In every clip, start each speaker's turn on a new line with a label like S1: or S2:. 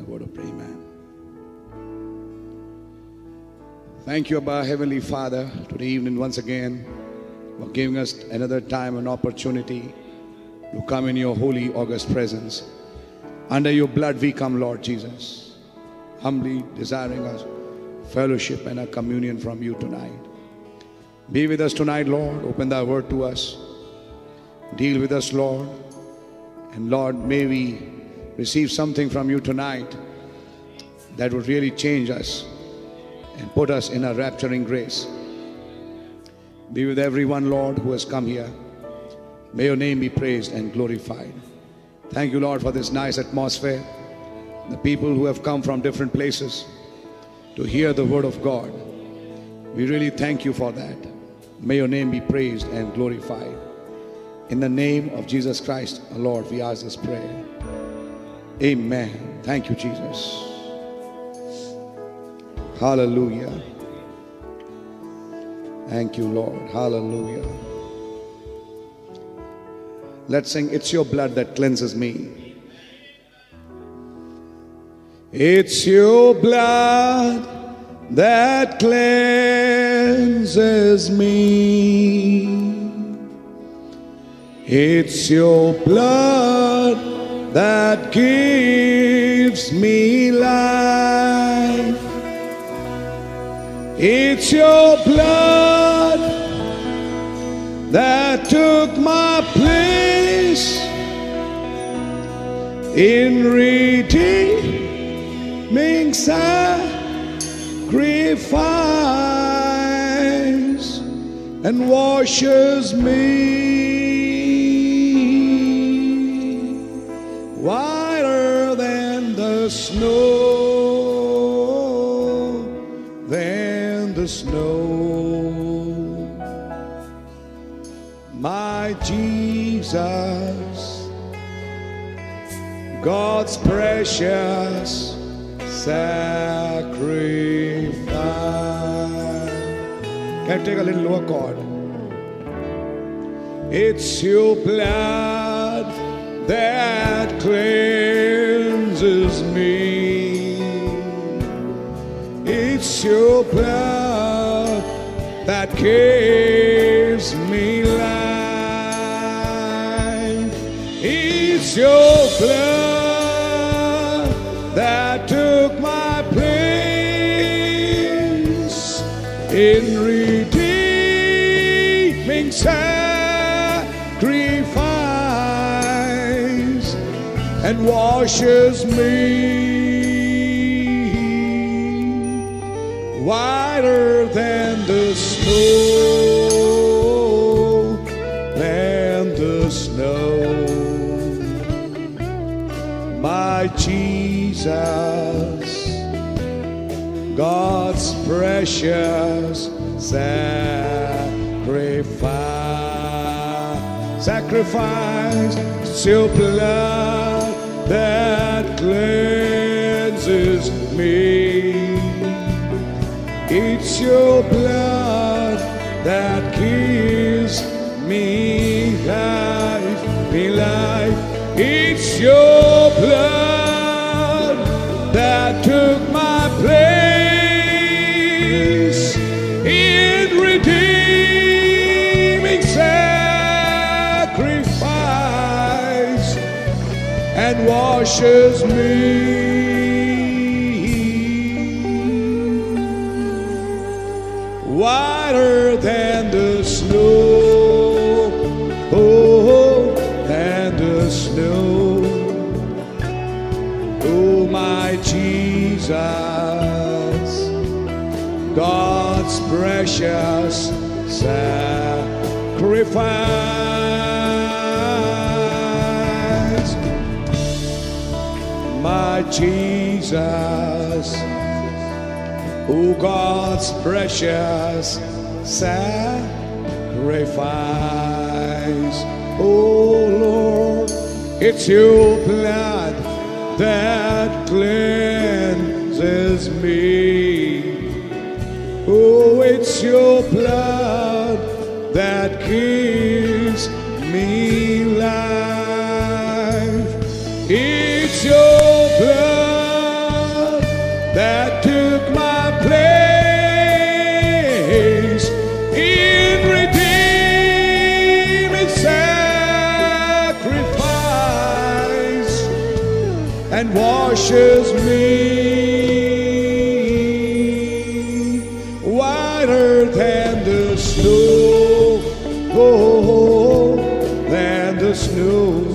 S1: Amen. Thank you, our Heavenly Father, today evening once again for giving us another time and opportunity to come in your holy, august presence. Under your blood we come, Lord Jesus, humbly desiring us fellowship and a communion from you tonight. Be with us tonight, Lord. Open thy word to us. Deal with us, Lord. And Lord, may we receive something from you tonight that would really change us and put us in a rapturing grace. Be with everyone, Lord, who has come here. May your name be praised and glorified. Thank you, Lord, for this nice atmosphere. The people who have come from different places to hear the word of God. We really thank you for that. May your name be praised and glorified. In the name of Jesus Christ, our Lord, we ask this prayer. Amen. Thank you, Jesus. Hallelujah. Thank you, Lord. Hallelujah. Let's sing, It's Your Blood That Cleanses Me. It's Your blood that cleanses me. It's Your blood that gives me life. It's your blood that took my place in redeeming sacrifice and washes me whiter than the snow. Than the snow. My Jesus, God's precious sacrifice. Can I take a little lower chord? It's your blood that cleanses me. It's your blood that gives me life. It's your blood that took my place in redeeming sacrifice and washes me. Wider than the snow than the snow my Jesus God's precious sacrifice sacrifice to blood that cleanses me it's your blood that gives me life, me life. It's your blood that took my place in redeeming sacrifice and washes me. whiter than the snow, oh, than the snow. Oh, my Jesus, God's precious sacrifice. My Jesus. O God's precious sacrifice. Oh Lord, it's your blood that cleanses me. Oh, it's your blood that gives me life. It's your blood. that took my place in redeeming sacrifice and washes me whiter than the snow, oh, than the snow.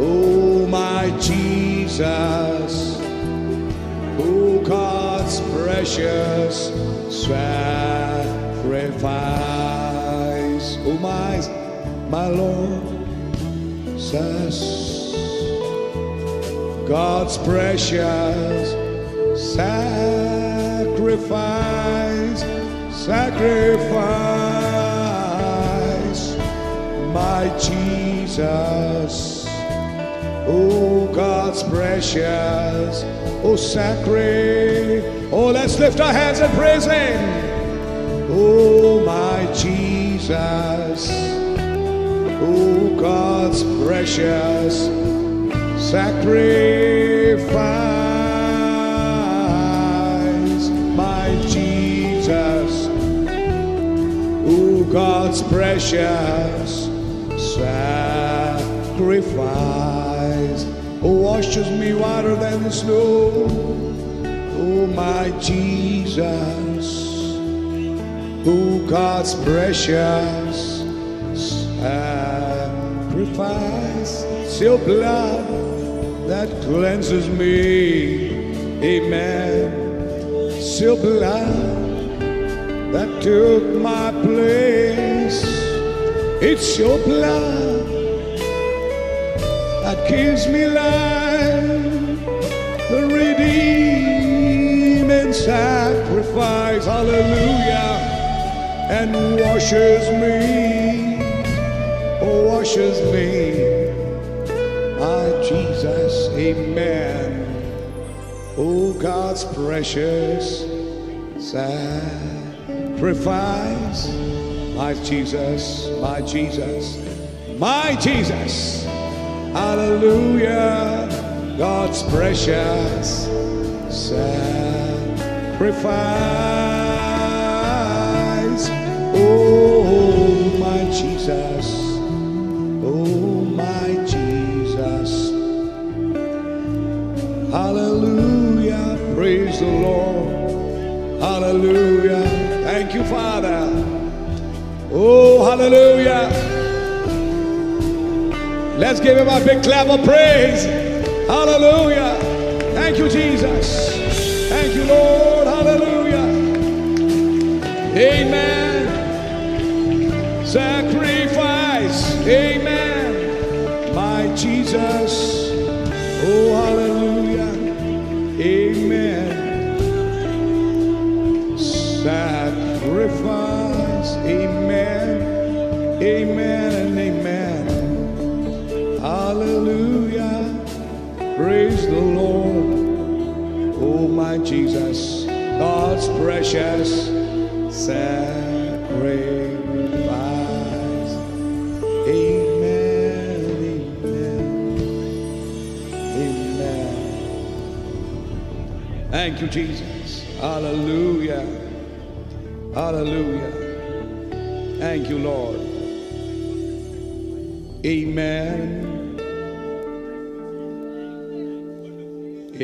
S1: Oh, my Jesus, oh, God's precious sacrifice. Oh, my, my Lord, Jesus, God's precious sacrifice, sacrifice, my Jesus. Oh, God's precious, oh, sacred. Oh, let's lift our hands and praise Him. Oh, my Jesus. Oh, God's precious sacrifice, my Jesus. Oh, God's precious sacrifice washes me whiter than the snow. Oh, my Jesus. Oh, God's precious sacrifice, your blood that cleanses me. Amen. Your blood that took my place. It's your blood that gives me life, the redeeming sacrifice, hallelujah, and washes me, oh, washes me, my Jesus, amen. Oh, God's precious sacrifice. My Jesus, my Jesus, my Jesus. Hallelujah. God's precious sacrifice. Oh, my Jesus. Oh, my Jesus. Hallelujah. Praise the Lord. Hallelujah. Thank you, Father. Oh, hallelujah. Let's give him a big clap of praise. Hallelujah. Thank you, Jesus. Thank you, Lord. Hallelujah. Amen. Sacrifice. Amen. My Jesus. Oh, hallelujah. Amen sacrifice. Amen. Amen and amen. Hallelujah. Praise the Lord. Oh, my Jesus, God's precious sacrifice. Amen. Amen. Amen. Thank you, Jesus. Hallelujah. Hallelujah. Thank you, Lord. Amen.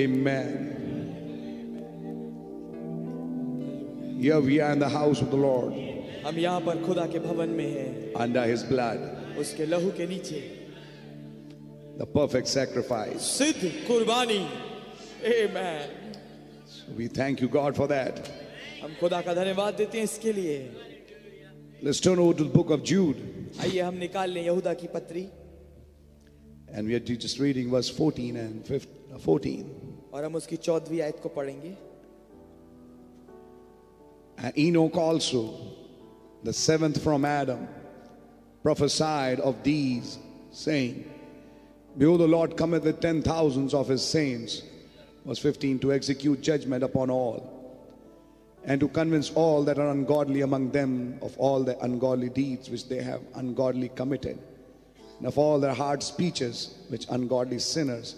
S1: Amen. Here we are in the house of the Lord
S2: हम यहाँ पर खुदा के भवन में हैं
S1: under his blood,
S2: उसके लहू के नीचे
S1: the perfect sacrifice.
S2: सिद्ध कुर्बानी Amen.
S1: We thank you, God, for that.
S2: हम खुदा का धन्यवाद देते हैं इसके लिए
S1: Let's turn over to the book of Jude,
S2: आइए हम निकाल लें यहूदा की पत्री
S1: and we are just reading verse 14 and 15, 14.
S2: और हम उसकी चौदहवीं आयत को पढ़ेंगे
S1: And Enoch also, the seventh from Adam, prophesied of these, saying, Behold, the Lord cometh with ten thousands of his saints, verse 15, to execute judgment upon all, and to convince all that are ungodly among them of all their ungodly deeds which they have ungodly committed, and of all their hard speeches which ungodly sinners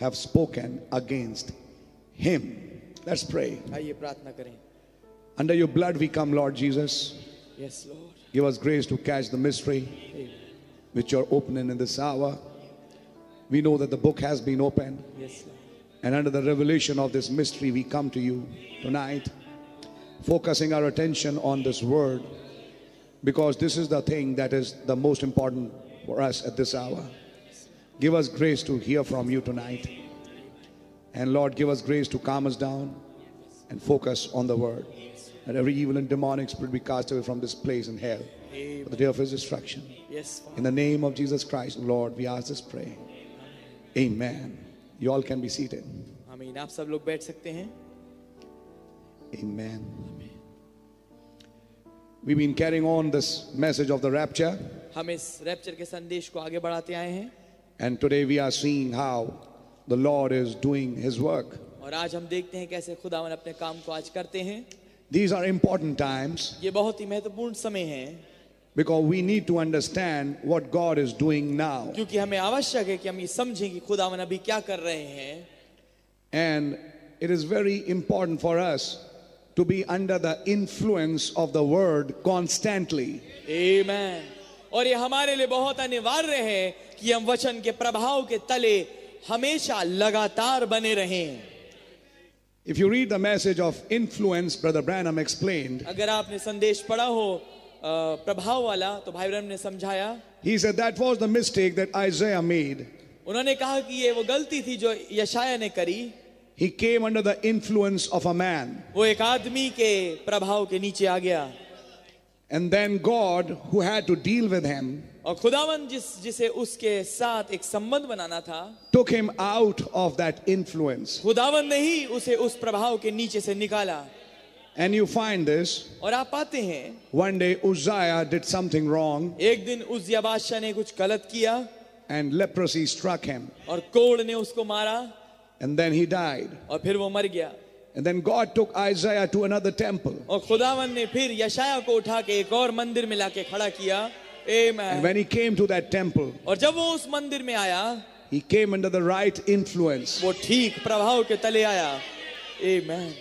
S1: have spoken against Him. Let's pray.
S2: आइए प्रार्थना करें
S1: Under your blood we come, Lord Jesus.
S2: Yes Lord
S1: Give us grace to catch the mystery which you're opening in this hour. We know that the book has been opened,
S2: yes Lord
S1: and under the revelation of this mystery, we come to you tonight, focusing our attention on this word, because this is the thing that is the most important for us at this hour. Give us grace to hear from you tonight. And Lord, give us grace to calm us down and focus on the word. That every evil and demonic spirit be cast away from this place in hell for the day of his destruction.
S2: Yes
S1: In the name of Jesus Christ, Lord, we ask this prayer. Amen. You all can be seated.
S2: आमीन आप सब लोग बैठ सकते हैं
S1: Amen. We've been carrying on this message of the rapture,
S2: हम इस rapture के संदेश को आगे बढ़ाते आए हैं
S1: and today we are seeing how the Lord is doing his work.
S2: और आज हम देखते हैं कैसे खुदावन अपने काम को आज करते हैं
S1: These are important times
S2: ये बहुत ही महत्वपूर्ण समय है
S1: because we need to understand what God is doing now.
S2: क्योंकि हमें आवश्यक है कि हम ये समझें कि खुदावन अभी क्या कर रहे हैं
S1: And it is very important for us to be under the influence of the word constantly.
S2: Amen. और ये हमारे लिए बहुत अनिवार्य है कि हम वचन के प्रभाव के तले हमेशा लगातार बने रहें
S1: If you read the message of influence, Brother Branham explained,
S2: अगर आपने संदेश पढ़ा हो अ, प्रभाव वाला तो भाई ब्रह्म ने समझाया
S1: he said that was the mistake that Isaiah made.
S2: उन्होंने कहा कि ये वो गलती थी जो यशाया ने करी
S1: He came under the influence of a man.
S2: वो एक आदमी के प्रभाव के नीचे आ गया
S1: And then God, who had to deal with him,
S2: और खुदावन जिस जिसे उसके साथ एक संबंध बनाना था
S1: took him out of that influence.
S2: खुदावन ने ही उसे उस प्रभाव के नीचे से निकाला
S1: And you find this
S2: और आप पाते हैं
S1: one day Uzziah did something wrong
S2: एक दिन उस बादशाह ने कुछ गलत किया
S1: and leprosy struck him.
S2: और कोड़ ने उसको मारा
S1: And then he died.
S2: और फिर वो मर गया
S1: And then God took Isaiah to another temple.
S2: और खुदावन ने फिर यशाया को उठा के एक और मंदिर में लाके खड़ा किया
S1: And
S2: Amen.
S1: when he came to that temple,
S2: और जब वो उस मंदिर में आया
S1: he came under the right influence.
S2: वो ठीक प्रभाव के तले आया Amen.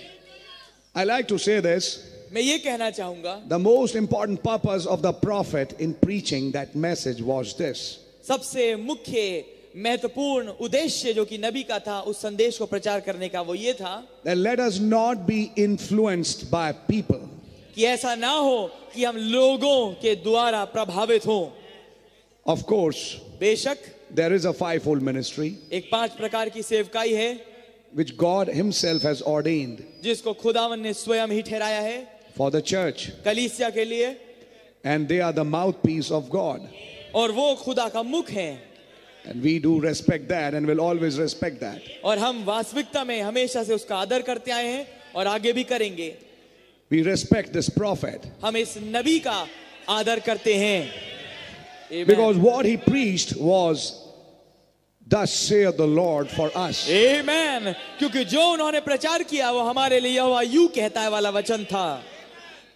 S1: I like to say this
S2: मैं ये कहना चाहूंगा
S1: The most important purpose of the prophet in preaching that message was this
S2: सबसे मुख्य महत्वपूर्ण उद्देश्य जो कि नबी का था उस संदेश को प्रचार करने का वो ये था
S1: that let us not be influenced by people.
S2: कि ऐसा ना हो कि हम लोगों के द्वारा प्रभावित हों
S1: Of course,
S2: बेशक
S1: there is a fivefold ministry
S2: एक पांच प्रकार की सेवकाई है
S1: which God Himself has ordained
S2: जिसको खुदावन ने स्वयं ही ठहराया है
S1: for the church,
S2: कलीसिया के लिए
S1: and they are the mouthpiece of God.
S2: और वो खुदा का मुख है
S1: And we do respect that and will always respect that.
S2: और हम वास्तविकता में हमेशा से उसका आदर करते आए हैं और आगे भी करेंगे
S1: We respect this prophet
S2: हम इस नबी का आदर करते हैं
S1: because what he preached was, Thus saith the Lord for us.
S2: Amen. क्योंकि जो उन्होंने प्रचार किया वो हमारे लिए यहोवा यू कहता है वाला वचन था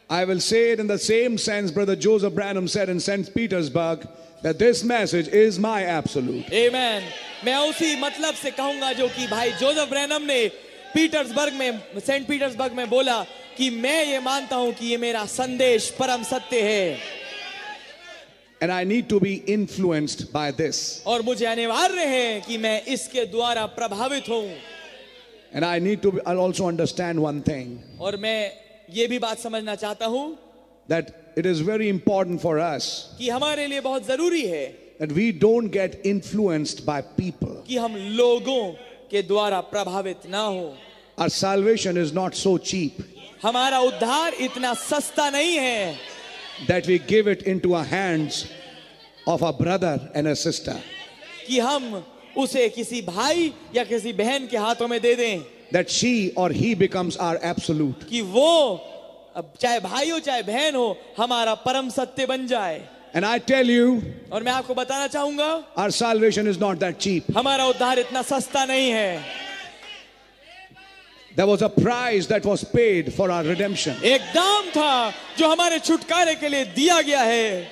S1: I will say it in the same sense Brother Joseph Branham said in St. Petersburg that this message is my absolute.
S2: Amen. मैं उसी मतलब से कहूंगा जो कि भाई जोसेफ ब्रैनम ने पीटर्सबर्ग में सेंट पीटर्सबर्ग में बोला कि मैं ये मानता हूं कि ये मेरा संदेश परम सत्य है
S1: And I need to be influenced by this.
S2: और मुझे अनिवार्य है कि मैं इसके द्वारा प्रभावित हूं
S1: And I need to be, I'll also understand one thing
S2: और मैं ये भी बात समझना चाहता हूं
S1: that it is very important for us
S2: कि हमारे लिए बहुत जरूरी है
S1: that we don't get influenced by people.
S2: कि हम लोगों के द्वारा प्रभावित ना हो
S1: Our salvation is not so cheap
S2: हमारा उद्धार इतना सस्ता नहीं है
S1: that we give it into our hands of a brother and a sister.
S2: कि हम उसे किसी भाई या किसी बहन के हाथों में दे दें
S1: That she or he becomes our absolute.
S2: कि वो अब चाहे भाई हो चाहे बहन हो हमारा परम सत्य बन जाए
S1: And I tell you,
S2: और मैं आपको बताना चाहूंगा
S1: our salvation is not that cheap.
S2: हमारा उद्धार इतना सस्ता नहीं है
S1: There was a price that was paid for our redemption.
S2: एक दाम था जो हमारे छुटकारे के लिए दिया गया है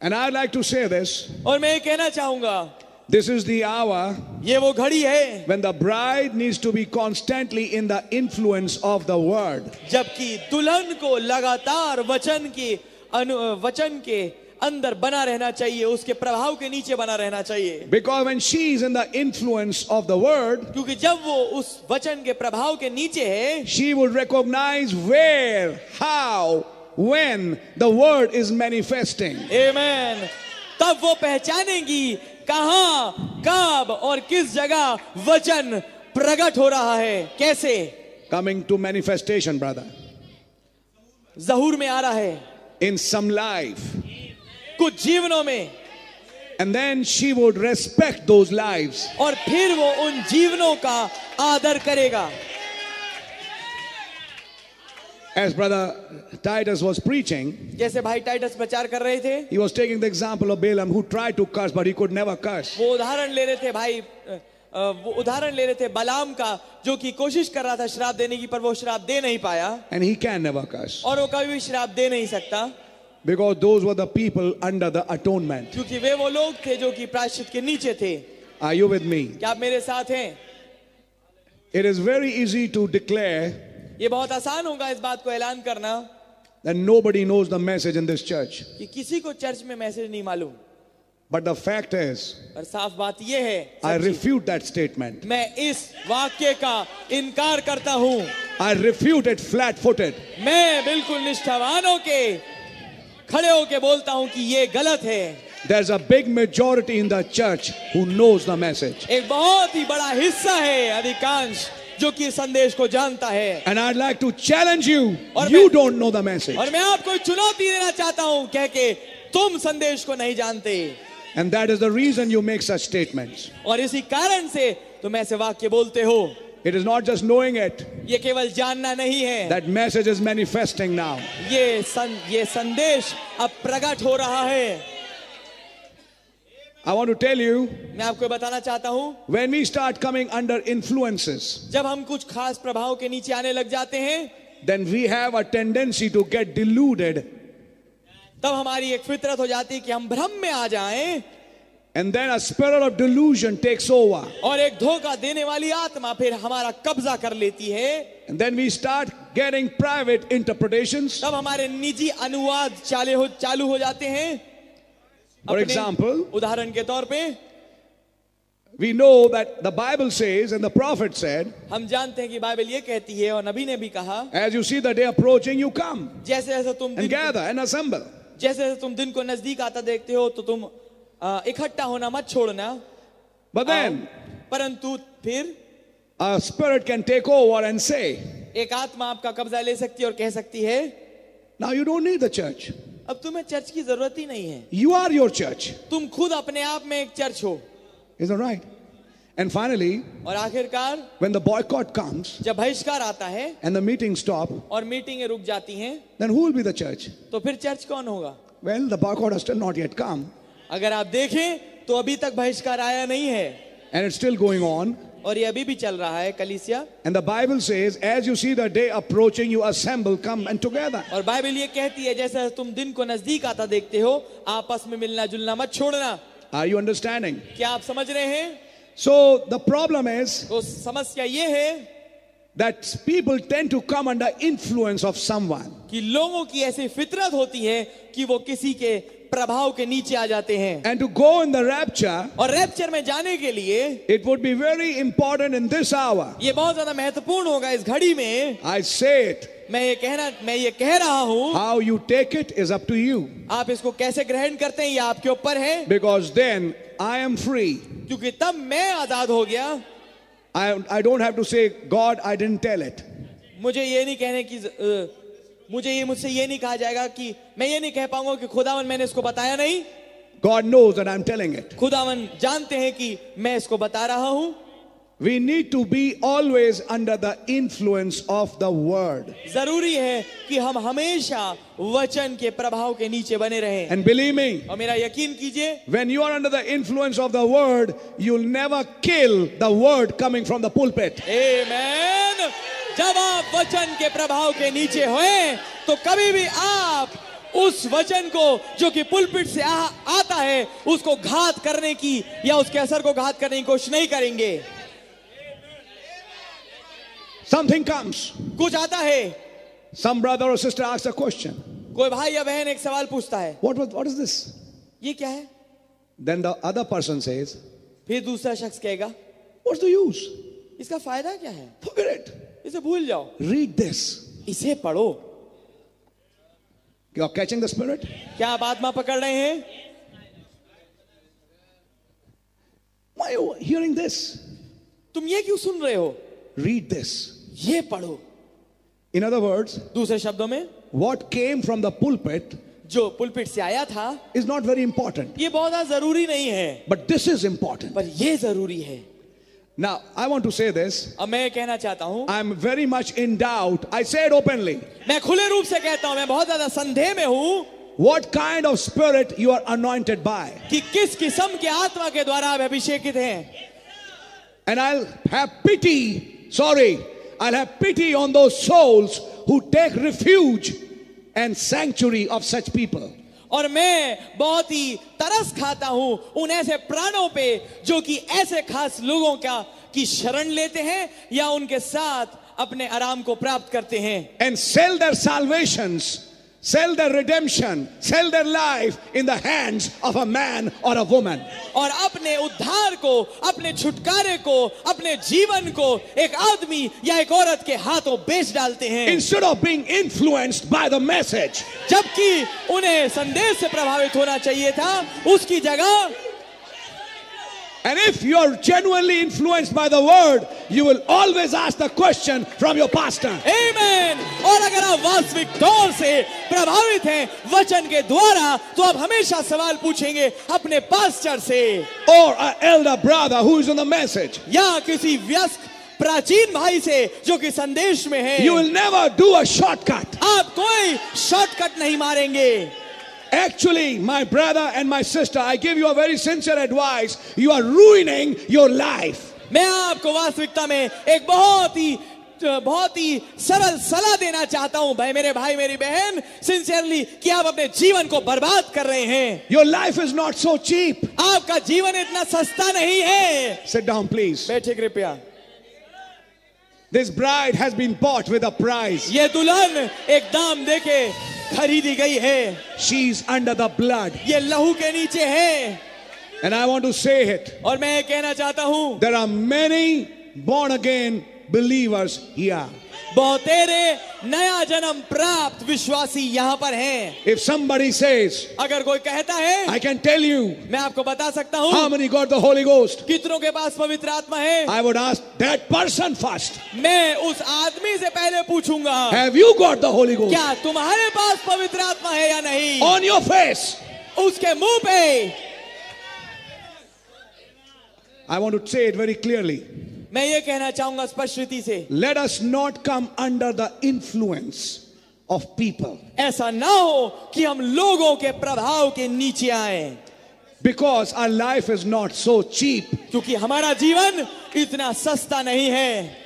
S1: And I'd like to say this
S2: और मैं ये कहना चाहूंगा
S1: This is the hour
S2: ये वो घड़ी है
S1: when the bride needs to be constantly in the influence of the word.
S2: जबकि दुल्हन को लगातार वचन के अनु वचन के अंदर बना रहना चाहिए उसके प्रभाव के नीचे बना रहना चाहिए
S1: Because when she is in the influence of the word,
S2: क्योंकि जब वो उस वचन के प्रभाव के नीचे है
S1: she would recognize where, how, when the word is manifesting.
S2: Amen. तब वो पहचानेगी कहाँ कब और किस जगह वचन प्रकट हो रहा है कैसे
S1: Coming to manifestation, brother.
S2: जहूर में आ रहा है
S1: In some life.
S2: कुछ जीवनों में
S1: And then she would respect those lives.
S2: और फिर वो उन जीवनों का आदर करेगा
S1: As brother Titus was preaching,
S2: जैसे भाई टाइटस प्रचार कर रहे थे
S1: he was taking the example of Balaam who tried to curse but he could never curse.
S2: वो उदाहरण ले रहे थे भाई अ, अ, वो उदाहरण ले रहे थे बलाम का जो कि कोशिश कर रहा था शराब देने की पर वो शराब दे नहीं पाया
S1: And he can never curse
S2: और वो कभी भी शराब दे नहीं सकता
S1: because those were the people under the atonement.
S2: क्योंकि वे वो लोग थे जो कि प्रायश्चित के नीचे थे
S1: Are you with me?
S2: क्या आप मेरे साथ हैं
S1: It is very easy to declare
S2: ये बहुत आसान होगा इस बात को ऐलान करना
S1: that nobody knows the message in this church.
S2: कि किसी को चर्च में मैसेज नहीं मालूम
S1: But the fact is,
S2: पर साफ बात यह है
S1: I
S2: सच्ची,
S1: refute that statement.
S2: मैं इस वाक्य का इनकार करता हूँ
S1: I refute it flat footed.
S2: मैं बिल्कुल निष्ठावानों के खड़े होके बोलता हूँ कि ये गलत है
S1: There's a big majority in the church who knows the message.
S2: एक बहुत ही बड़ा हिस्सा है अधिकांश जो कि इस संदेश को जानता है
S1: And I'd like to challenge you.
S2: Or
S1: You
S2: may-
S1: don't know the message.
S2: और मैं आपको एक चुनौती देना चाहता हूं कह के तुम संदेश को नहीं जानते
S1: And that is the reason you make such statements.
S2: और इसी कारण से तुम ऐसे वाक्य बोलते हो
S1: It is not just knowing it,
S2: ये केवल जानना नहीं है
S1: that message is manifesting now.
S2: ये सन, ये संदेश अब प्रकट हो रहा है
S1: I want to tell you,
S2: मैं आपको बताना चाहता हूं
S1: when we start coming under influences,
S2: जब हम कुछ खास प्रभाव के नीचे आने लग जाते हैं
S1: then we have a tendency to get deluded.
S2: तब हमारी एक फितरत हो जाती है कि हम भ्रम में आ जाएं
S1: And then a spirit of delusion takes over.
S2: और एक धोखा देने वाली आत्मा फिर हमारा कब्जा कर लेती है
S1: And then we start getting private interpretations.
S2: तब हमारे निजी अनुवाद चाले हो चालू हो जाते हैं
S1: For
S2: अपने
S1: example,
S2: उदाहरण के तौर पे
S1: we know that the Bible says and the prophet said,
S2: हम जानते हैं कि बाइबल ये कहती है और नबी ने भी कहा
S1: as you see the day approaching, you come
S2: जैसे जैसे तुम
S1: and
S2: दिन
S1: gather and assemble.
S2: जैसे जैसे तुम दिन को नजदीक आता देखते हो तो तुम अ, इकट्ठा होना मत छोड़ना Oh.
S1: But then
S2: परंतु फिर
S1: a spirit can take over and say,
S2: एक आत्मा आपका कब्जा ले सकती है और कह सकती है
S1: Now you don't need the church.
S2: अब तुम्हें चर्च की जरूरत ही नहीं है
S1: You are your church.
S2: तुम खुद अपने आप में एक चर्च हो
S1: Is that right? And finally,
S2: और आखिरकार
S1: when the boycott comes
S2: जब बहिष्कार आता है
S1: and the meetings stop,
S2: और मीटिंगें रुक जाती हैं
S1: then who will be the church?
S2: तो फिर चर्च कौन होगा
S1: Well, the boycott has still not yet come
S2: अगर आप देखें तो अभी तक बहिष्कार आया नहीं है
S1: and it's still going on.
S2: और ये अभी भी चल रहा है कलीसिया
S1: And the Bible says, as you see the day approaching, you assemble, come and together.
S2: और बाइबल ये कहती है जैसे तुम दिन को नजदीक आता देखते हो आपस में मिलना जुलना मत छोड़ना
S1: Are you understanding?
S2: क्या आप समझ रहे हैं
S1: So the problem is
S2: तो समस्या ये है
S1: that people tend to come under influence of someone.
S2: कि लोगों की ऐसी फितरत होती है कि वो किसी के प्रभाव के नीचे आ जाते हैं
S1: And to go in the rapture,
S2: और रैप्चर में जाने के लिए
S1: it would be very important in this hour.
S2: ये बहुत ज्यादा महत्वपूर्ण होगा इस घड़ी में
S1: I say it.
S2: मैं ये कहना मैं ये कह रहा हूँ
S1: How you take it is up to you.
S2: आप इसको कैसे ग्रहण करते हैं ये आपके ऊपर है
S1: Because then I am free.
S2: क्योंकि तब मैं आजाद हो गया
S1: I, I don't have to say, God, I didn't tell it.
S2: मुझे ये नहीं कहने की ज- अ, मुझे ये मुझसे ये नहीं कहा जाएगा कि मैं ये नहीं कह पाऊंगा कि खुदावन मैंने इसको बताया नहीं
S1: God knows that I'm telling it.
S2: खुदावन जानते हैं कि मैं इसको बता रहा हूं
S1: We need to be always under the influence of the word.
S2: जरूरी है कि हम हमेशा वचन के प्रभाव के नीचे बने रहें
S1: And believe me,
S2: और मेरा यकीन कीजिए
S1: when you are under the influence of the word, you'll never kill the word coming from the pulpit.
S2: Amen. जब आप वचन के प्रभाव के नीचे होएं तो कभी भी आप उस वचन को जो कि पुलपिट से आ, आता है उसको घात करने की या उसके असर को घात करने की कोशिश नहीं करेंगे
S1: Something comes.
S2: कुछ आता है
S1: Some brother or sister asks a question.
S2: कोई भाई या बहन एक सवाल पूछता है
S1: What was what is this?
S2: ये क्या है
S1: Then the other person says,
S2: फिर दूसरा शख्स कहेगा
S1: What's the use?
S2: इसका फायदा क्या है
S1: Forget it.
S2: इसे भूल जाओ
S1: Read this.
S2: इसे पढ़ो
S1: You are catching the spirit?
S2: क्या आप आत्मा पकड़ रहे हैं
S1: Why are you hearing this?
S2: तुम ये क्यों सुन रहे हो
S1: Read this.
S2: ये पढ़ो
S1: In other words,
S2: दूसरे शब्दों में
S1: what came from the pulpit
S2: जो पुलपिट से आया था
S1: is not very important,
S2: ये बहुत ज्यादा जरूरी नहीं है
S1: but this is important.
S2: पर ये जरूरी है
S1: Now, I want to say this.
S2: अब मैं ये कहना चाहता हूँ
S1: I'm very much in doubt. I say it openly.
S2: मैं खुले रूप से कहता हूँ मैं बहुत ज्यादा संदेह में हूँ
S1: What kind of spirit you are anointed by?
S2: कि किस किस्म के आत्मा के द्वारा आप अभिषेकित हैं
S1: And I'll have pity, sorry, I'll have pity on those souls who take refuge and sanctuary of such people.
S2: और मैं बहुत ही तरस खाता हूँ उन ऐसे प्राणों पे जो कि ऐसे खास लोगों का की शरण लेते हैं या उनके साथ अपने आराम को प्राप्त करते हैं
S1: and sell their salvations, sell their redemption, sell their life in the hands of a man or a woman.
S2: और अपने उद्धार को अपने छुटकारे को अपने जीवन को एक आदमी या एक औरत के हाथों बेच डालते हैं
S1: Instead of being influenced by the message,
S2: जबकि उन्हें संदेश से प्रभावित होना चाहिए था उसकी जगह
S1: and if you're genuinely influenced by the word, you will always ask the question from your pastor.
S2: Amen. और अगर आप वास्तविक तौर से प्रभावित हैं वचन के द्वारा तो आप हमेशा सवाल पूछेंगे अपने पास्टर से
S1: Or an elder brother who is on the message.
S2: या किसी व्यस्त प्राचीन भाई से जो कि संदेश में है
S1: You will never do a shortcut.
S2: आप कोई शॉर्टकट नहीं मारेंगे
S1: Actually, my brother and my sister, I give you a very sincere advice. You are ruining your life.
S2: मैं आपको वास्तविकता में एक बहुत ही बहुत ही सरल सलाह देना चाहता हूं भाई मेरे भाई मेरी बहन सिंसियरली कि आप अपने जीवन को बर्बाद कर रहे हैं
S1: Your life is not so cheap.
S2: आपका जीवन इतना सस्ता नहीं है
S1: Sit down, please.
S2: बैठे कृपया
S1: This bride has been bought with a price.
S2: ये दुल्हन एक दाम देके खरीदी गई है
S1: She's under the blood.
S2: ये लहू के नीचे है
S1: And I want to say it.
S2: और मैं ये कहना चाहता हूँ
S1: There are many born again believers here.
S2: बहुतेरे नया जन्म प्राप्त विश्वासी यहाँ पर हैं
S1: If somebody says,
S2: अगर कोई कहता है
S1: I can tell you
S2: मैं आपको बता सकता
S1: how
S2: हूँ
S1: many got the Holy Ghost,
S2: कितनों के पास पवित्र आत्मा है
S1: I would ask that person first,
S2: मैं उस आदमी से पहले पूछूंगा
S1: Have you got the Holy Ghost?
S2: क्या तुम्हारे पास पवित्र आत्मा है या नहीं
S1: On your face.
S2: उसके मुंह पे
S1: I want to say it very clearly.
S2: मैं ये कहना चाहूंगा स्पष्ट रीति से
S1: Let us not come under the influence of people
S2: ऐसा ना हो कि हम लोगों के प्रभाव के नीचे आएं
S1: because our life is not so cheap.
S2: क्योंकि हमारा जीवन इतना सस्ता नहीं है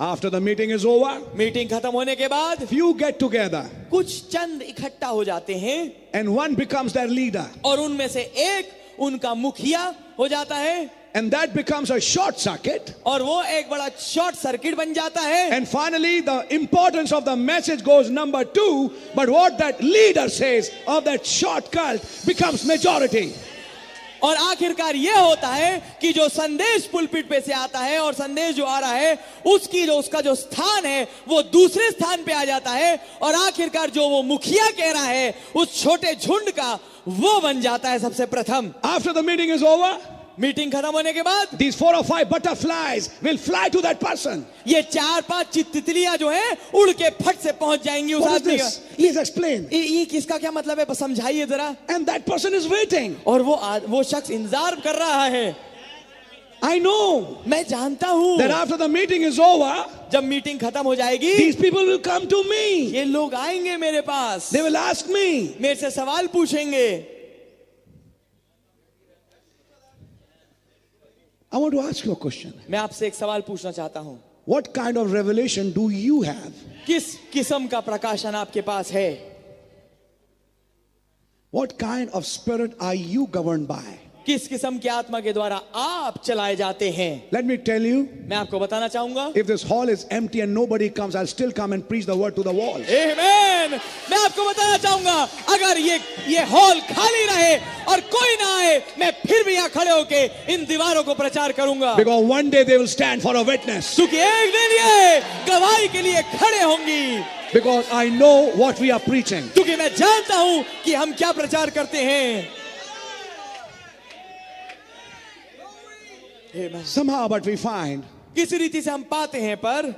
S1: After the meeting is over,
S2: meeting खत्म होने के बाद
S1: few get together
S2: कुछ चंद इकट्ठा हो जाते हैं
S1: and one becomes their leader
S2: और उनमें से एक उनका मुखिया हो जाता है
S1: and that becomes a short circuit
S2: और वो एक बड़ा शॉर्ट सर्किट बन जाता है
S1: and finally the importance of the message goes number 2 but what that leader says of that shortcut becomes majority
S2: और आखिरकार ये होता है कि जो संदेश पुलपिट पे से आता है और संदेश जो आ रहा है उसकी जो उसका जो स्थान है वो दूसरे स्थान पे आ जाता है और आखिरकार जो वो मुखिया कह रहा है उस छोटे झुंड का वो बन जाता है सबसे प्रथम
S1: after the meeting is over
S2: meeting खत्म होने के बाद
S1: these four or five butterflies will fly to that person
S2: ये चार पांच चित्तितलियां जो है उड़ के फट से पहुंच जाएंगी उस
S1: what is
S2: आदमी
S1: this
S2: का
S1: please explain
S2: ये ये किसका क्या मतलब है बस समझाइए जरा
S1: and that person is waiting
S2: और वो आद- वो शख्स इंतजार कर रहा है
S1: i know
S2: मैं जानता हूँ
S1: that after the meeting is over
S2: जब मीटिंग खत्म हो जाएगी
S1: these people will come to me
S2: ये लोग आएंगे मेरे पास
S1: they will ask me
S2: मेरे से सवाल पूछेंगे
S1: i want to ask you a question
S2: मैं आपसे एक सवाल पूछना चाहता हूँ
S1: What kind of revelation do you have?
S2: किस किस्म का प्रकाशन आपके पास है
S1: What kind of spirit are you governed by?
S2: किस किस्म की आत्मा के द्वारा आप चलाए जाते हैं
S1: Let me tell you,
S2: मैं आपको बताना चाहूंगा
S1: if this hall is empty and nobody comes, I'll still come and preach the word to the walls.
S2: Amen. मैं आपको बताना चाहूंगा अगर ये ये हॉल खाली रहे और कोई ना आए मैं फिर भी यहाँ खड़े होके इन दीवारों को प्रचार करूंगा
S1: Because one day they will stand for a witness.
S2: क्योंकि एक दिन ये गवाही के लिए खड़े होंगी
S1: Because I know what we are preaching.
S2: क्योंकि मैं जानता हूँ कि हम क्या प्रचार करते हैं Amen.
S1: Somehow, but we find
S2: किस रीति से हम पाते हैं पर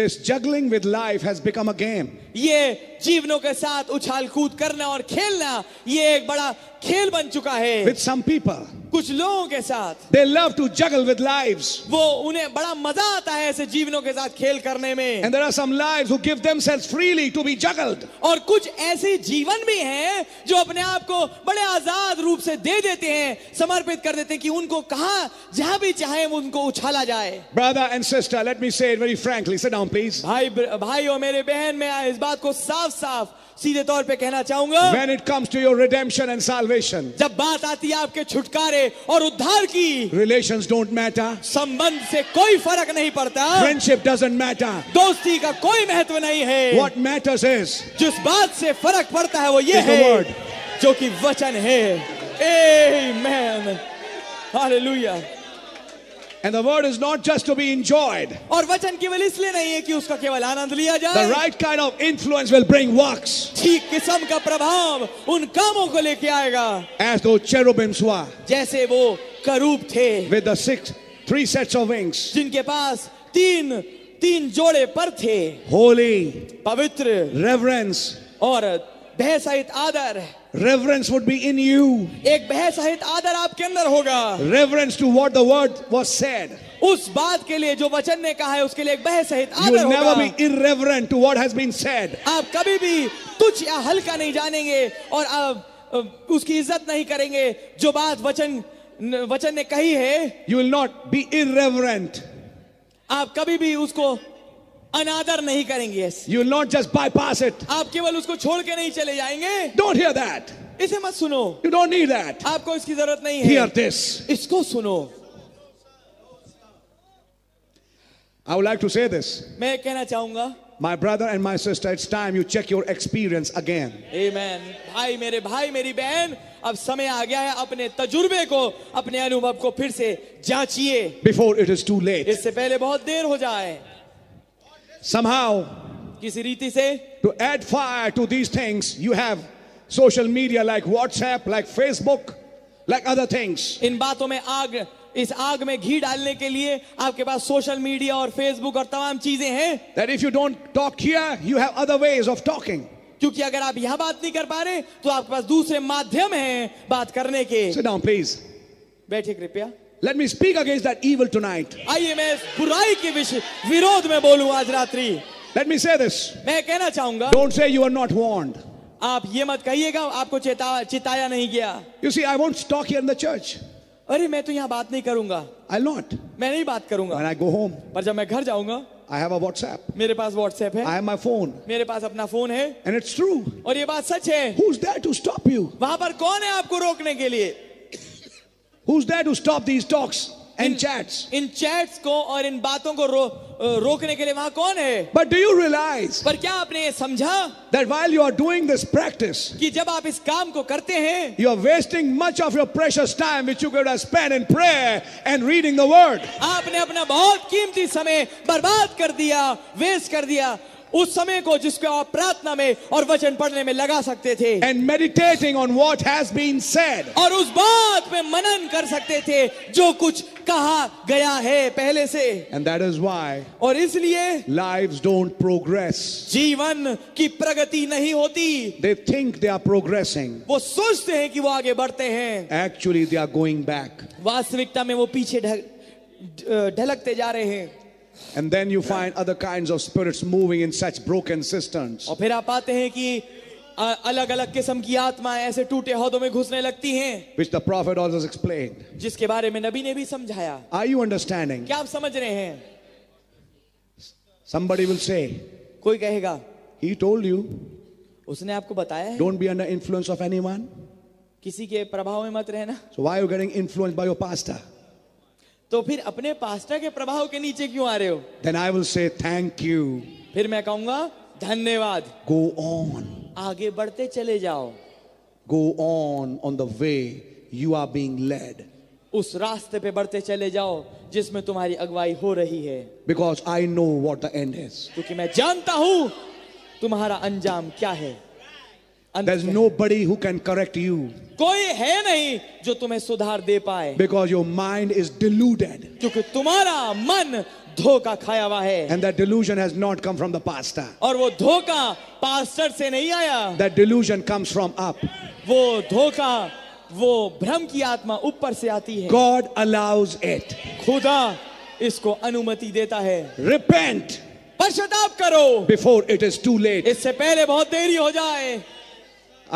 S1: this juggling with life has become a game.
S2: ये जीवनों के साथ उछाल कूद करना और खेलना ये एक बड़ा खेल बन चुका है
S1: With some people,
S2: कुछ लोगों के साथ
S1: they love to juggle with lives.
S2: वो उन्हें बड़ा मजा आता है ऐसे जीवनों के साथ खेल करने में
S1: And there are some lives who give themselves freely to be juggled.
S2: और कुछ ऐसे जीवन भी हैं जो अपने आप को बड़े आजाद रूप से दे देते हैं समर्पित कर देते हैं कि उनको कहा जहां भी चाहे वो उनको उछाला जाए
S1: Brother and sister, let me say it very frankly. Sit down, please.
S2: भाई भाई और मेरे बहन मैं इस बात को साफ साफ सीधे तौर पे कहना चाहूंगा
S1: When it comes to your redemption and salvation,
S2: जब बात आती है आपके छुटकारे और उद्धार की
S1: relations don't matter,
S2: संबंध से कोई फर्क नहीं पड़ता
S1: friendship doesn't matter.
S2: दोस्ती का कोई महत्व नहीं है
S1: What matters is
S2: जिस बात से फर्क पड़ता है वो ये
S1: Is the
S2: है
S1: word.
S2: जो कि वचन है Amen. Hallelujah.
S1: And the word is not just to be enjoyed.
S2: और वचन केवल इसलिए नहीं है कि उसका केवल आनंद लिया
S1: The
S2: जाए
S1: right kind of influence will bring works
S2: ठीक किस्म का प्रभाव उन कामों को लेके आएगा
S1: as those cherubims were
S2: जैसे वो करूप थे
S1: with the six, three sets of wings.
S2: जिनके पास तीन तीन जोड़े पर थे
S1: Holy,
S2: पवित्र
S1: reverence.
S2: और भय सहित आदर
S1: Reverence would be in you.
S2: एक भय सहित आदर आपके अंदर होगा
S1: Reverence to what the word was said.
S2: उस बात के लिए जो वचन ने कहा है उसके लिए एक भय सहित
S1: You
S2: आदर
S1: will never
S2: होगा
S1: be irreverent to what has been said.
S2: आप कभी भी तुच्छ या हल्का नहीं जानेंगे और आप उसकी इज्जत नहीं करेंगे जो बात वचन वचन ने कही है
S1: You will not be irreverent.
S2: आप कभी भी उसको अनादर नहीं करेंगे
S1: You will not just bypass it.
S2: आप केवल उसको छोड़ के नहीं चले जाएंगे
S1: Don't hear that.
S2: इसे मत सुनो
S1: You don't need that.
S2: आपको इसकी जरूरत नहीं
S1: Hear
S2: है
S1: this.
S2: इसको सुनो
S1: I would like to say this.
S2: मैं कहना चाहूंगा
S1: My brother and my sister, it's time you check your experience again.
S2: Amen. भाई मेरे भाई मेरी बहन अब समय आ गया है अपने तजुर्बे को अपने अनुभव को फिर से जांचिए
S1: before it is too late.
S2: इससे पहले बहुत देर हो जाए
S1: Somehow,
S2: किसी रीति से
S1: to add fire to these things, you have social media like WhatsApp, like Facebook, like other things.
S2: इन बातों में आग इस आग में घी डालने के लिए आपके पास सोशल मीडिया और फेसबुक और तमाम चीजें हैं
S1: That if you don't talk here, you have other ways of talking.
S2: क्योंकि अगर आप यह बात नहीं कर पा रहे तो आपके पास दूसरे माध्यम हैं बात करने के
S1: Sit down, please.
S2: बैठे कृपया
S1: Let me speak against that evil tonight.
S2: आइए मैं इस बुराई के विषय विरोध में बोलूं आज रात्रि
S1: Let me say this.
S2: मैं कहना चाहूंगा
S1: Don't say you are not warned.
S2: आप ये मत कहिएगा आपको चेता चिताया नहीं गया
S1: You see, I won't talk here in the church.
S2: अरे मैं तो यहाँ बात नहीं करूंगा
S1: I'll not.
S2: मैं नहीं बात
S1: When
S2: करूंगा
S1: I go home,
S2: पर जब मैं घर जाऊंगा
S1: I have a WhatsApp.
S2: मेरे पास व्हाट्सएप है
S1: I have my phone.
S2: मेरे पास अपना फोन है
S1: And it's true.
S2: और ये बात सच है
S1: Who's there to stop you?
S2: वहां पर कौन है आपको रोकने के लिए
S1: Who's there to stop these talks and chats?
S2: इन चैट्स को और इन बातों को रो, रोकने के लिए वहां कौन है
S1: But do you realize
S2: पर क्या आपने ये समझा
S1: that while you are doing this practice,
S2: कि जब आप इस काम को करते हैं
S1: you are wasting much of your precious time which you could have spent in prayer and reading the word.
S2: आपने अपना बहुत कीमती समय बर्बाद कर दिया वेस्ट कर दिया उस समय को जिसको आप प्रार्थना में और वचन पढ़ने में लगा सकते थे
S1: And meditating on what has been said.
S2: और उस बात पे मनन कर सकते थे जो कुछ कहा गया है पहले से
S1: And that is why
S2: और इसलिए
S1: lives don't progress.
S2: जीवन की प्रगति नहीं होती
S1: They think they are progressing.
S2: वो सोचते हैं कि वो आगे बढ़ते हैं
S1: Actually, they are going back.
S2: वास्तविकता में वो पीछे ढक ढलकते जा रहे हैं
S1: And then you find other kinds of spirits moving in such broken cisterns.
S2: और फिर आप पाते हैं कि अलग अलग किस्म की आत्माएं ऐसे टूटे हौदों में घुसने लगती हैं
S1: which the prophet always explained.
S2: जिसके बारे में नबी ने भी समझाया
S1: Are you understanding?
S2: क्या आप समझ रहे हैं
S1: Somebody will say,
S2: कोई कहेगा
S1: He told you.
S2: उसने आपको बताया है
S1: Don't be under influence of anyone.
S2: किसी के प्रभाव में मत रहना
S1: So why are you getting influenced by your pastor?
S2: तो फिर अपने पास्टर के प्रभाव के नीचे क्यों आ रहे हो
S1: Then I will say thank you.
S2: फिर मैं कहूंगा धन्यवाद
S1: Go on.
S2: आगे बढ़ते चले जाओ
S1: Go on on the way you are being led.
S2: उस रास्ते पे बढ़ते चले जाओ जिसमें तुम्हारी अगुवाई हो रही है
S1: Because I know what the end is.
S2: क्योंकि मैं जानता हूं तुम्हारा अंजाम क्या है अंत
S1: There's
S2: क्या
S1: nobody who can correct you
S2: है। कोई है नहीं जो तुम्हें सुधार दे पाए
S1: because your mind is deluded.
S2: क्योंकि तुम्हारा मन धोखा खाया हुआ है
S1: And that delusion has not come from the pastor.
S2: और वो धोखा पास्टर से नहीं आया
S1: That delusion comes from up.
S2: वो धोखा वो भ्रम की आत्मा ऊपर से आती है
S1: God allows it.
S2: खुदा इसको अनुमति देता है
S1: Repent
S2: पश्चाताप करो
S1: before it is too late.
S2: इससे पहले बहुत देरी हो जाए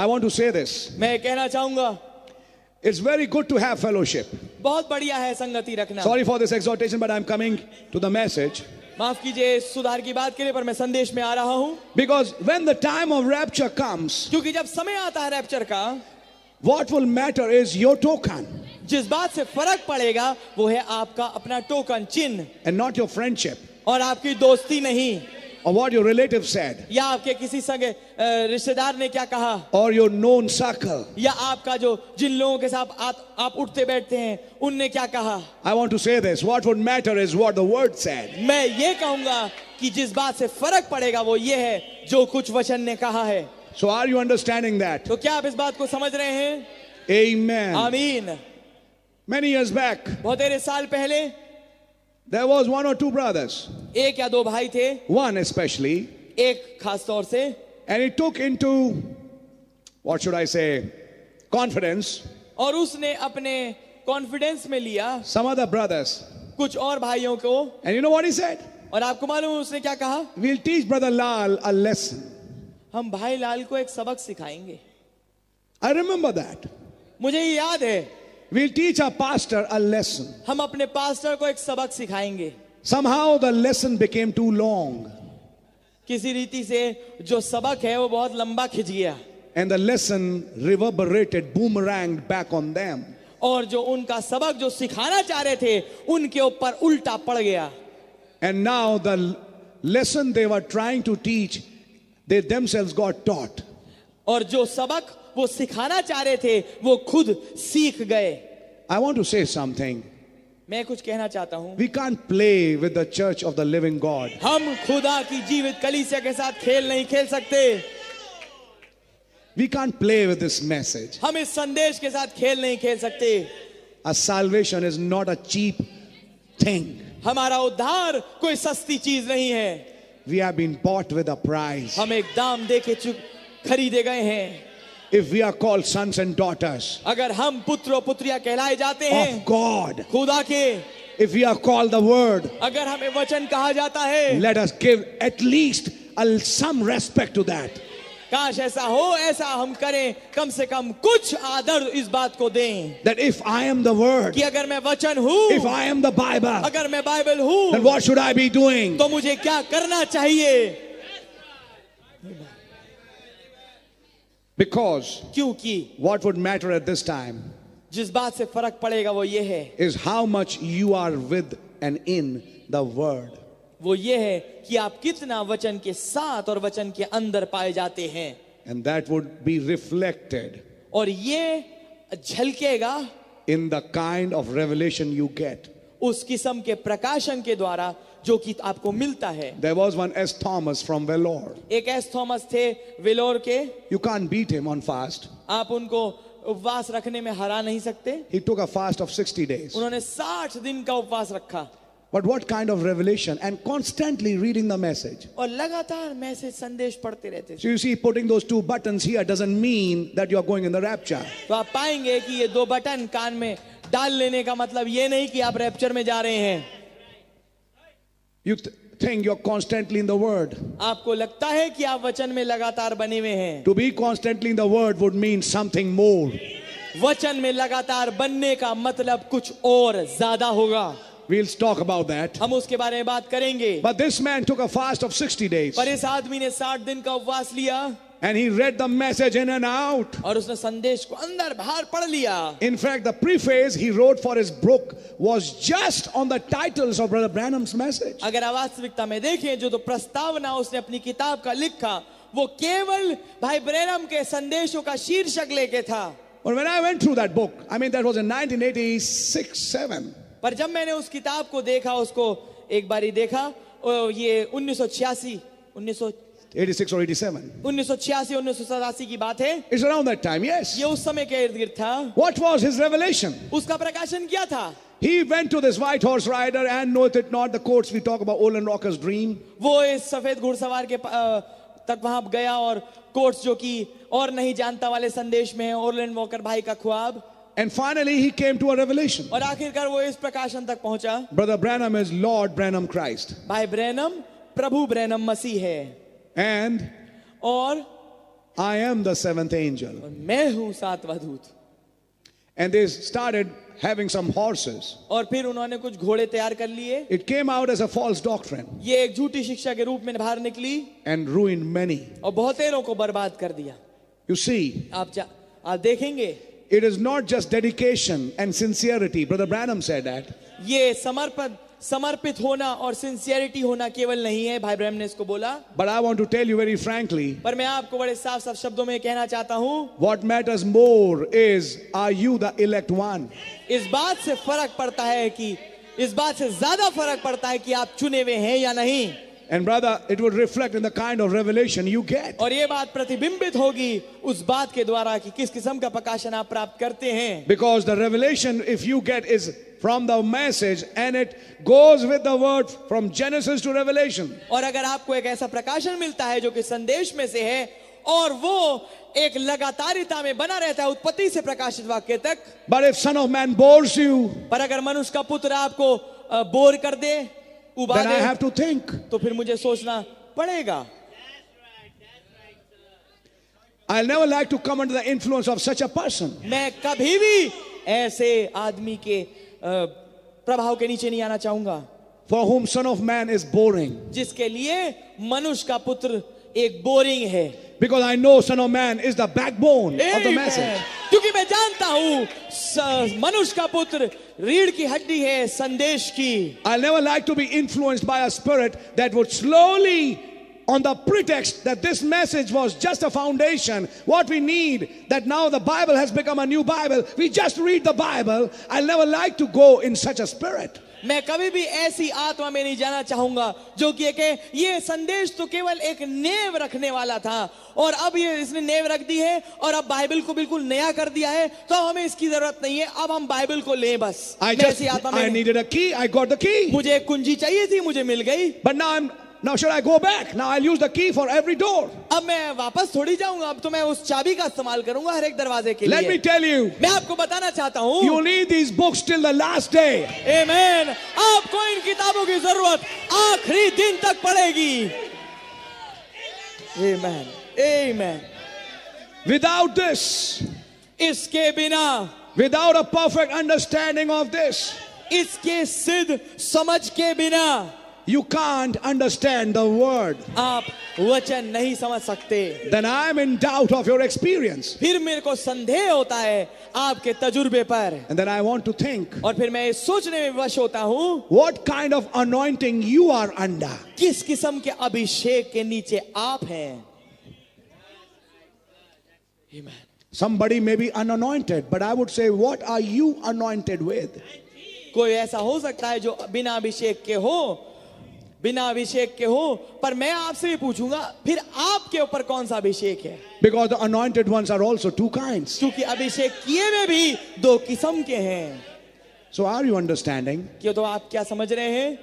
S1: I want to say this.
S2: मैं कहना चाहूंगा
S1: It's very good to have fellowship.
S2: बहुत बढ़िया है संगति रखना
S1: Sorry for this exhortation, but I'm coming to the message.
S2: माफ कीजिए इस सुधार की बात के लिए पर मैं संदेश में आ रहा हूँ
S1: Because when the time of rapture comes,
S2: क्योंकि जब समय आता है रैप्चर का
S1: what will matter is your token
S2: जिस बात से फर्क पड़ेगा वो है आपका अपना टोकन चिन्ह
S1: and not your friendship
S2: और आपकी दोस्ती नहीं
S1: or what your relative said
S2: या आपके किसी संग अ, रिश्तेदार ने क्या कहा
S1: or your known circle.
S2: या आपका जो जिन लोगों के साथ आप, आप उठते बैठते हैं उनने क्या कहा
S1: I want to say this. What would matter is what the word said.
S2: मैं ये कहूंगा कि जिस बात से फर्क पड़ेगा वो ये है जो कुछ वचन ने कहा है
S1: So are you understanding that?
S2: तो क्या आप इस बात को समझ रहे हैं
S1: Amen.
S2: आमीन
S1: Many years back,
S2: बहुत देर साल पहले
S1: there was one or two brothers,
S2: एक या दो भाई थे
S1: one especially,
S2: एक खास तौर से
S1: and he took into what should I say? Confidence.
S2: और उसने अपने कॉन्फिडेंस में लिया
S1: Some other brothers.
S2: कुछ और भाइयों को
S1: And you know what he said?
S2: और आपको मालूम है उसने क्या कहा
S1: We'll teach Brother Lal a lesson.
S2: हम भाई लाल को एक सबक सिखाएंगे
S1: I remember that.
S2: मुझे ये याद है
S1: We'll teach our pastor a lesson.
S2: हम अपने पास्टर को एक सबक सिखाएंगे
S1: Somehow the lesson became too long,
S2: किसी रीति से जो सबक है वो बहुत लंबा खिंच गया
S1: and the lesson reverberated, boomeranged back on them.
S2: और जो उनका सबक जो सिखाना चाह रहे थे उनके ऊपर उल्टा पड़ गया
S1: And now the l- lesson they were trying to teach, they themselves got taught.
S2: और जो सबक वो सिखाना चाह रहे थे वो खुद सीख गए
S1: I want to say something.
S2: मैं कुछ कहना चाहता हूँ
S1: We can't play with the church of the living God.
S2: हम खुदा की जीवित कलीसिया के साथ खेल नहीं खेल सकते
S1: We can't play with this message.
S2: हम इस संदेश के साथ खेल नहीं खेल सकते
S1: Our salvation is not a cheap thing.
S2: हमारा उद्धार कोई सस्ती चीज नहीं है
S1: We have been bought with a price.
S2: हम एक दाम दे के चुक खरीदे गए हैं
S1: If we are called sons and daughters
S2: अगर हम पुत्रो पुत्रिया कहलाए जाते
S1: of
S2: हैं
S1: God,
S2: खुदा के
S1: if we are called the Word,
S2: अगर हमें वचन कहा जाता है
S1: let us give at least a- some respect to that.
S2: काश ऐसा हो ऐसा हम करें कम से कम कुछ आदर इस बात को दें
S1: That if I am the Word,
S2: कि अगर मैं वचन
S1: if
S2: हूँ
S1: I am the Bible,
S2: अगर मैं बाइबल
S1: then
S2: हूँ
S1: what should I be doing?
S2: तो मुझे क्या करना चाहिए
S1: Because
S2: क्योंकि
S1: what would matter at this time
S2: जिस बात से फर्क पड़ेगा वो ये है
S1: is how much you are with and in the Word.
S2: वो ये है कि आप कितना वचन के साथ और वचन के अंदर पाए जाते हैं
S1: And that would be reflected
S2: और ये झलकेगा
S1: in the kind of revelation you get.
S2: उस किस्म के प्रकाशन के द्वारा जो कि आपको मिलता है
S1: There was one S. Thomas from Vellore.
S2: एक एस थॉमस थे वेलोर के
S1: You can't beat him on fast.
S2: आप उनको उपवास रखने में हरा नहीं सकते
S1: He took a fast of 60 days.
S2: उन्होंने 60 दिन का उपवास रखा
S1: But what kind of revelation and constantly reading the message.
S2: और लगातार मैसेज संदेश पढ़ते रहते थे
S1: So you see, putting those two buttons here doesn't mean that you are going in the rapture.
S2: तो आप पाएंगे कि ये दो बटन कान में डाल लेने का मतलब ये नहीं कि आप रैप्चर में जा रहे हैं
S1: You th- think you're constantly in the Word.
S2: आपको लगता है कि आप वचन में लगातार बने हुए हैं
S1: To be constantly in the Word would mean something more.
S2: वचन में लगातार बनने का मतलब कुछ और ज्यादा होगा
S1: We'll talk about that.
S2: हम उसके बारे में बात करेंगे
S1: But this man took a fast of 60 days
S2: पर इस आदमी ने 60 दिन का उपवास लिया
S1: and and he read the message in and out.
S2: और उसने संदेश को अंदर बाहर पढ़ लिया
S1: In fact, the preface he wrote for his book was just on the titles of Brother Branham's message.
S2: अगर आप वास्तविकता में देखें जो तो प्रस्तावना उसने अपनी किताब का लिखा वो केवल भाई ब्रैनम के संदेशों का शीर्षक लेके था
S1: But when I went through that book, I mean, that was in 1986 7.
S2: पर जब मैंने उस किताब को देखा उसको एक बारी देखा ओ, ये 1986 1900
S1: 86 or 87.
S2: 1986 1987 की बात है
S1: It's around that time, yes.
S2: ये उस समय के इर्द गिर्द था
S1: What was his revelation?
S2: उसका प्रकाशन क्या था
S1: He went to this white horse rider and knoweth it not the courts we talk about, Olin Rocker's dream.
S2: वो इस सफेद घुड़सवार के प- अ, तक वहां गया और कोर्ट्स जो कि और नहीं जानता वाले संदेश में है ओरलैंड वॉकर भाई का ख्वाब
S1: And finally, he came to a revelation.
S2: और आखिरकार वो इस प्रकाशन तक पहुंचा
S1: Brother Branham is Lord Branham Christ.
S2: भाई ब्रैनम प्रभु ब्रैनम मसीह है
S1: And
S2: और
S1: I am the seventh angel.
S2: मैं हूं सातवा दूत
S1: And they started having some horses.
S2: और फिर उन्होंने कुछ घोड़े तैयार कर लिए
S1: It came out as a false doctrine
S2: ये एक झूठी शिक्षा के रूप में बाहर निकली
S1: and ruined many.
S2: और बहुतेरों को बर्बाद कर दिया
S1: You see,
S2: आप जा, आप देखेंगे
S1: it is not just dedication and sincerity. Brother Branham said that.
S2: ये समर्पण समर्पित होना और सिंसियरिटी होना केवल नहीं है भाई ब्रैनम ने इसको बोला
S1: But I want to tell you very frankly
S2: पर मैं आपको बड़े साफ साफ शब्दों में कहना चाहता हूँ
S1: what matters more is are you the elect one?
S2: इस बात से फर्क पड़ता है कि इस बात से ज्यादा फर्क पड़ता है कि आप चुने हुए हैं या नहीं
S1: And brother, it would reflect in the kind of revelation you get.
S2: और ये बात प्रतिबिंबित होगी उस बात के द्वारा कि किस किस्म का प्रकाशन आप प्राप्त करते हैं
S1: Because the revelation, if you get, is from the message and it goes with the word from Genesis to Revelation.
S2: और अगर आपको एक ऐसा प्रकाशन मिलता है जो कि संदेश में से है और वो एक लगातारिता में बना रहता है उत्पत्ति से प्रकाशित वाक्य तक
S1: But if Son of Man bores you,
S2: पर अगर मनुष्य का पुत्र आपको अ, बोर कर दे उबा
S1: then I
S2: they
S1: have to think.
S2: तो फिर मुझे सोचना पड़ेगा
S1: I'll never like to come under the influence of such a person.
S2: मैं कभी भी ऐसे आदमी के अ, प्रभाव के नीचे नहीं आना चाहूंगा
S1: For whom Son of Man is boring.
S2: जिसके लिए मनुष्य का पुत्र एक बोरिंग है
S1: Because I know Son of Man is the backbone of the
S2: Amen.
S1: message.
S2: क्योंकि मैं जानता हूं स- मनुष्य का पुत्र रीढ़ की हड्डी है संदेश की
S1: I'll never like to be influenced by a spirit that would slowly, on the pretext that this message was just a foundation, what we need, that now the Bible has become a new Bible, we just read the Bible. I'll never like to go in such a spirit.
S2: मैं कभी भी ऐसी आत्मा में नहीं जाना चाहूंगा जो कि एक है, ये संदेश तो केवल एक नेव रखने वाला था और अब ये इसने नेव रख दी है और अब बाइबल को बिल्कुल नया कर दिया है तो हमें इसकी जरूरत नहीं है अब हम बाइबल को लें बस
S1: I
S2: मैं
S1: just
S2: ऐसी आत्मा में
S1: I
S2: नहीं-
S1: needed a key, I got the key.
S2: मुझे एक कुंजी चाहिए थी मुझे मिल गई
S1: But now I'm now should I go back? Now I'll use the key for every door.
S2: अब मैं वापस थोड़ी जाऊंगा अब तो मैं उस चाबी का इस्तेमाल करूंगा हर एक दरवाजे के
S1: Let me
S2: लिए
S1: tell you,
S2: मैं आपको बताना चाहता हूँ
S1: you need these books till the last day.
S2: Amen. आपको इन किताबों की जरूरत आखिरी दिन तक पड़ेगी Amen. Amen.
S1: Without this,
S2: इसके बिना
S1: without a perfect understanding of this,
S2: इसके सिद्ध समझ के बिना
S1: you can't understand the word.
S2: आप वचन नहीं समझ सकते
S1: then I am in doubt of your experience.
S2: फिर मेरे को संदेह होता है आपके तजुर्बे पर
S1: And then I want to think
S2: और फिर मैं ये सोचने में वश होता हूँ
S1: what kind of anointing you are under.
S2: किस किस्म के अभिषेक के नीचे आप हैं Amen.
S1: Somebody may be unanointed, but I would say, what are you anointed with?
S2: कोई ऐसा हो सकता है जो बिना अभिषेक के हो बिना अभिषेक के हो पर मैं आपसे भी पूछूंगा फिर आपके ऊपर कौन सा अभिषेक है
S1: Because the anointed ones are also two kinds.
S2: क्योंकि अभिषेक किए में भी दो किस्म के हैं
S1: So are you understanding?
S2: क्यों तो आप क्या समझ रहे हैं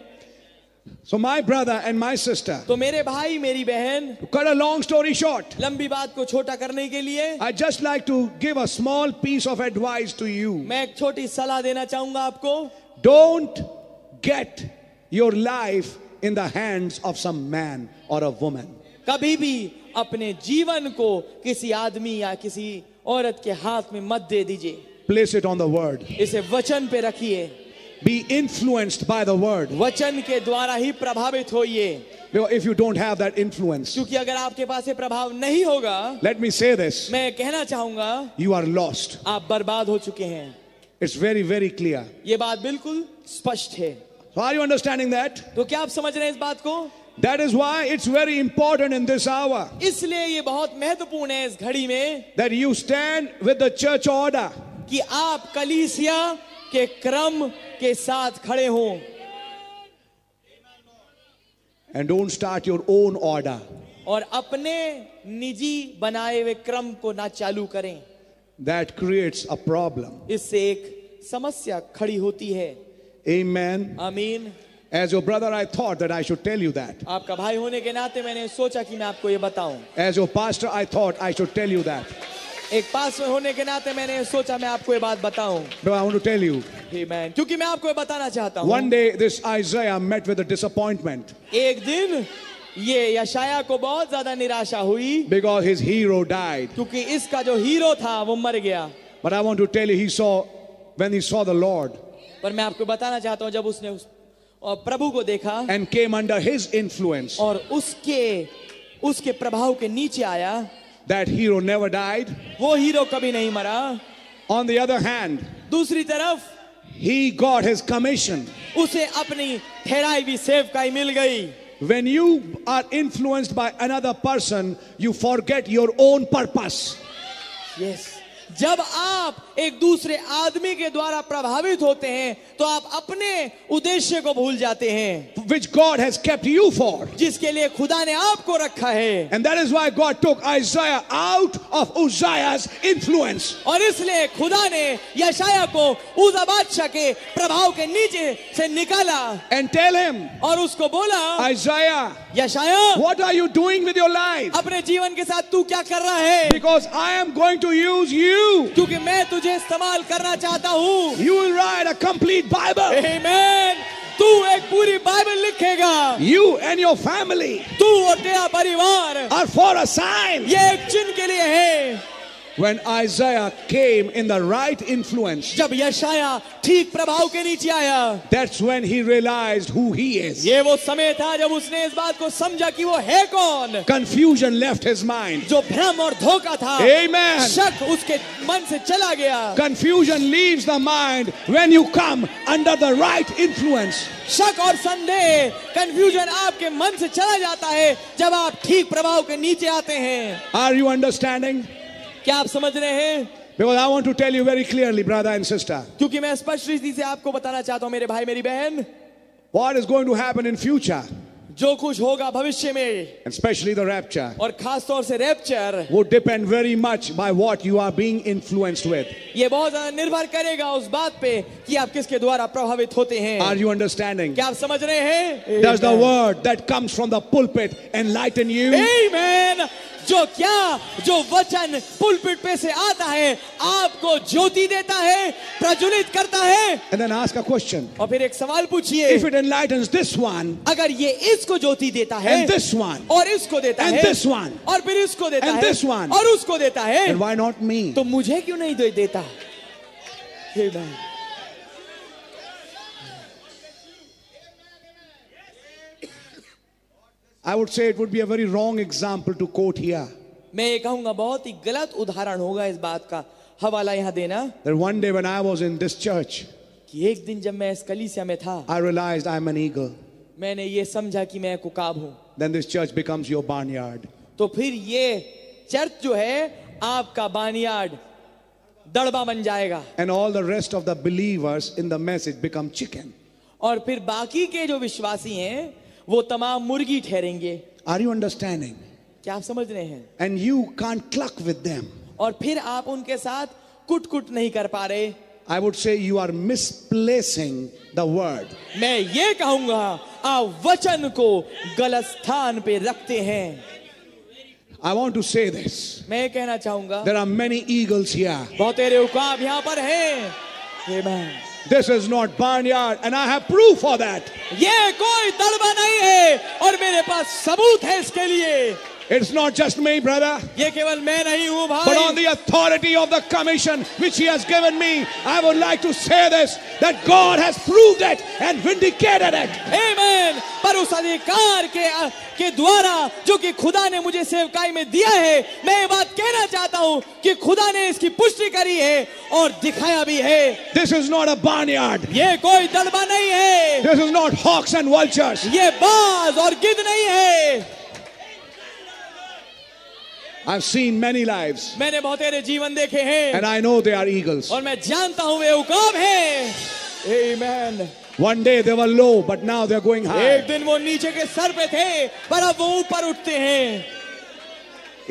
S1: So my brother and my sister,
S2: तो मेरे भाई मेरी बहन
S1: to cut a long story short,
S2: लंबी बात को छोटा करने के लिए
S1: I just like to give a small piece of advice to you.
S2: मैं एक छोटी सलाह देना चाहूंगा आपको
S1: Don't get your life in the hands of some man or a woman.
S2: कभी भी अपने जीवन को किसी आदमी या किसी औरत के हाथ में मत दे दीजिए
S1: Place it on the word.
S2: इसे वचन पे रखिए
S1: Be influenced by the word.
S2: वचन के द्वारा ही प्रभावित होइए
S1: Because if you don't have that influence,
S2: क्योंकि अगर आपके पास ये प्रभाव नहीं होगा
S1: let me say this
S2: मैं कहना चाहूंगा
S1: you are lost.
S2: आप बर्बाद हो चुके हैं
S1: It's very, very clear.
S2: ये बात बिल्कुल स्पष्ट है
S1: So, are you understanding that?
S2: तो क्या आप समझ रहे हैं इस बात को
S1: That is why it's very important in this hour
S2: इसलिए ये बहुत महत्वपूर्ण है इस घड़ी में
S1: that you stand with the church order.
S2: कि आप कलीसिया के क्रम के साथ खड़े हों
S1: And don't start your own order.
S2: और अपने निजी बनाए हुए क्रम को ना चालू करें
S1: That creates a problem.
S2: इससे एक समस्या खड़ी होती है
S1: Amen.
S2: आमीन
S1: As your brother, I thought that I should tell you that.
S2: आपका भाई होने के नाते मैंने सोचा कि मैं आपको ये बताऊं
S1: As your pastor, I thought I should tell you that.
S2: एक पास में होने के नाते मैंने सोचा मैं आपको ये बात बताऊं
S1: But I want to tell you
S2: Amen. क्योंकि मैं आपको ये बताना चाहता
S1: one
S2: हूं
S1: day this Isaiah met with a disappointment
S2: एक दिन ये यशाया को बहुत ज्यादा निराशा हुई
S1: because his hero died.
S2: क्योंकि इसका जो हीरो था वो मर गया
S1: But I want to tell you, he saw, when he saw the Lord
S2: पर मैं आपको बताना चाहता हूं जब उसने उस और प्रभु को देखा
S1: and came under his influence,
S2: और उसके उसके प्रभाव के नीचे आया
S1: that hero never died.
S2: वो हीरो कभी नहीं मरा
S1: On the other hand,
S2: दूसरी तरफ
S1: he got his commission.
S2: उसे अपनी ठहराई हुई सेवकाई मिल गई
S1: When you are influenced by another person, you forget your own purpose.
S2: Yes जब आप एक दूसरे आदमी के द्वारा प्रभावित होते हैं तो आप अपने उद्देश्य को भूल जाते हैं
S1: which God has kept you for.
S2: जिसके लिए खुदा ने आपको रखा है
S1: And that is why God took Isaiah out of Uzziah's influence.
S2: और इसलिए खुदा ने यशाया को उजा बादशाह के प्रभाव के नीचे से निकाला
S1: And tell him,
S2: और उसको बोला
S1: Isaiah,
S2: यशाया
S1: what are you doing with your life?
S2: अपने जीवन के साथ तू क्या कर रहा है
S1: Because I am going to use you.
S2: क्योंकि मैं तुझे इस्तेमाल करना चाहता हूँ
S1: You will write a complete Bible.
S2: Amen. तू एक पूरी बाइबल लिखेगा
S1: You and your family
S2: तू और तेरा परिवार
S1: are for a sign.
S2: ये एक चिन्ह के लिए है
S1: When Isaiah came in the right influence,
S2: जब यशाया ठीक प्रभाव के नीचे आया
S1: that's when he realized who he is.
S2: ये वो समय था जब उसने इस बात को समझा कि वो है कौन
S1: Confusion left his mind.
S2: जो भ्रम और धोखा था
S1: Amen.
S2: शक उसके मन से चला गया
S1: Confusion leaves the mind when you come under the right influence.
S2: शक और संदेह कंफ्यूजन आपके मन से चला जाता है जब आप ठीक प्रभाव के नीचे आते हैं
S1: Are you understanding?
S2: क्या आप समझ रहे हैं
S1: Because I want to tell you very clearly, brother and sister,
S2: क्योंकि मैं स्पष्ट रीति से आपको बताना चाहता हूँ मेरे भाई मेरी बहन
S1: what is going to happen in future,
S2: जो कुछ होगा भविष्य में
S1: especially the rapture,
S2: और खास तौर से rapture
S1: would depend very much by what you are being influenced with.
S2: ये बहुत ज्यादा निर्भर करेगा उस बात पे कि आप किसके द्वारा प्रभावित होते
S1: Are
S2: हैं
S1: you understanding?
S2: क्या आप समझ रहे हैं
S1: Does the word that comes from the pulpit enlighten you?
S2: Amen. जो क्या जो वचन पुलपिट पे से आता है आपको ज्योति देता है प्रज्वलित करता है
S1: And then ask a question.
S2: और फिर एक सवाल पूछिए
S1: If it enlightens this one
S2: अगर ये इसको ज्योति देता है
S1: and this one,
S2: और इसको देता
S1: And
S2: है
S1: this one.
S2: और फिर इसको देता
S1: And
S2: है
S1: this one.
S2: और उसको देता है
S1: then why not me?
S2: तो मुझे क्यों नहीं दे देता Amen.
S1: I would say it would be a very wrong example to quote here.
S2: मैं ये कहूंगा बहुत ही गलत उदाहरण होगा इस बात का हवाला यहाँ देना
S1: That one day when I was in this church,
S2: कि एक दिन जब मैं इस कलीसिया में था
S1: I realized I'm an eagle.
S2: मैंने ये समझा कि मैं कुकाब हूँ
S1: Then this church becomes your barnyard.
S2: तो फिर ये चर्च जो है आपका बानियाड दड़बा बन जाएगा
S1: And all the rest of the believers in the message become chicken.
S2: और फिर बाकी के जो विश्वासी हैं वो तमाम मुर्गी ठहरेंगे
S1: Are you understanding?
S2: क्या आप समझ रहे हैं
S1: And you can't cluck with them.
S2: और फिर आप उनके साथ कुट कुट नहीं कर पा रहे
S1: I would say you are misplacing the word.
S2: मैं ये कहूंगा आप वचन को गलत स्थान पे रखते हैं
S1: I want to say this.
S2: मैं ये कहना चाहूंगा
S1: There are many eagles here.
S2: बहुत तेरे उकाब यहाँ पर हैं Amen.
S1: This is not barnyard, and I have proof for that.
S2: ये कोई दड़बा नहीं है और मेरे पास सबूत है इसके लिए
S1: It's not just me, brother,
S2: ये केवल मैं नहीं हूँ
S1: but on
S2: भाई
S1: the authority of the commission which He has given me, I would like to say this that God has proved it and vindicated it.
S2: Amen. पर उस अधिकार के के द्वारा जो कि खुदा ने मुझे सेवकाई में दिया है मैं ये बात कहना चाहता हूँ कि खुदा ने इसकी पुष्टि करी है और दिखाया भी है
S1: This is not a barnyard.
S2: ये कोई दड़बा नहीं है
S1: This is not hawks and vultures.
S2: ये बाज और गिद्ध नहीं है
S1: I've seen many lives,
S2: मैंने बहुतेरे जीवन देखे हैं
S1: and I know they are eagles.
S2: और मैं जानता हूँ वे उकाब हैं Amen.
S1: One day they were low, but now they're going
S2: एक
S1: high.
S2: दिन वो नीचे के सर पे थे पर अब वो ऊपर उठते हैं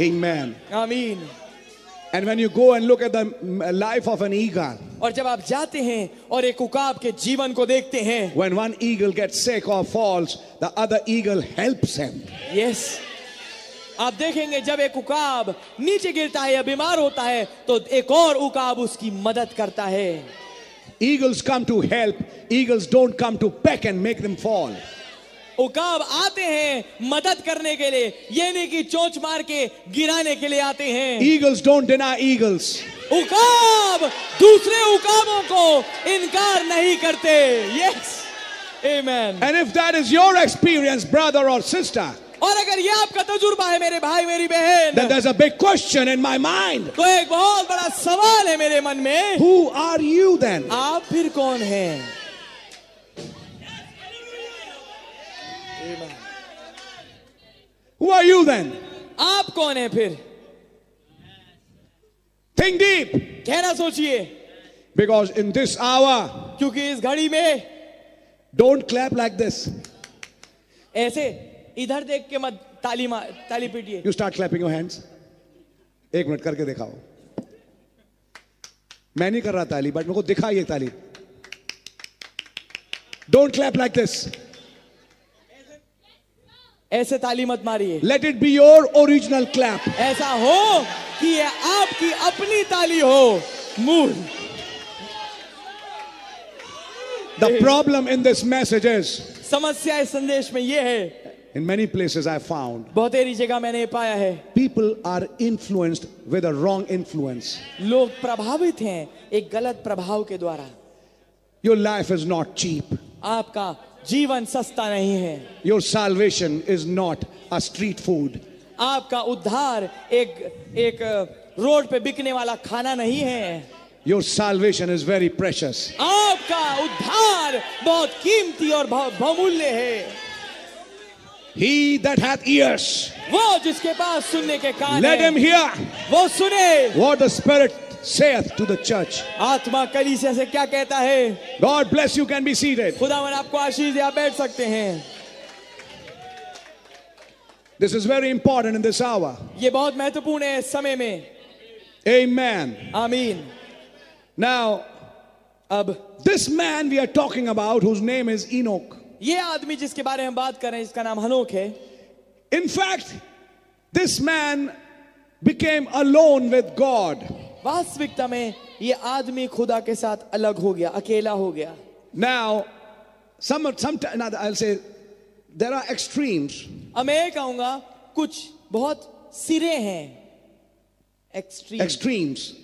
S1: Amen.
S2: आमीन
S1: And when you go and look at the mm, life of an eagle,
S2: और जब आप जाते हैं और एक उकाब के जीवन को देखते हैं
S1: when one eagle gets sick or falls, the other eagle helps him.
S2: Yes आप देखेंगे जब एक उकाब नीचे गिरता है या बीमार होता है तो एक और उकाब उसकी मदद करता है
S1: Eagles come to help, eagles don't come to peck and make them fall.
S2: उकाब आते हैं मदद करने के लिए ये नहीं कि चोंच मार के गिराने के लिए आते हैं
S1: Eagles don't deny eagles.
S2: उकाब दूसरे उकाबों को इनकार नहीं करते yes amen
S1: And if that is your experience, brother or sister,
S2: और अगर ये आपका तजुर्बा है मेरे भाई मेरी बहन
S1: then there's a big question in my mind.
S2: तो एक बहुत बड़ा सवाल है मेरे मन में
S1: Who are you then?
S2: आप फिर कौन हैं
S1: Who are you then?
S2: आप कौन हैं फिर
S1: Think deep.
S2: गहरा सोचिए
S1: Because in this hour,
S2: क्योंकि इस घड़ी में
S1: don't clap like this.
S2: ऐसे इधर देख के मत ताली मा- ताली पीटिए
S1: You start clapping your hands. एक मिनट करके दिखाओ मैं नहीं कर रहा ताली बट मेरे को दिखाई है ताली डोंट क्लैप लाइक दिस
S2: ऐसे ताली मत मारिए
S1: let it be your original clap
S2: ऐसा हो कि ये आपकी अपनी ताली हो mood
S1: the problem in this message is
S2: समस्या इस संदेश में ये है
S1: in many places I found
S2: बहुतेरी जगह मैंने ये पाया है
S1: people are influenced with a wrong influence
S2: लोग प्रभावित हैं एक गलत प्रभाव के द्वारा
S1: your life is not cheap
S2: आपका जीवन सस्ता नहीं है
S1: your salvation is not a street food
S2: आपका उद्धार एक एक रोड पे बिकने वाला खाना नहीं है
S1: your salvation is very precious
S2: आपका उद्धार बहुत कीमती और बहुत बहुमूल्य है
S1: he that hath ears
S2: वो जिसके पास सुनने के कान
S1: let him
S2: हैं,
S1: hear
S2: वो सुने
S1: What the Spirit saith to the church.
S2: आत्मा कलीसिया से क्या कहता है
S1: God bless you, can be seated.
S2: खुदावन आपको आशीष दे, आप बैठ सकते हैं
S1: This is very important in this hour.
S2: ये बहुत महत्वपूर्ण है इस समय में
S1: Amen.
S2: आमीन
S1: Now,
S2: अब
S1: this man we are talking about, whose name is Enoch,
S2: ये आदमी जिसके बारे में हम बात कर रहे हैं जिसका नाम हनोक है
S1: in fact, this man became alone with God.
S2: वास्तविकता में ये आदमी खुदा के साथ अलग हो गया अकेला हो गया
S1: Now, some, some, I'll say, there are extremes.
S2: अब मैं ये कहूंगा कुछ बहुत सिरे हैं extreme
S1: Extremes.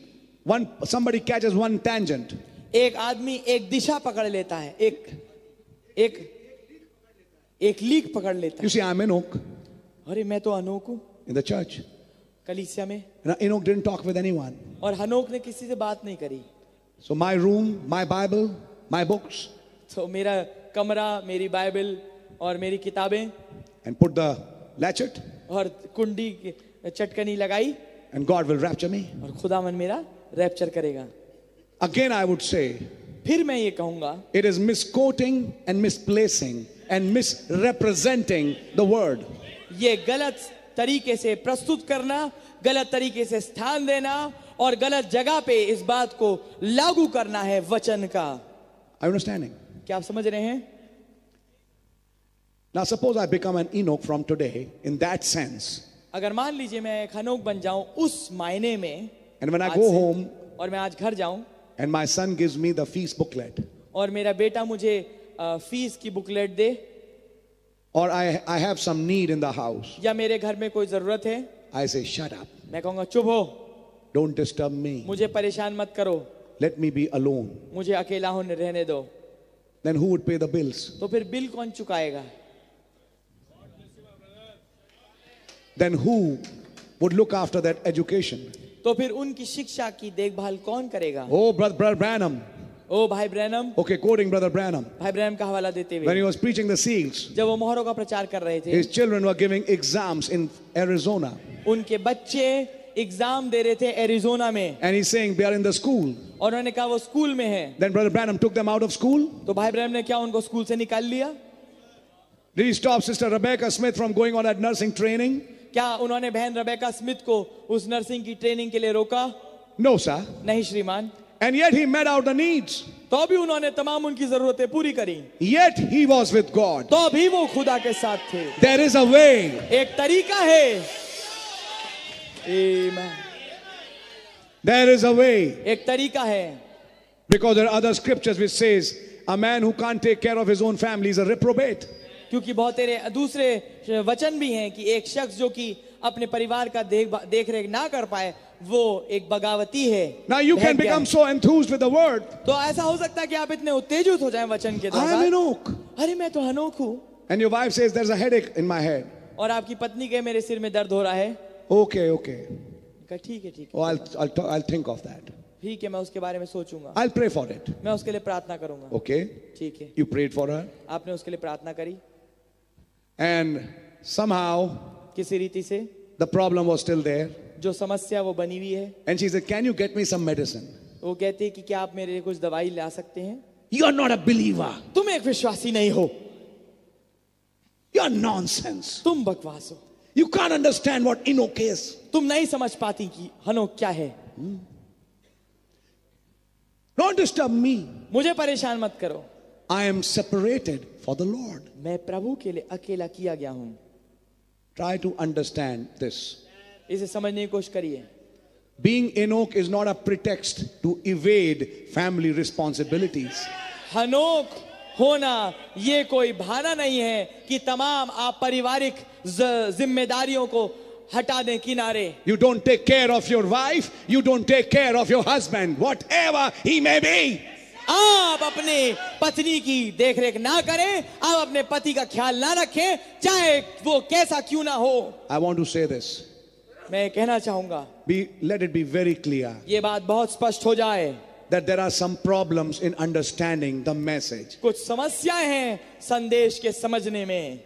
S1: One, somebody catches one tangent.
S2: एक आदमी एक दिशा पकड़ लेता है एक एक एक लीक पकड़ लेता
S1: You
S2: है
S1: see, I'm Enoch
S2: अरे मैं तो अनोक हूँ
S1: in the church.
S2: कलीसिया में
S1: And Enoch didn't talk with anyone.
S2: और हनोक ने किसी से बात नहीं करी
S1: So my room, my Bible, my books,
S2: तो मेरा कमरा मेरी बाइबल और मेरी किताबें
S1: and put the latchet,
S2: और कुंडी की चटकनी लगाई
S1: and God will rapture me.
S2: और खुदावन मेरा रैप्चर करेगा
S1: Again, I would say
S2: फिर मैं ये कहूंगा
S1: it is misquoting and misplacing and misrepresenting the word.
S2: ये गलत तरीके से प्रस्तुत करना गलत तरीके से स्थान देना और गलत जगह पे इस बात को लागू करना है वचन का
S1: Are you understanding?
S2: क्या आप समझ रहे हैं
S1: Now, suppose I become an Enoch from today in that sense,
S2: अगर मान लीजिए मैं एक हनोक बन जाऊं उस मायने में
S1: and when I
S2: आज
S1: go
S2: से-
S1: home
S2: और मैं आज घर जाऊं
S1: and my son gives me the feast booklet,
S2: और मेरा बेटा मुझे अ, फीस की बुकलेट दे
S1: or I, I have some need in the house,
S2: या मेरे घर में कोई जरूरत है
S1: I say, Shut up.
S2: मैं कहूंगा चुप हो
S1: Don't disturb me.
S2: मुझे परेशान मत करो
S1: Let me be alone.
S2: मुझे अकेला होने रहने दो
S1: Then who would pay the bills?
S2: तो फिर बिल कौन चुकाएगा
S1: Then who would look after that education?
S2: तो फिर उनकी शिक्षा की देखभाल कौन करेगा
S1: Oh, brother, brother Branham.
S2: ओ भाई Branham
S1: Okay, quoting brother Branham.
S2: भाई ब्रैनम का हवाला देते
S1: When
S2: हुए
S1: he was preaching the seals,
S2: जब वो मोहरों का प्रचार कर रहे थे
S1: his children were giving exams in Arizona.
S2: उनके बच्चे एग्जाम दे रहे थे एरिजोना में
S1: And he's saying they are in the school.
S2: और उन्होंने कहा वो स्कूल में है
S1: Then brother Branham took them out of school.
S2: तो भाई ब्रैनम ने क्या उनको स्कूल से निकाल लिया
S1: Did he stop sister Rebecca Smith from going on that nursing training?
S2: क्या उन्होंने बहन रबेका स्मिथ को उस नर्सिंग की ट्रेनिंग के लिए रोका
S1: No, sir.
S2: नहीं श्रीमान
S1: And yet he met out the needs.
S2: तो भी उन्होंने तमाम उनकी जरूरतें पूरी करी
S1: Yet he was with God.
S2: तो भी वो खुदा के साथ थे
S1: There is a way.
S2: एक तरीका है Amen.
S1: There is a way.
S2: एक तरीका है
S1: Because there are other scriptures which says a man who can't take care of his own family is a reprobate.
S2: क्योंकि बहुत तेरे दूसरे वचन भी हैं कि एक शख्स जो कि अपने परिवार का देख देख रेख ना कर पाए वो एक बगावती है
S1: Now you can
S2: बहन क्या
S1: become so enthused with the word.
S2: है? तो ऐसा हो सकता है कि आप इतने उत्तेजित हो जाएं वचन के
S1: I am an
S2: द्वारा
S1: oak.
S2: अरे मैं तो हनोक हूँ
S1: And your wife says there's a headache in my head.
S2: और आपकी पत्नी के मेरे सिर में दर्द हो रहा है
S1: Okay, okay.
S2: कहा, ठीक है ठीक
S1: Oh,
S2: है
S1: I'll, I'll, t- I'll think of that.
S2: ठीक है मैं उसके बारे में सोचूंगा
S1: I'll pray for it.
S2: मैं उसके लिए प्रार्थना करूंगा
S1: Okay.
S2: ठीक है
S1: You prayed for her.
S2: आपने उसके लिए प्रार्थना करी
S1: And somehow
S2: किसी रीति से
S1: the problem was still there.
S2: जो समस्या वो बनी हुई है
S1: And she said, Can you get me some medicine?
S2: वो कहते हैं कि क्या आप मेरे लिए कुछ दवाई ला सकते हैं
S1: You're not a believer.
S2: तुम एक विश्वासी नहीं हो
S1: You're nonsense.
S2: तुम बकवास हो
S1: You can't understand what Enoch is.
S2: तुम नहीं समझ पाती कि हनोक क्या है
S1: Don't disturb me.
S2: मुझे परेशान मत करो
S1: I am separated for the Lord.
S2: मैं प्रभु के लिए अकेला किया गया हूँ
S1: Try to understand this.
S2: इसे समझने की कोशिश करिए
S1: Being Enoch is not a pretext to evade family responsibilities.
S2: हनोक होना ये कोई बहाना नहीं है कि तमाम आप पारिवारिक ज- जिम्मेदारियों को हटा दें किनारे
S1: You don't take care of your wife, you don't take care of your husband, whatever he may be.
S2: आप अपने पत्नी की देखरेख ना करें आप अपने पति का ख्याल ना रखें चाहे वो कैसा क्यों ना हो
S1: I want to say this.
S2: मैं ये कहना चाहूंगा
S1: Be, let it be very clear
S2: ये बात बहुत स्पष्ट हो जाए
S1: that there are some problems in understanding the message.
S2: कुछ समस्याएं हैं संदेश के समझने में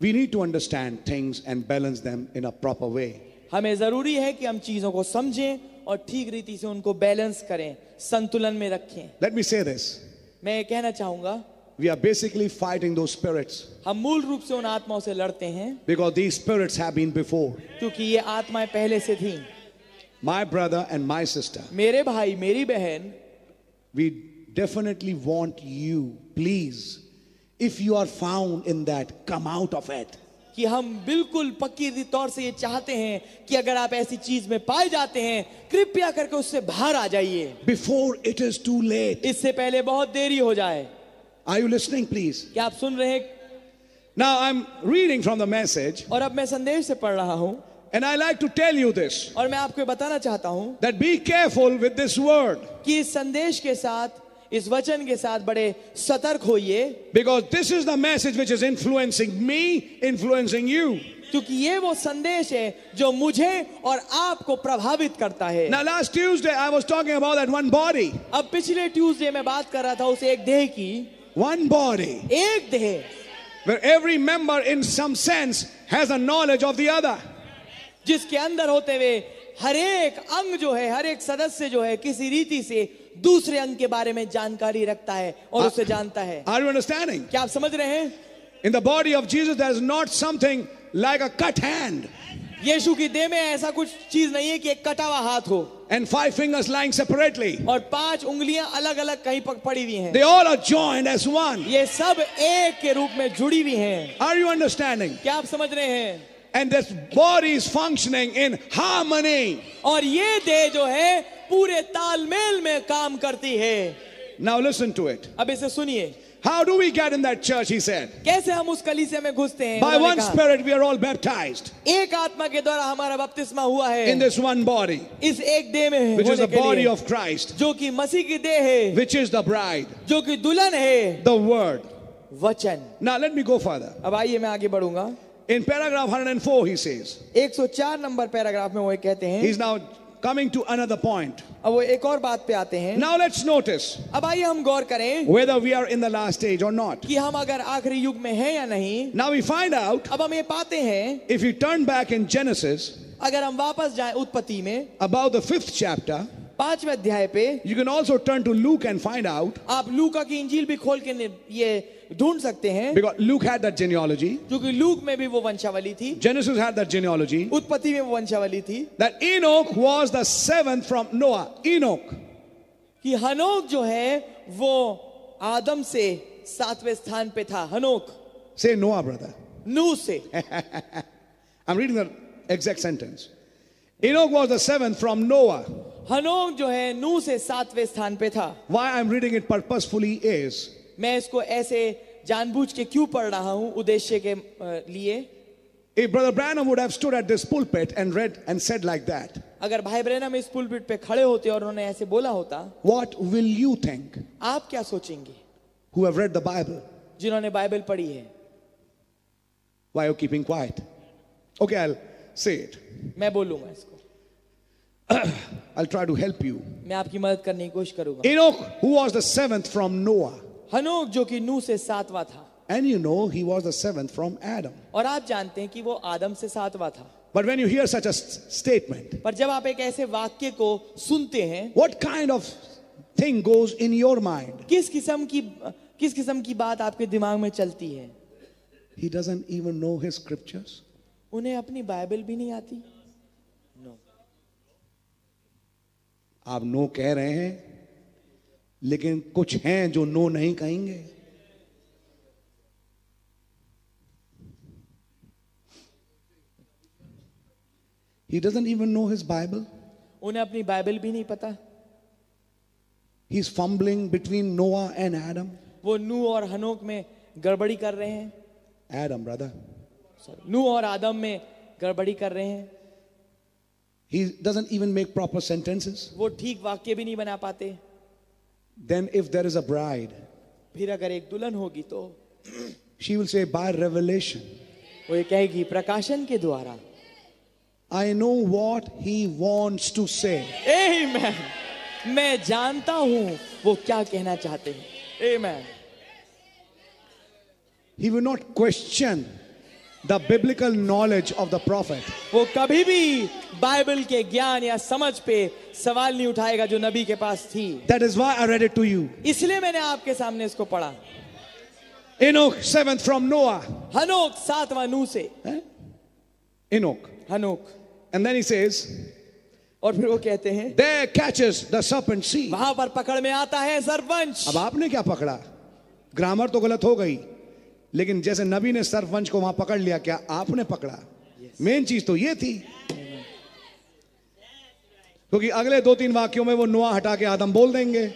S1: We need to understand things and balance them in a proper way.
S2: हमें जरूरी है कि हम चीजों को समझें और ठीक रीति से उनको बैलेंस करें संतुलन में रखें
S1: Let me say this.
S2: मैं ये कहना चाहूंगा
S1: We are basically fighting those spirits
S2: हम मूल रूप से उन आत्माओं से लड़ते हैं
S1: because these spirits have been before.
S2: क्योंकि ये आत्माएं पहले से थीं
S1: My brother and my sister,
S2: मेरे भाई मेरी बहन
S1: we definitely want you, please, if you are found in that, come out of it.
S2: कि हम बिल्कुल पक्की तौर से ये चाहते हैं कि अगर आप ऐसी चीज में पाए जाते हैं कृपया करके उससे बाहर आ जाइए
S1: Before it is too late.
S2: इससे पहले बहुत देरी हो जाए
S1: Are you listening, please?
S2: क्या आप सुन रहे हैं
S1: Now, I'm reading from the message,
S2: और अब मैं संदेश से पढ़ रहा हूँ
S1: and I like to tell you this
S2: और मैं आपको ये बताना चाहता हूँ
S1: that be careful with this word
S2: कि इस संदेश के साथ इस वचन के साथ बड़े सतर्क होइए
S1: because this is the message which is influencing me, influencing you.
S2: क्योंकि ये वो संदेश है जो मुझे और आपको प्रभावित करता है
S1: Now, last Tuesday, I was talking about that one body.
S2: अब पिछले ट्यूसडे में बात कर रहा था उस एक देह की
S1: One body,
S2: एक देह
S1: where every member, in some sense, has a knowledge of the other.
S2: जिसके अंदर होते हुए हर एक अंग जो है हर एक सदस्य जो है किसी रीति से दूसरे अंग के बारे में जानकारी रखता है और
S1: आ-
S2: उसे जानता है
S1: Are you understanding?
S2: क्या आप समझ रहे हैं
S1: In the body of Jesus, there is not something like a cut hand
S2: यीशु की देह में ऐसा कुछ चीज नहीं है कि एक कटा हुआ हाथ हो
S1: and five fingers lying separately.
S2: और पांच उंगलियां अलग अलग कहीं पक- पड़ी हुई हैं
S1: They all are joined as one.
S2: ये सब एक के रूप में जुड़ी हुई हैं
S1: Are you understanding?
S2: क्या आप समझ रहे हैं
S1: And this body is functioning in harmony.
S2: और ये देह जो है पूरे तालमेल में काम करती है
S1: Now, listen to it.
S2: अब इसे सुनिए
S1: How do we get in that church? He said.
S2: कैसे हम उस कलीसिया में घुसते हैं
S1: By one
S2: उन्होंने कहा,
S1: spirit, we are all baptized
S2: एक आत्मा के द्वारा हमारा बपतिस्मा हुआ
S1: in
S2: है
S1: this one body,
S2: इस एक देह में
S1: which is
S2: होने
S1: the
S2: के
S1: body
S2: लिए,
S1: of Christ,
S2: जो कि मसीह की देह है
S1: which is the bride,
S2: जो कि दुल्हन है
S1: the word.
S2: वचन
S1: Now let me go further.
S2: अब आइए मैं आगे बढ़ूंगा
S1: In paragraph 104, he says,
S2: 104 number paragraph में वो ये कहते हैं
S1: he's now coming to another point.
S2: अब वो एक और बात पे आते हैं
S1: Now let's notice
S2: अब आइए हम गौर करें
S1: whether we are in the last stage or not.
S2: कि हम अगर आखिरी युग में हैं या नहीं
S1: Now we find out
S2: अब हम ये पाते हैं
S1: if you turn back in Genesis
S2: अगर हम वापस जाएं उत्पत्ति में
S1: about the fifth chapter,
S2: पांचवें अध्याय पे
S1: you can also turn to Luke and find out
S2: आप लूका की इंजील भी खोल के नि- ये ढूंढ सकते हैं
S1: because Luke had that genealogy,
S2: क्योंकि लूक में भी वो वंशावली थी
S1: Genesis had that genealogy.
S2: उत्पत्ति में वो वंशावली थी
S1: That Enoch was the seventh from Noah. Enoch.
S2: कि हनोक जो है वो आदम से सातवें स्थान पे था हनोक
S1: Say Noah, brother.
S2: नू से
S1: I'm reading the exact sentence. Enoch was the seventh from Noah.
S2: हनोक जो है नू से सातवें स्थान पे था
S1: Why I'm reading it purposefully is
S2: मैं इसको ऐसे जानबूझ के क्यों पढ़ रहा हूं उद्देश्य के अ, लिए
S1: if Brother Branham would have stood at this pulpit and read and said like that,
S2: अगर भाई ब्रहणम इस पुलपिट पे खड़े होते और उन्होंने ऐसे बोला होता
S1: what will you think
S2: आप क्या सोचेंगे
S1: who have read the Bible?
S2: जिन्होंने बाइबल पढ़ी है
S1: Why are you keeping quiet? Okay, I'll say it.
S2: मैं बोलूंगा इसको
S1: I'll try to help you.
S2: मैं आपकी मदद करने की कोशिश करूंगा
S1: Enoch, who was the seventh from Noah,
S2: हनोक जो कि नू से सातवां था
S1: and you know he was the seventh from Adam.
S2: और आप जानते हैं कि वो आदम से सातवां था
S1: But when you hear such a s- statement,
S2: पर जब आप एक ऐसे वाक्य को सुनते हैं
S1: what kind of thing goes in your mind?
S2: किस किस्म की किस किस्म की बात आपके दिमाग में चलती है
S1: He doesn't even know his scriptures.
S2: उन्हें अपनी बाइबल भी नहीं आती
S1: आप नो कह रहे हैं लेकिन कुछ हैं जो नो नहीं कहेंगे He doesn't even know his Bible.
S2: उन्हें अपनी बाइबल भी नहीं पता
S1: He's fumbling between Noah and Adam.
S2: वो नू और हनोक में गड़बड़ी कर रहे हैं
S1: Adam, brother.
S2: सॉरी नू और आदम में गड़बड़ी कर रहे हैं
S1: He doesn't even make proper sentences.
S2: वो ठीक वाक्य भी नहीं बना पाते
S1: Then, if there is a bride,
S2: फिर अगर एक दुल्हन होगी तो
S1: she will say, By revelation,
S2: वो ये कहेगी प्रकाशन के द्वारा
S1: I know what he wants to say.
S2: Amen. मैं जानता हूं वो क्या कहना चाहते हैं Amen.
S1: He will not question the biblical knowledge of the prophet.
S2: वो कभी भी बाइबल के ज्ञान या समझ पे सवाल नहीं उठाएगा जो नबी के पास थी
S1: That is why I read it to you.
S2: इसलिए मैंने आपके सामने इसको पढ़ा
S1: Enoch, seventh from Noah.
S2: हनोक सातवां नू से
S1: Eh? Enoch.
S2: हनोक
S1: And then he says,
S2: और फिर वो कहते हैं
S1: There catches the serpent seed.
S2: वहां पर पकड़ में आता है सरपंच
S1: अब आपने क्या पकड़ा ग्रामर तो गलत हो गई लेकिन जैसे नबी ने सरपंच को वहां पकड़ लिया क्या आपने पकड़ा मेन चीज तो ये थी क्योंकि अगले दो तीन वाक्यों में वो नुआ हटा के आदम बोल देंगे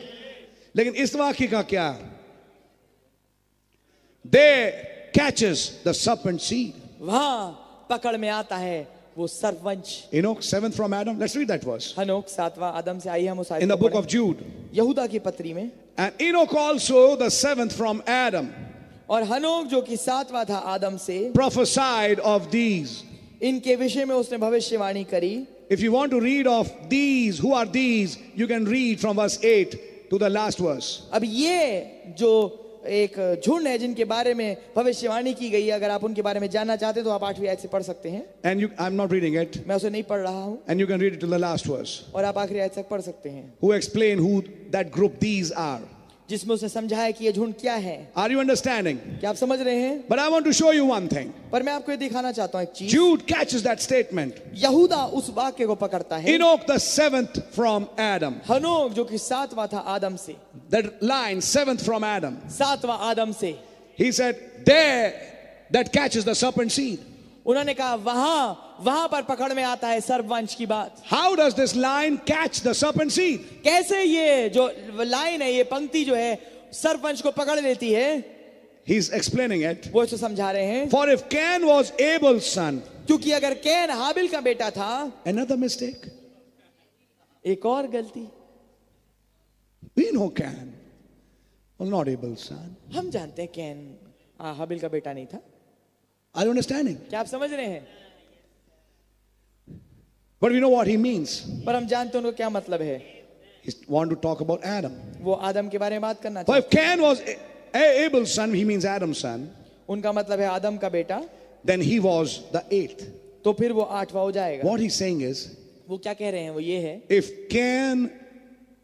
S1: लेकिन इस वाक्य का क्या they catches the serpent seed
S2: वहां पकड़ में आता है वो सरपंच
S1: Enoch seven from Adam let's read that verse
S2: हनोक सातवां आदम से आई हम उस आयत
S1: इन द
S2: को
S1: बुक ऑफ जूड
S2: पढ़ें। यहूदा की पत्री में
S1: and Enoch also the seventh from Adam
S2: और हनोक जो कि सातवां था आदम से
S1: prophesied of these
S2: इनके विषय में उसने भविष्यवाणी करी
S1: If you want to read of these, who are these, you can read from verse 8 to the last verse.
S2: अब ये जो एक झुंड है जिनके बारे में भविष्यवाणी की गई है अगर आप उनके बारे में जानना चाहते हैं तो आप आठवीं आयत से पढ़ सकते हैं
S1: And you, I'm not reading it.
S2: मैं उसे नहीं पढ़ रहा हूं
S1: And you can read it to the last verse.
S2: और आप आखिरी आयत तक पढ़ सकते हैं
S1: Who explain who that group these are.
S2: जिसमें उसने समझाया कि ये झुंड क्या है
S1: Are you understanding?
S2: क्या आप समझ रहे हैं
S1: But I want to show you one thing.
S2: पर मैं आपको ये दिखाना चाहता हूं एक चीज
S1: Jude catches that statement.
S2: यहूदा उस वाक्य को पकड़ता है
S1: Enoch the seventh from Adam.
S2: हनोक जो कि सातवां था आदम से
S1: That line, seventh from Adam.
S2: सातवां आदम से
S1: He said, There that catches the serpent seed.
S2: उन्होंने कहा वहां वहां पर पकड़ में आता है सर्ववंश की बात
S1: How does this line catch the serpent seed?
S2: कैसे ये जो लाइन है ये पंक्ति जो है सरपंच को पकड़ लेती है
S1: He's explaining it.
S2: वो इसे समझा रहे हैं
S1: For if Cain was Abel's son,
S2: क्योंकि अगर कैन हाबिल का बेटा था
S1: another mistake.
S2: एक और गलती
S1: We know Cain was not Abel's son.
S2: हम जानते हैं कैन हाँ, हाबिल का बेटा नहीं था
S1: Are you understanding?
S2: क्या आप समझ रहे हैं
S1: But we know what he means.
S2: पर हम जानते हैं उनका क्या मतलब है
S1: He want to talk about Adam.
S2: वो आदम के बारे में बात करना
S1: For
S2: चाहते
S1: if Cain was A- A- Abel's son, he means Adam's son,
S2: हैं। उनका मतलब है आदम का बेटा
S1: then he was the eighth.
S2: तो फिर वो आठवां हो जाएगा
S1: What he's saying is,
S2: वो क्या कह रहे हैं वो ये है
S1: if Cain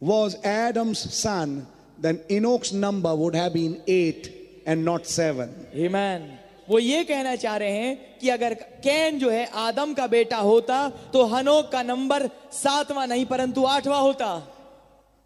S1: was Adam's son, then Enoch's number would have been eight and not seven.
S2: Amen. वो ये कहना चाह रहे हैं कि अगर कैन जो है आदम का बेटा होता तो हनोक का नंबर सातवां नहीं परंतु आठवां होता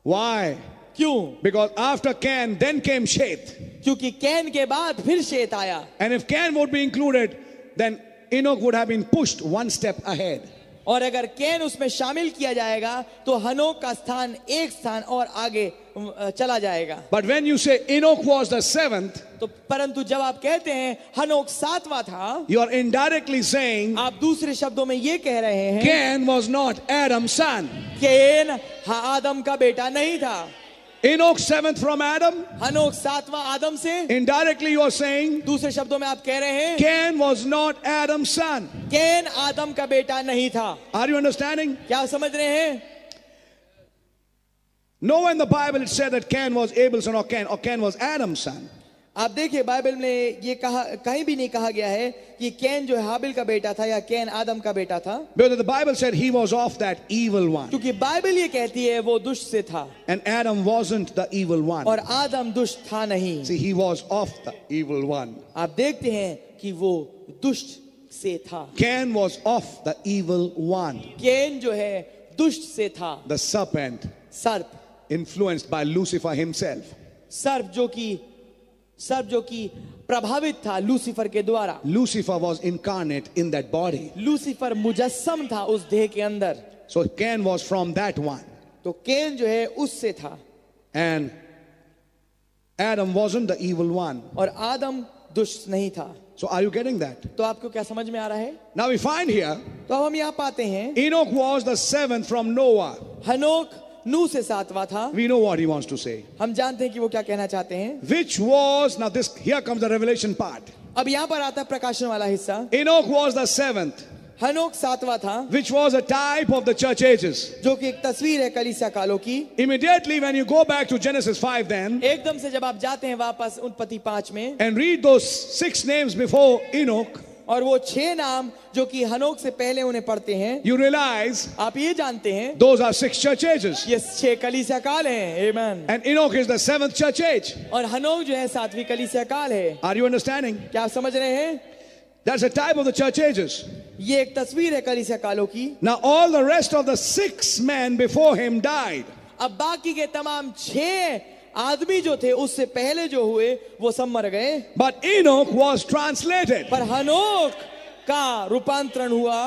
S1: Why?
S2: क्यों
S1: Because after Cain, then came Sheth.
S2: क्योंकि कैन के बाद फिर शेत आया
S1: And if Cain would be included, then Enoch would have been pushed one step ahead.
S2: और अगर कैन उसमें शामिल किया जाएगा तो हनोक का स्थान एक स्थान और आगे अ, चला जाएगा
S1: But when you say Enoch was the seventh,
S2: तो परंतु जब आप कहते हैं हनोक सातवां था
S1: you are indirectly saying
S2: आप दूसरे शब्दों में ये कह रहे हैं
S1: Cain was not Adam's son.
S2: Cain हा- आदम का बेटा नहीं था
S1: Enoch seventh from Adam.
S2: हनोक सातवां आदम से
S1: Indirectly, you are saying
S2: दूसरे शब्दों में आप कह रहे हैं
S1: Cain was not Adam's son.
S2: Cain आदम का बेटा नहीं था
S1: Are you understanding?
S2: क्या आप समझ रहे हैं
S1: Nowhere in the Bible it said that Cain was Abel's son or Cain or Cain was Adam's son.
S2: आप देखिए बाइबल में ये कहा कहीं भी नहीं कहा गया है कि कैन जो है हाबिल का बेटा था या कैन आदम का बेटा था
S1: Because the Bible said he was of that evil one,
S2: क्योंकि बाइबल ये कहती है वो दुष्ट से था
S1: and Adam wasn't the evil
S2: और
S1: one.
S2: आदम दुष्ट था नहीं
S1: See, he was of the evil one.
S2: आप देखते हैं कि वो दुष्ट से था
S1: Cain was of the evil one.
S2: Cain जो है दुष्ट से था
S1: The serpent,
S2: सर्प
S1: influenced by Lucifer himself.
S2: सर्प जो कि सर्प जो कि प्रभावित था लूसीफर के द्वारा
S1: Lucifer was incarnate in that body.
S2: Lucifer मुजस्सम था उस देह के अंदर
S1: So Cain was from that one.
S2: तो केन जो है उससे था
S1: And Adam wasn't the evil one.
S2: और आदम दुष्ट नहीं था
S1: So are you getting that?
S2: तो आपको क्या समझ में आ रहा है
S1: Now we find here
S2: तो अब हम यहाँ पाते हैं
S1: Enoch was the seventh from Noah.
S2: हनोक नू से सातवां था
S1: We know what he wants to say.
S2: हम जानते हैं कि वो क्या कहना चाहते हैं
S1: Which was now this here comes the revelation part.
S2: अब यहाँ पर आता है प्रकाशन वाला हिस्सा
S1: Enoch was the seventh,
S2: हनोक सातवां था
S1: which was a type of the church ages.
S2: जो कि एक तस्वीर है कलिसिया कालों की
S1: Immediately when you go back to Genesis 5 then
S2: एकदम से जब आप जाते हैं वापस उत्पत्ति पांच में
S1: and read those six names before Enoch,
S2: और वो छह नाम जो कि हनोक से पहले उन्हें पढ़ते हैं
S1: you realize
S2: आप ये जानते हैं
S1: those are six church ages.
S2: ये छह कलिसिया काल हैं Amen.
S1: And Enoch is the seventh church age.
S2: और हनोक जो है सातवीं कलिसिया काल है
S1: Are you understanding?
S2: क्या आप समझ रहे हैं
S1: That's a type of the church ages.
S2: ये एक तस्वीर है कलिसिया कालो की
S1: Now all the rest of the six men before him died.
S2: अब बाकी के तमाम छह आदमी जो थे उससे पहले जो हुए वो सब मर गए
S1: But Enoch was translated.
S2: पर हनोक का रूपांतरण हुआ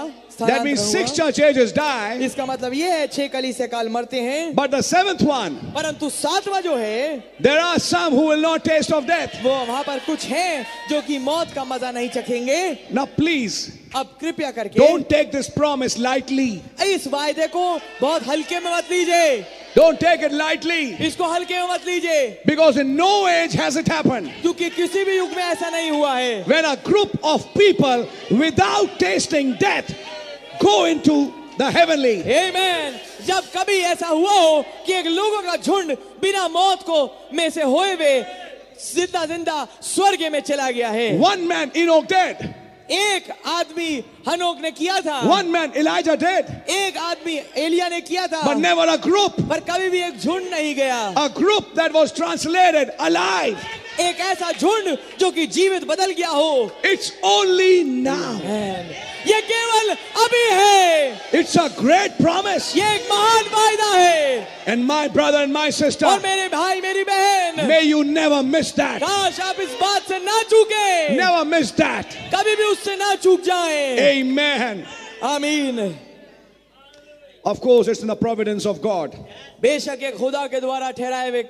S1: That means
S2: स्थानांतरण
S1: six
S2: हुआ।
S1: church ages die,
S2: इसका मतलब ये है छह कलिसिया काल मरते हैं
S1: but the seventh one,
S2: परंतु सातवां जो है
S1: there are some who will not taste of death.
S2: वो वहां पर कुछ हैं जो कि मौत का मजा नहीं चखेंगे
S1: Now, please
S2: अब कृपया करके
S1: don't take this promise lightly.
S2: इस वायदे को बहुत हल्के में मत लीजिए
S1: Don't take it lightly
S2: इसको हल्के में मत लीजिए
S1: because in no age has it happened.
S2: क्योंकि किसी भी युग में ऐसा नहीं हुआ है
S1: When a group of people without tasting death go into the heavenly,
S2: Amen. जब कभी ऐसा हुआ हो कि एक लोगों का झुंड बिना मौत को में से होए हुए जिंदा जिंदा स्वर्ग में चला गया है
S1: one man Enoch dead,
S2: एक आदमी हनोक ने किया था
S1: one man Elijah dead,
S2: एक आदमी एलिया ने किया था
S1: but never a group.
S2: पर कभी भी एक झुंड नहीं गया
S1: A group that was translated alive.
S2: एक ऐसा झुंड जो कि जीवित बदल गया हो
S1: It's only now.
S2: Amen. ये केवल अभी है
S1: It's a great promise.
S2: ये एक महान वायदा है
S1: And my brother and my sister,
S2: और मेरे भाई मेरी बहन
S1: may you never miss that.
S2: काश आप इस बात से ना चूके
S1: Never miss that.
S2: कभी भी उससे ना चूक जाए
S1: Amen.
S2: आमीन
S1: Of course, it's in the providence of God.
S2: बेशक ये खुदा के द्वारा ठहराए हुए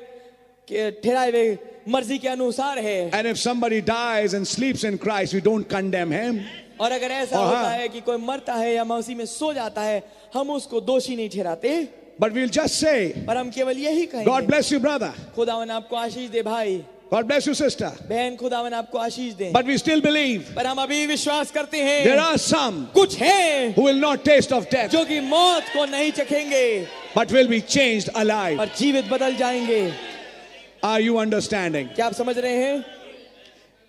S2: के- ठहराए हुए मर्जी के अनुसार है
S1: And if somebody dies and sleeps in Christ, we don't condemn him.
S2: और अगर ऐसा
S1: और हाँ।
S2: होता है कि कोई मरता है या मौसी में सो जाता है हम उसको दोषी नहीं ठहराते
S1: But we'll just say,
S2: पर हम केवल यही
S1: God
S2: कहेंगे
S1: bless you, brother.
S2: खुदावन आपको आशीष दे भाई
S1: God bless you, sister.
S2: बहन खुदावन आपको आशीष दे
S1: But we still believe
S2: पर हम अभी विश्वास करते हैं
S1: there are some
S2: कुछ हैं
S1: who will not taste of death,
S2: जो कि मौत को नहीं चखेंगे
S1: but will be changed alive.
S2: पर जीवित बदल जाएंगे
S1: Are you understanding?
S2: क्या आप समझ रहे हैं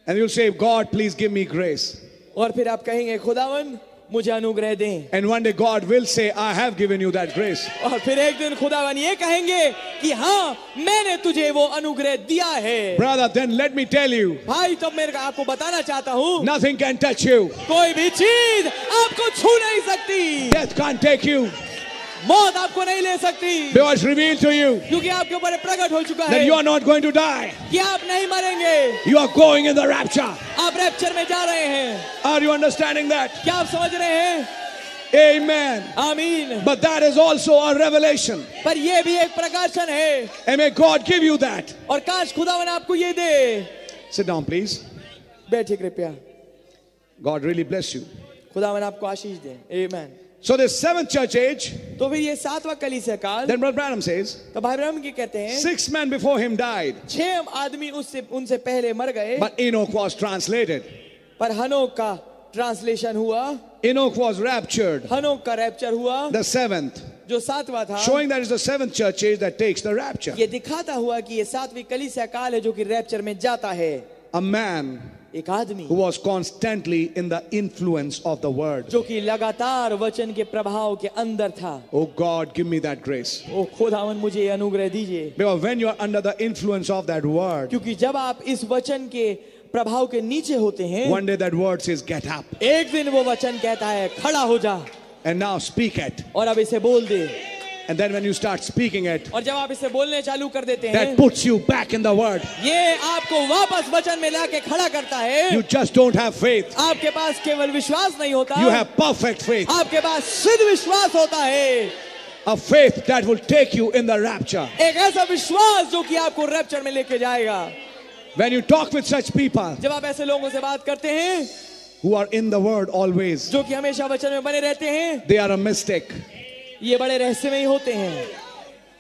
S1: And you'll say, God, please give me grace.
S2: और फिर आप कहेंगे खुदावन मुझे अनुग्रह दें
S1: And one day God will say, I have given you that grace.
S2: और फिर एक दिन खुदावन ये कहेंगे कि हाँ मैंने तुझे वो अनुग्रह दिया है
S1: Brother, then let me tell you,
S2: भाई तब मेरे को आपको बताना चाहता हूँ
S1: nothing can touch you.
S2: कोई भी चीज आपको छू नहीं सकती
S1: Death can't take you.
S2: मौत आपको नहीं ले सकती
S1: Because it's revealed to you
S2: क्योंकि आपके ऊपर प्रकट हो चुका
S1: that
S2: है
S1: you are not going to die.
S2: कि आप नहीं मरेंगे
S1: You are going in the rapture.
S2: आप रैप्चर में जा रहे हैं
S1: Are you understanding that?
S2: क्या आप समझ रहे हैं
S1: Amen.
S2: आमीन
S1: But that is also a revelation.
S2: पर यह भी एक प्रकाशन है
S1: And may God give you that.
S2: और काश खुदावन आपको ये दे
S1: Sit down, please.
S2: बैठिए कृपया
S1: God really bless you.
S2: खुदावन आपको आशीष दे आमेन
S1: So, this seventh church age,
S2: तो फिर ये सातवां कलीसिया काल
S1: then Brother Branham says,
S2: तो भाई ब्रह्म की कहते हैं
S1: six men before him died,
S2: छह आदमी उससे उनसे पहले मर गए
S1: but Enoch was translated.
S2: पर हनोक का ट्रांसलेशन हुआ
S1: Enoch was raptured,
S2: हनोक का रैप्चर हुआ
S1: the seventh,
S2: जो सातवां था
S1: showing that it's the seventh church age that takes the rapture.
S2: ये दिखाता हुआ कि ये सातवीं कलीसिया काल है जो कि रैप्चर में जाता है
S1: A man
S2: एक आदमी
S1: who was constantly in the influence of the word.
S2: जो कि लगातार वचन के प्रभाव के अंदर था
S1: Oh God, give me that grace.
S2: ओ खुदावन मुझे ये अनुग्रह दीजिए
S1: Because when you're under the influence of that word,
S2: क्योंकि जब आप इस वचन के प्रभाव के नीचे होते हैं
S1: one day that word says, Get up
S2: एक दिन वो वचन कहता है खड़ा हो जा
S1: and now speak it.
S2: और अब इसे बोल दे
S1: And then when you start speaking it,
S2: और जब आप इसे बोलने चालू कर देते
S1: that
S2: हैं
S1: puts you back in the word.
S2: ये आपको वापस वचन में लाके खड़ा करता है
S1: You just don't have faith,
S2: आपके पास केवल विश्वास नहीं होता
S1: you have perfect faith.
S2: आपके पास सिद्ध विश्वास होता है
S1: A faith that will take you in the rapture.
S2: एक ऐसा विश्वास जो कि आपको रैप्चर में लेके जाएगा
S1: When you talk with such people
S2: जब आप ऐसे लोगों से बात करते हैं
S1: who are in the word always,
S2: जो कि हमेशा वचन में बने रहते हैं
S1: they are a mystic.
S2: ये बड़े रहस्यमय ही होते हैं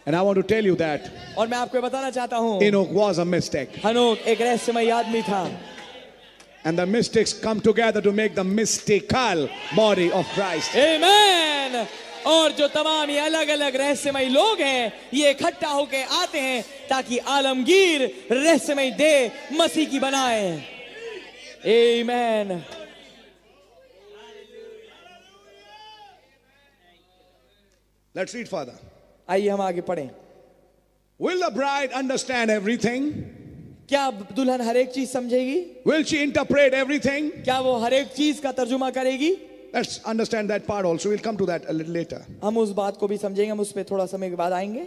S1: And I want to tell you that
S2: और मैं आपको ये बताना चाहता हूँ
S1: Enoch was a mystic.
S2: हनोक एक रहस्यमय आदमी था
S1: And the mystics come together to make the mystical body of Christ.
S2: Amen. और जो तमाम ये अलग अलग रहस्यमय लोग हैं ये इकट्ठा होके आते हैं ताकि आलमगीर रहस्यमय दे मसीह की बनाए Amen.
S1: Let's read further.
S2: आइए हम आगे पढ़ें
S1: Will the bride understand everything?
S2: क्या दुल्हन हर एक चीज समझेगी
S1: Will she interpret everything?
S2: क्या वो हर एक चीज का तर्जुमा करेगी
S1: Let's understand that part also. We'll come to that a little later.
S2: हम उस बात को भी समझेंगे हम उस पर थोड़ा समय के बाद आएंगे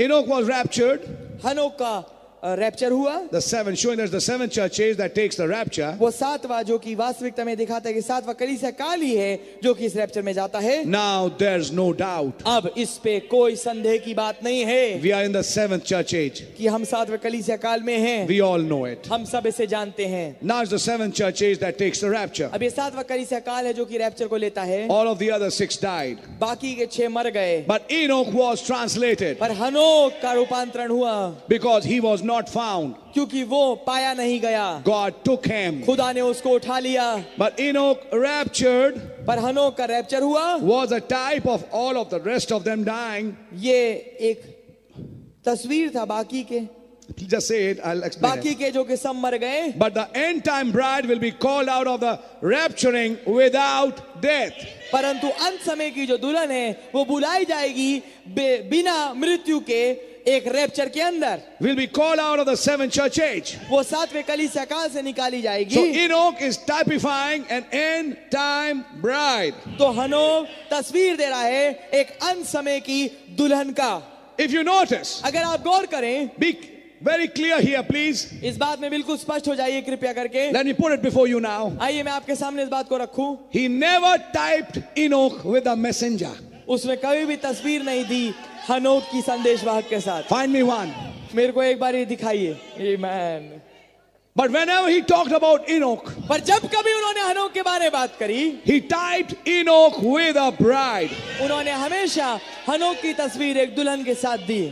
S1: Enoch was raptured,
S2: हनोक का रैप्चर हुआ
S1: the seventh, showing there's the seventh church age that takes the rapture.
S2: वो सातवां जो कि वास्तविकता में दिखाता है कि सातवां कलीसिया काल ही है जो कि इस रैप्चर में जाता है
S1: Now there's no doubt.
S2: अब इस पे कोई संदेह की बात नहीं है
S1: We are in the seventh church age.
S2: कि हम सातवें कलीसिया काल में हैं
S1: We all know it.
S2: हम सब इसे जानते हैं
S1: Now it's the seventh church age that takes the rapture.
S2: अब ये सातवां कलीसिया काल है जो कि रैप्चर को लेता है
S1: All of the other six died.
S2: बाकी के छह मर गए
S1: But Enoch was translated
S2: पर हनोक का रूपांतरण हुआ
S1: because he was not found.
S2: क्योंकि वो पाया नहीं गया
S1: God took him.
S2: खुदा ने उसको उठा लिया
S1: But Enoch raptured
S2: पर हनोक का रैप्चर हुआ
S1: was a type of all of the rest of them dying.
S2: ये एक तस्वीर था बाकी के
S1: Just say it, I'll explain.
S2: बाकी
S1: it.
S2: के जो कि सब मर गए
S1: But the end time bride will be called out of the rapturing without death.
S2: परंतु अंत समय की जो दुल्हन है वो बुलाई जाएगी बे- बिना मृत्यु के एक रैप्चर के अंदर
S1: Will be called out of the seventh church age.
S2: वो सातवें कलीसिया काल से निकाली जाएगी
S1: So Enoch is typifying an end time bride.
S2: तो हनो तस्वीर दे रहा है एक अंत समय की दुल्हन का
S1: If you notice,
S2: अगर आप गौर करें
S1: be very clear here, please.
S2: इस बात में बिल्कुल स्पष्ट हो जाइए कृपया करके
S1: Let me put it before you now.
S2: आइए मैं आपके सामने इस बात को रखूं
S1: He never typed Enoch with a messenger.
S2: उसमें कभी भी तस्वीर नहीं दी हनोक की संदेशवाहक के साथ
S1: Find me one.
S2: मेरे को एक बार ये दिखाइए man
S1: But whenever he talked about Enoch,
S2: पर जब कभी उन्होंने हनोक के बारे में बात करी
S1: he typed Enoch with a bride.
S2: उन्होंने हमेशा हनोक की तस्वीर एक दुल्हन के साथ दी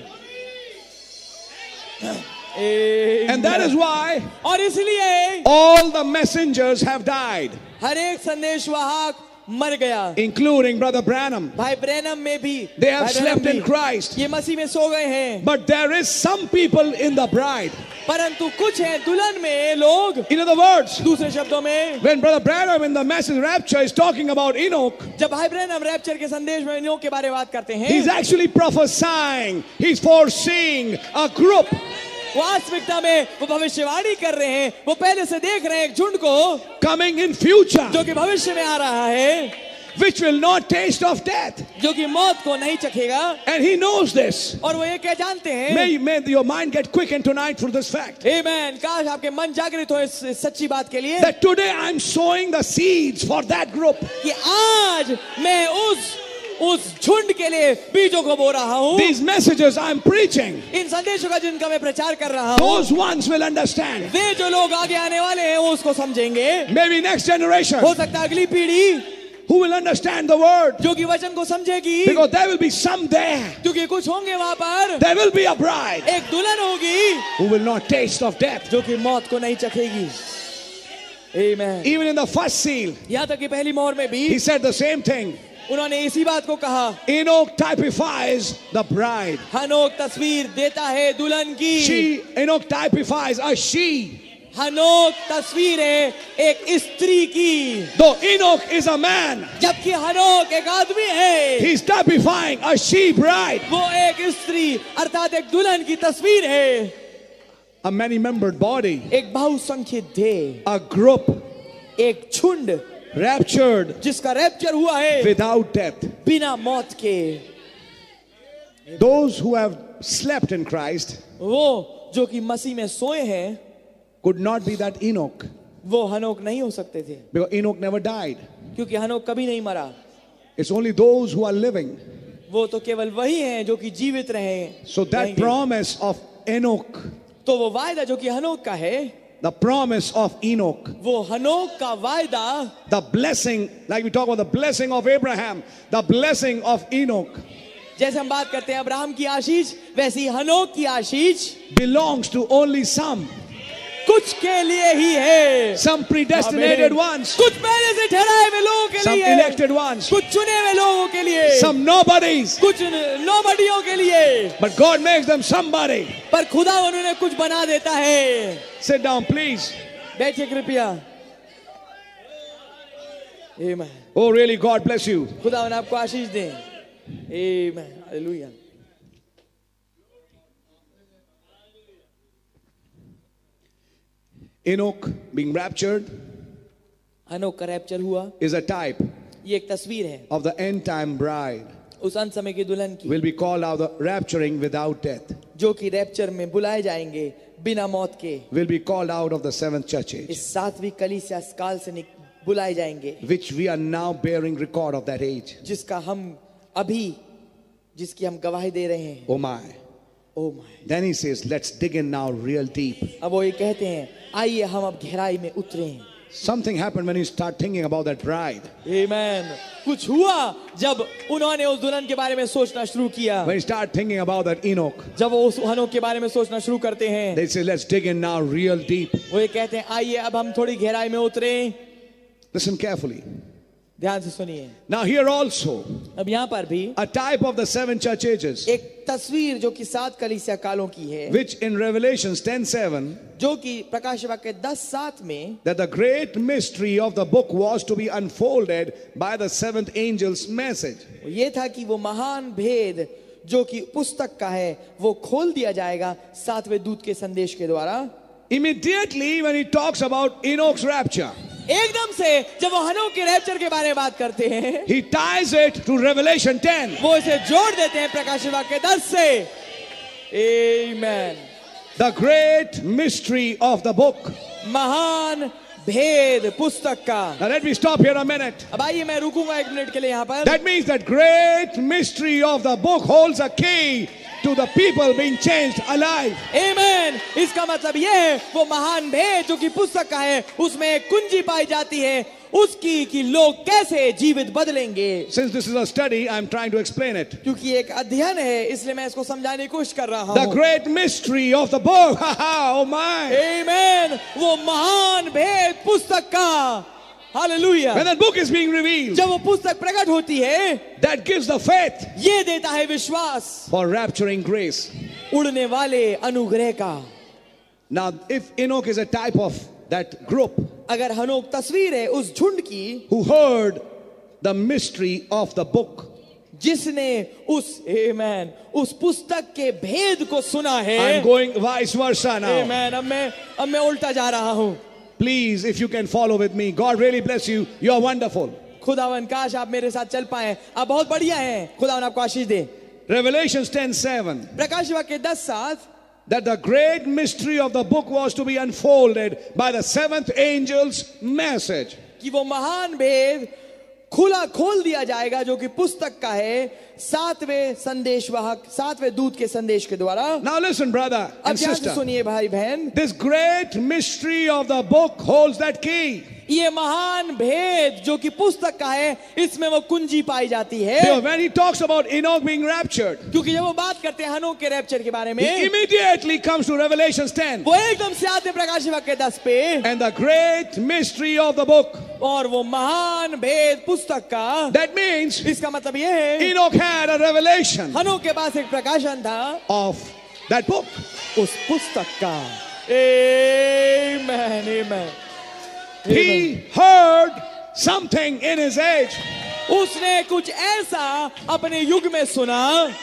S1: And that is why
S2: और इसलिए
S1: all the messengers have died,
S2: हर एक संदेशवाहक मर गया
S1: including Brother Branham.
S2: भाई ब्रैनम में भी
S1: They have
S2: भाई ब्रैनम
S1: slept in
S2: भी
S1: Christ.
S2: ये मसीह में सो गए हैं
S1: But there is some people in the bride.
S2: परंतु कुछ है दुल्हन में लोग
S1: In other words,
S2: दूसरे शब्दों में
S1: when Brother Branham in the message rapture is talking about Enoch,
S2: जब भाई ब्रैनम रैप्चर के संदेश में इनों के बारे में बात करते हैं
S1: he's actually prophesying, he's foreseeing a group
S2: वास्तविकता में वो भविष्यवाणी कर रहे हैं वो पहले से देख रहे हैं एक झुंड को
S1: coming in future
S2: जो कि भविष्य में आ रहा है
S1: which will not taste of death.
S2: जो कि मौत को नहीं चखेगा
S1: And he knows this.
S2: और वो ये क्या जानते हैं
S1: May, may your mind get quickened tonight for this fact.
S2: Amen. काश आपके मन जागृत हो इस इस सच्ची बात के लिए
S1: That today I'm sowing the seeds for that group.
S2: कि आज मैं उस उस झुंड के लिए बीजों को बो रहा हूँ
S1: These messages I'm preaching,
S2: इन संदेशों का जिनका मैं प्रचार कर रहा हूँ
S1: those ones will understand.
S2: वे जो लोग आगे आने वाले हैं वो उसको समझेंगे
S1: Maybe next generation
S2: हो सकता है अगली पीढ़ी
S1: who will understand the word.
S2: जो कि वचन को समझेगी
S1: Because there will be some there.
S2: क्योंकि कुछ होंगे वहां पर
S1: There will be a bride
S2: एक दुल्हन होगी
S1: who will not taste of death.
S2: जो कि मौत को नहीं चखेगी Amen.
S1: Even in the first seal,
S2: यहाँ तक कि पहली मोहर में भी
S1: he said the same thing.
S2: उन्होंने इसी बात को कहा
S1: Enoch typifies the bride.
S2: हनोक तस्वीर देता है दुल्हन की
S1: She, Enoch typifies a she.
S2: हनोक तस्वीर है एक स्त्री की
S1: Though Enoch is a man,
S2: जबकि हनोक एक आदमी है
S1: he's typifying a she bride.
S2: वो एक स्त्री अर्थात एक दुल्हन की तस्वीर है
S1: a many membered body,
S2: एक बहुसंख्यित ध्येय
S1: a group
S2: एक झुंड
S1: raptured
S2: जिसका रैप्चर हुआ है
S1: without death.
S2: बिना मौत के
S1: Those who have slept in Christ
S2: वो जो कि मसीह में सोए हैं
S1: could not be that Enoch
S2: वो हनोक नहीं हो सकते थे
S1: because Enoch never died.
S2: क्योंकि हनोक कभी नहीं मरा
S1: It's only those who are living.
S2: वो तो केवल वही हैं जो कि जीवित रहे
S1: So that
S2: रहेंगे।
S1: promise of Enoch,
S2: तो वो वायदा जो कि हनोक का है
S1: the promise of Enoch,
S2: वो हनोक का वायदा
S1: the blessing, like we talk about the blessing of Abraham, the blessing of Enoch
S2: जैसे हम बात करते हैं अब्राहम की आशीष वैसी हनोक की आशीष
S1: belongs to only some,
S2: कुछ के लिए ही है
S1: some predestinated
S2: Amen.
S1: ones,
S2: कुछ पहले से ठहराए हुए लोगों के
S1: some
S2: लिए है।
S1: elected ones,
S2: कुछ चुने हुए लोगों के लिए
S1: some nobodies.
S2: कुछ नौबड़ियों के लिए
S1: But God makes them somebody.
S2: पर खुदा उन्होंने कुछ बना देता है
S1: Sit down, please.
S2: बैठिए कृपया Amen.
S1: Oh, really, God bless you.
S2: खुदा उन्हें आपको आशीष दें Amen. Hallelujah.
S1: Enoch being raptured
S2: हनोक का रैप्चर हुआ
S1: is a type
S2: ये एक तस्वीर है
S1: of the end time bride,
S2: उस अंत समय की दुल्हन की
S1: will be called out the rapturing without death,
S2: जो कि रैप्चर में बुलाए जाएंगे बिना मौत के
S1: will be called out of the seventh church age,
S2: इस सातवीं कलीसिया काल से निक, बुलाए जाएंगे
S1: which we are now bearing record of that age.
S2: जिसका हम अभी जिसकी हम गवाही दे रहे हैं
S1: Oh my.
S2: Oh my
S1: Then he says, Let's dig in now real deep.
S2: अब वो ये कहते हैं आइए हम अब गहराई में उतरे
S1: Something happened when you start thinking about that bride.
S2: Amen. कुछ हुआ जब उन्होंने उस दुल्हन के बारे में सोचना शुरू किया
S1: When you start thinking about that Enoch,
S2: जब वो उस हनोक के बारे में सोचना शुरू करते हैं
S1: they say, Let's dig in now real deep.
S2: वो ये कहते हैं आइए अब हम थोड़ी गहराई में उतरे
S1: Listen carefully.
S2: ध्यान से सुनिए
S1: Now, here also,
S2: अब यहाँ पर भी
S1: a type of the seven church ages.
S2: एक तस्वीर जो कि सात कलीसिया कालों की है
S1: which in revelations 10:7
S2: जो कि प्रकाश वाक्य के दस सात में
S1: that the great mystery of the book was to be unfolded by the seventh angel's message
S2: ये था कि वो महान भेद जो कि पुस्तक का है वो खोल दिया जाएगा सातवें दूत के संदेश के द्वारा
S1: immediately when he talks about enoch's rapture
S2: एकदम से जब वो हनोक के रैप्चर के बारे में बात करते हैं
S1: he ties it to revelation 10
S2: वो इसे जोड़ देते हैं प्रकाश वाक्य के दस से Amen.
S1: the great mystery of the book
S2: महान भेद पुस्तक का
S1: now let me stop here a minute
S2: अब आइए मैं रुकूंगा एक मिनट के लिए यहाँ पर
S1: that means that great mystery of the book holds a key to the people being changed alive.
S2: Amen. इसका मतलब यह है वो महान भेद जो कि पुस्तक का है उसमें एक कुंजी पाई जाती है उसकी कि लोग कैसे जीवित बदलेंगे
S1: Since this is a study, I'm trying to explain it.
S2: क्योंकि एक अध्ययन है इसलिए मैं इसको समझाने की कोशिश कर रहा
S1: The
S2: हूँ
S1: great mystery of the book. Ha ha, oh my.
S2: Amen. वो महान भेद पुस्तक का hallelujah
S1: When that book is being revealed,
S2: जब वो पुस्तक प्रकट होती है
S1: that gives the faith
S2: ये देता है विश्वास
S1: for rapturing grace.
S2: उड़ने वाले अनुग्रह का
S1: Now, if Enoch is a type of that group
S2: अगर हनोक तस्वीर है उस झुंड की
S1: who heard the mystery of the book,
S2: जिसने उस amen, उस पुस्तक के भेद को सुना है
S1: I'm going vice versa now.
S2: Amen. अब मैं अब मैं उल्टा जा रहा हूँ
S1: Please, if you can follow with me, God really bless you. You are wonderful.
S2: खुदावन काश आप मेरे साथ चल पाए आप बहुत बढ़िया हैं खुदावन आपको आशीष दे
S1: Revelations 10 7.
S2: प्रकाश वाक्य दस सात
S1: that the great mystery of the book was to be unfolded by the seventh angel's message.
S2: कि वो महान भेद खुला खोल दिया जाएगा जो कि पुस्तक का है सातवें संदेशवाहक सातवें दूत के संदेश के द्वारा
S1: Now, listen, brother
S2: अब
S1: and
S2: ध्यान से
S1: sister.
S2: सुनिए भाई बहन
S1: This great mystery of the book holds that key.
S2: ये महान भेद जो कि पुस्तक का है इसमें वो कुंजी पाई जाती है
S1: You know, when he talks about Enoch being raptured,
S2: क्योंकि जब वो बात करते हैं हनोक के रैप्चर के बारे में
S1: he immediately comes to Revelations 10.
S2: वो एकदम से आते हैं प्रकाश वाक्य दस पे
S1: And the great mystery of the book.
S2: और वो महान भेद पुस्तक का
S1: That means
S2: इसका मतलब ये है
S1: Enoch had a revelation
S2: हनोक के पास एक प्रकाशन था
S1: of that book.
S2: उस पुस्तक का Amen, amen.
S1: He heard something in his age.
S2: उसने कुछ ऐसा अपने युग में सुना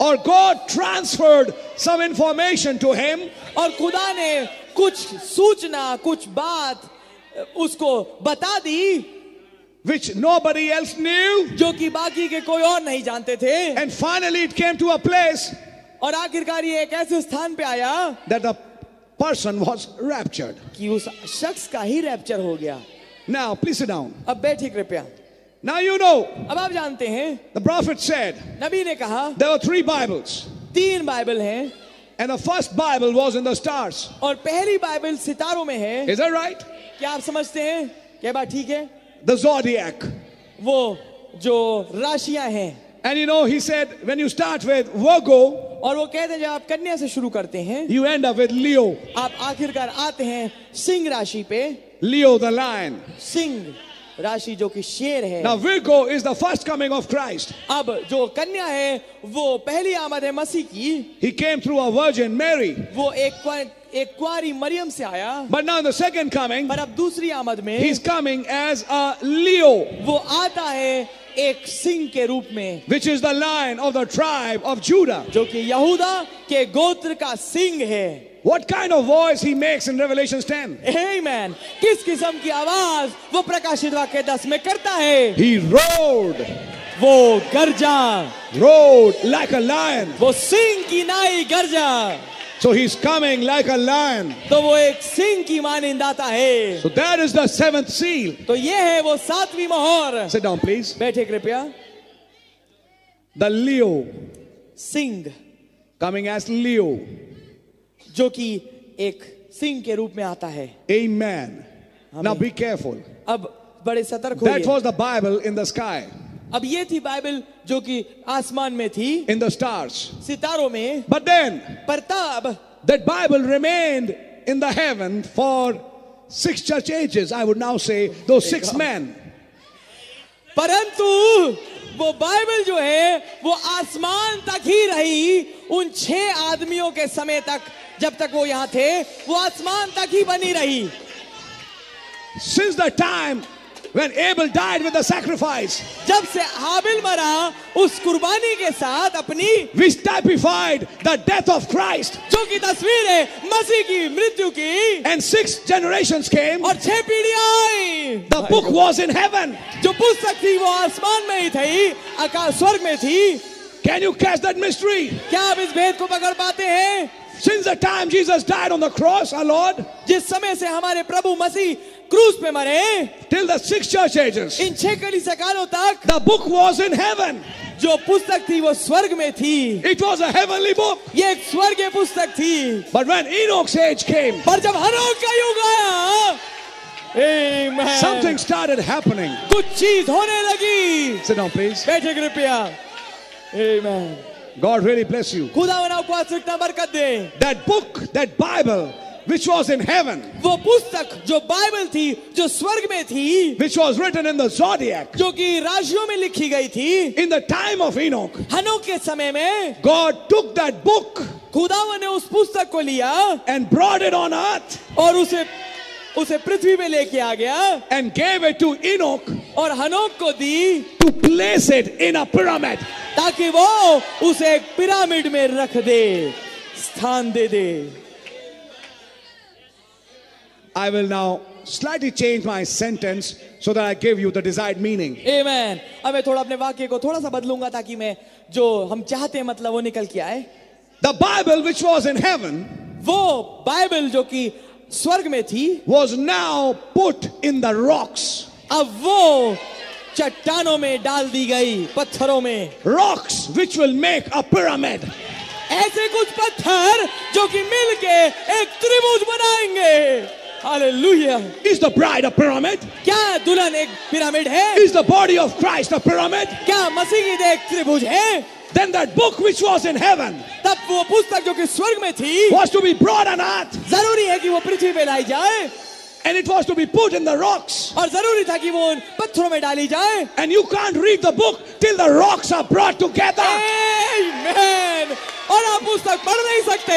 S1: or God transferred some information to him
S2: और खुदा ने कुछ सूचना कुछ बात उसको बता दी
S1: which nobody else knew.
S2: जो कि बाकी के कोई और नहीं जानते थे
S1: And finally, it came to a place
S2: और आखिरकार ये एक ऐसे स्थान पे आया
S1: that the person was raptured.
S2: कि उस शख्स का ही रैप्चर हो गया
S1: Now, please sit down.
S2: अब बैठे कृपया
S1: Now, you know,
S2: अब आप जानते हैं
S1: the prophet said
S2: नबी ने कहा
S1: there were three Bibles,
S2: तीन बाइबल हैं
S1: and the first Bible was in the stars.
S2: और पहली बाइबल सितारों में है
S1: Is that right?
S2: क्या आप समझते हैं क्या बात ठीक है
S1: The zodiac.
S2: वो जो राशियां हैं
S1: And you know, he said, when you start with Virgo,
S2: और वो कहते हैं जब आप कन्या से शुरू करते हैं
S1: you end up with Leo.
S2: आप आखिरकार आते हैं सिंह राशि पे
S1: Leo the lion.
S2: सिंह राशि जो कि शेर है
S1: Now, Virgo is the first coming of Christ.
S2: अब जो कन्या है वो पहली आमद है मसीह की
S1: He came through a virgin, Mary.
S2: वो एक क्वा- एक कुआरी मरियम से आया
S1: But now in the second coming,
S2: पर अब दूसरी आमद में
S1: he's coming as a Leo,
S2: वो आता है एक सिंह के रूप में
S1: which is the lion of the tribe of Judah.
S2: जो कि यहूदा के गोत्र का सिंह है
S1: What kind of voice he makes in Revelations 10?
S2: Amen. किस किस्म की आवाज वो प्रकाशित वाक्य दस में करता है
S1: He roared,
S2: वो गर्जा
S1: roared like a lion.
S2: वो सिंह की नाई गर्जा
S1: So he's coming like a lion.
S2: तो वो एक सिंह की मानिंद आता है
S1: So that is the seventh seal.
S2: तो ये है वो सातवीं मोहर
S1: Sit down, please.
S2: बैठे कृपया
S1: The Leo,
S2: Singh
S1: coming as Leo.
S2: जो कि एक सिंह के रूप में आता है
S1: Amen. Now be careful.
S2: अब बड़े सतर्क
S1: That
S2: होइए
S1: was the Bible in the sky,
S2: अब ये थी बाइबल जो कि आसमान में थी
S1: in the stars.
S2: सितारों में
S1: But then,
S2: Pratap
S1: That Bible remained in the heaven for six church ages, I would now say, those six men.
S2: परंतु वो बाइबल जो है वो आसमान तक ही रही उन छह आदमियों के समय तक जब तक वो यहाँ थे वो आसमान तक ही बनी रही
S1: Since the time when Abel died with the sacrifice,
S2: जब से हाबिल मरा उस कुर्बानी के साथ अपनी
S1: which typified the death of Christ,
S2: जो की तस्वीर है मसीह की मृत्यु की
S1: and six generations came,
S2: और छह पीढ़ियां आई
S1: the book was in heaven.
S2: जो पुस्तक थी वो आसमान में ही थी आकाश स्वर्ग में थी
S1: Can you catch that mystery?
S2: क्या आप इस भेद को पकड़ पाते हैं
S1: Since the time Jesus died on the cross, our Lord,
S2: जिस समय से हमारे प्रभु मसीह क्रूस पे मरे
S1: till the six church ages,
S2: इन छह कड़ी सकालों तक
S1: the book was in heaven.
S2: जो पुस्तक थी वो स्वर्ग में थी
S1: It was a heavenly book.
S2: ये एक स्वर्गीय पुस्तक थी
S1: But when Enoch's age came,
S2: पर जब हनोक का युग आया amen,
S1: something started happening.
S2: कुछ चीज होने लगी
S1: Sit down, please.
S2: बैठे कृपया amen
S1: God really bless you.
S2: खुदा बनाओ को आज इतना बरकत दे
S1: That book, that Bible, which was in heaven,
S2: वो पुस्तक जो बाइबल थी जो स्वर्ग में थी
S1: which was written in the zodiac,
S2: जो कि राशियों में लिखी गई थी
S1: in the time of Enoch,
S2: हनोक के समय में
S1: God took that book
S2: खुदावन ने उस पुस्तक को लिया
S1: and brought it on earth
S2: और उसे उसे पृथ्वी में लेके आ गया
S1: and gave it to Enoch
S2: और हनोक को दी
S1: to place it in a pyramid.
S2: ताकि वो उसे एक पिरामिड में रख दे स्थान दे दे
S1: I will now slightly change my sentence so that I give you the desired meaning.
S2: Amen. अब मैं थोड़ा अपने वाक्य को थोड़ा सा बदलूंगा ताकि मैं जो हम चाहते हैं मतलब वो निकल के आए
S1: The Bible, which was in heaven,
S2: वो बाइबल जो कि स्वर्ग में थी
S1: was now put in the rocks.
S2: अब वो चट्टानों में डाल दी गई पत्थरों में
S1: Rocks which will make a pyramid.
S2: ऐसे कुछ पत्थर जो कि मिलके एक त्रिभुज बनाएंगे hallelujah
S1: Is the bride a pyramid?
S2: क्या दुल्हन एक पिरामिड है
S1: Is the body of Christ a pyramid?
S2: क्या मसीह की एक त्रिभुज है
S1: Then that book which was in heaven
S2: तब वो पुस्तक जो कि स्वर्ग में थी
S1: was to be brought on earth
S2: जरूरी है कि वो पृथ्वी पे लाई जाए
S1: and it was to be put in the rocks.
S2: और जरूरी था कि वो उन पत्थरों में डाली जाए
S1: And you can't read the book till the rocks are brought together.
S2: Amen. और आप पुस्तक पढ़ नहीं सकते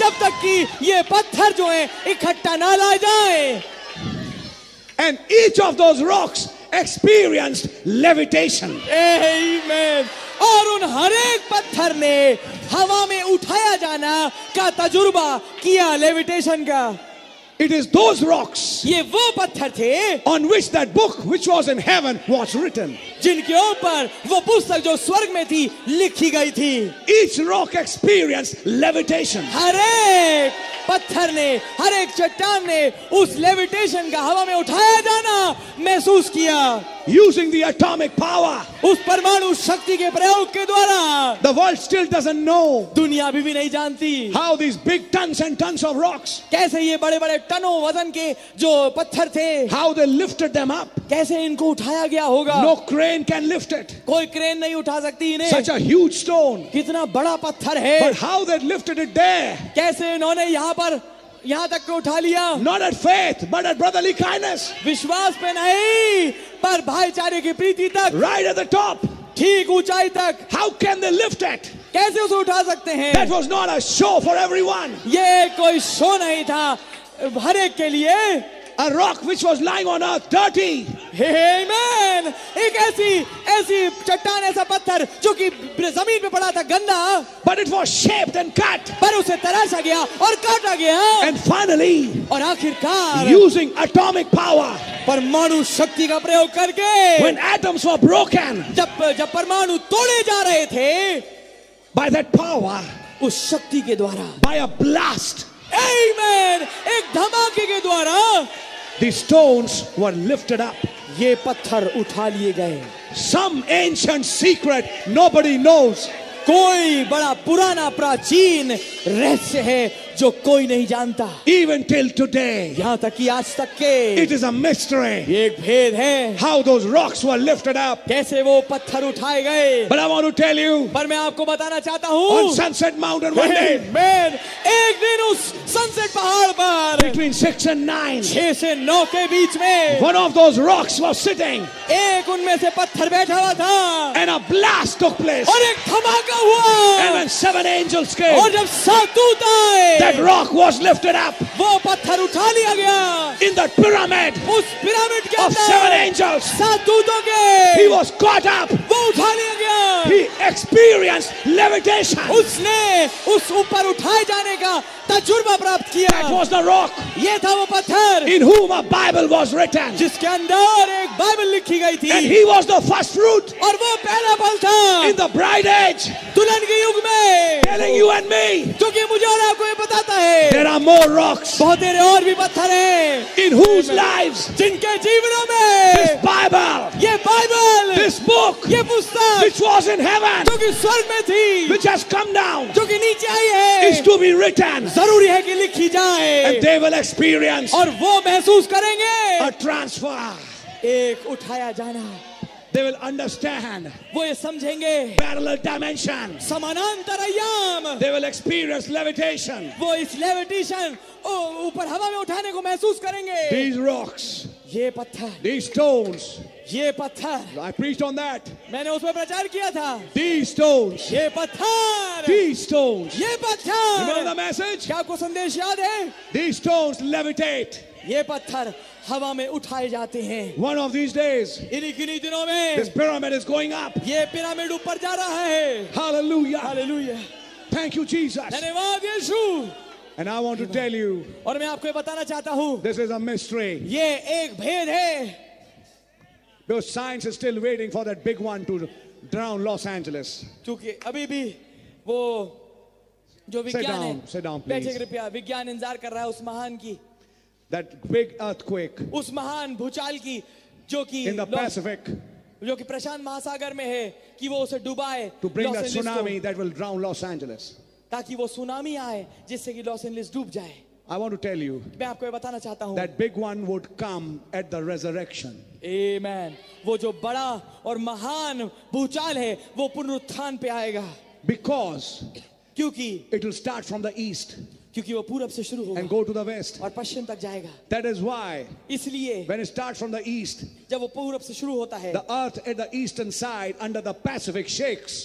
S2: जब तक कि ये पत्थर जो है इकट्ठा ना ला जाए
S1: And each of those rocks experienced levitation.
S2: Amen. और उन हर एक पत्थर ने हवा में उठाया जाना का तजुर्बा किया लेविटेशन का
S1: It is those rocks
S2: ये वो पत्थर थे
S1: on which that book which was in heaven was written.
S2: जिनके ऊपर वो पुस्तक जो स्वर्ग में थी लिखी गई थी
S1: Each rock experienced levitation.
S2: हर एक पत्थर ने हर एक चट्टान ने उस लेविटेशन का हवा में उठाया जाना महसूस किया
S1: Using the atomic power,
S2: उस परमाणु शक्ति के प्रयोग के द्वारा
S1: the world still doesn't know
S2: दुनिया अभी भी नहीं जानती
S1: how these big tons and tons of rocks,
S2: कैसे ये बड़े बड़े टनों वजन के जो पत्थर थे
S1: how they lifted them up.
S2: कैसे इनको उठाया गया होगा
S1: No crane can lift it.
S2: कोई क्रेन नहीं उठा सकती इन्हें
S1: Such a huge stone.
S2: कितना बड़ा पत्थर है
S1: But how they lifted it there,
S2: कैसे इन्होंने यहाँ पर यहाँ तक को उठा लिया
S1: not at faith, but at brotherly kindness,
S2: विश्वास पे नहीं पर भाईचारे की प्रीति तक
S1: right at the top.
S2: ठीक ऊंचाई तक
S1: How can they lift it?
S2: कैसे उसे उठा सकते
S1: That
S2: हैं
S1: was not a show for everyone.
S2: ये कोई शो नहीं था हर एक के लिए
S1: A rock which was lying on earth, dirty,
S2: Amen. एक ऐसी ऐसी चट्टान ऐसा पत्थर जो कि जमीन पे पड़ा था गंदा
S1: but it was shaped and cut.
S2: पर उसे तराशा गया और काटा गया
S1: And finally,
S2: और आखिरकार
S1: using atomic power,
S2: परमाणु शक्ति का प्रयोग करके
S1: when atoms were broken
S2: जब जब परमाणु तोड़े जा रहे थे
S1: by that power,
S2: उस शक्ति के द्वारा
S1: by a blast,
S2: Amen. एक धमाके के द्वारा
S1: the stones were lifted up.
S2: ये पत्थर उठा लिए गए
S1: Some ancient secret nobody knows.
S2: कोई बड़ा पुराना प्राचीन रहस्य है जो कोई नहीं जानता
S1: Even till today,
S2: यहाँ तक कि आज तक के
S1: it is a mystery
S2: ये एक भेद है
S1: how those rocks were lifted up.
S2: कैसे वो पत्थर उठाए गए
S1: But I want to tell you,
S2: पर मैं आपको बताना चाहता
S1: on
S2: हूँ
S1: Sunset Mountain one day,
S2: Amen. एक दिन उस सनसेट पहाड़ पर
S1: between six and nine,
S2: छह से नौ के बीच में
S1: One of those rocks was sitting
S2: एक उनमें से पत्थर बैठा हुआ था
S1: and a blast took place.
S2: और एक धमाका
S1: And
S2: हुआ
S1: when seven angels came,
S2: और जब सातूत
S1: that
S2: आए
S1: rock was lifted up
S2: वो पत्थर उठा लिया गया
S1: in that pyramid
S2: उस पिरामिड के
S1: of seven
S2: अंदर
S1: angels.
S2: सात दूतों के
S1: He was caught up.
S2: वो उठा लिया गया
S1: He experienced levitation.
S2: उसने उस ऊपर उठाए जाने का तजुर्बा प्राप्त
S1: That
S2: किया
S1: was the rock
S2: ये था वो पत्थर
S1: in whom a Bible was written.
S2: जिसके अंदर एक बाइबल लिखी गई
S1: And
S2: थी
S1: he was the first fruit
S2: और वो पहला फल था
S1: in the bright age,
S2: दुल्हन के युग में
S1: telling you and me
S2: जो कि मुझे और आपको ये बताता है
S1: there are more rocks
S2: बहुत तेरे और भी पत्थर हैं
S1: in whose lives
S2: जिनके जीवनों में
S1: Bible,
S2: ये बाइबल
S1: this book,
S2: ये पुस्तक
S1: which was in heaven,
S2: जो कि स्वर्ग में थी
S1: which has come down,
S2: जो कि नीचे आई है
S1: is to be written,
S2: जरूरी है कि लिखी जाए
S1: and they will experience
S2: और वो महसूस करेंगे
S1: a transfer.
S2: एक उठाया जाना
S1: They will understand
S2: वो ये समझेंगे
S1: parallel dimensions.
S2: समानांतर आयाम
S1: They will experience levitation.
S2: वो इस लेविटेशन ऊपर हवा में उठाने को महसूस करेंगे
S1: These rocks,
S2: ये पत्थर
S1: these stones,
S2: ये पत्थर
S1: I preached on that.
S2: मैंने उसमें प्रचार किया था
S1: These stones,
S2: ये पत्थर
S1: these stones.
S2: ये
S1: Remember the
S2: पत्थर
S1: message?
S2: क्या आपको संदेश याद है
S1: These stones levitate.
S2: ये पत्थर हवा में उठाए जाते हैं
S1: One of these days,
S2: इन्हीं किन्हीं दिनों में
S1: this pyramid is going up.
S2: ये पिरामिड ऊपर जा रहा है
S1: Hallelujah.
S2: Hallelujah
S1: Thank you, Jesus.
S2: धन्यवाद यीशु
S1: And I want to tell you,
S2: और मैं आपको ये बताना चाहता हूँ
S1: this is a mystery.
S2: ये एक भेद है
S1: Because science is still waiting for that big one to drown Los Angeles.
S2: क्योंकि अभी भी वो जो विज्ञान
S1: down, sit down,
S2: है
S1: please.
S2: बैठिए कृपया विज्ञान इंतजार कर रहा है उस महान की
S1: That big earthquake
S2: उस महान भूचाल की जो कि
S1: in the
S2: लॉस-
S1: Pacific
S2: जो कि प्रशांत महासागर में है कि वो उसे डुबाए
S1: to bring
S2: Los
S1: that
S2: Angeles को,
S1: tsunami that will drown Los Angeles.
S2: ताकि वो सुनामी आए जिससे कि लॉस एंजलिस डूब जाए
S1: I want to tell you,
S2: मैं आपको ये बताना चाहता हूँ
S1: that big one would come at the resurrection.
S2: Amen. वो जो बड़ा और महान भूचाल है वो पुनरुत्थान पे आएगा
S1: Because
S2: क्योंकि
S1: it will start from the east
S2: क्योंकि वो पूरब से शुरू
S1: and
S2: होगा
S1: go to the west.
S2: और पश्चिम तक जाएगा
S1: That is why
S2: इसलिए
S1: when it starts from the east,
S2: जब वो पूरब से शुरू होता है
S1: the earth at the eastern side under the Pacific shakes.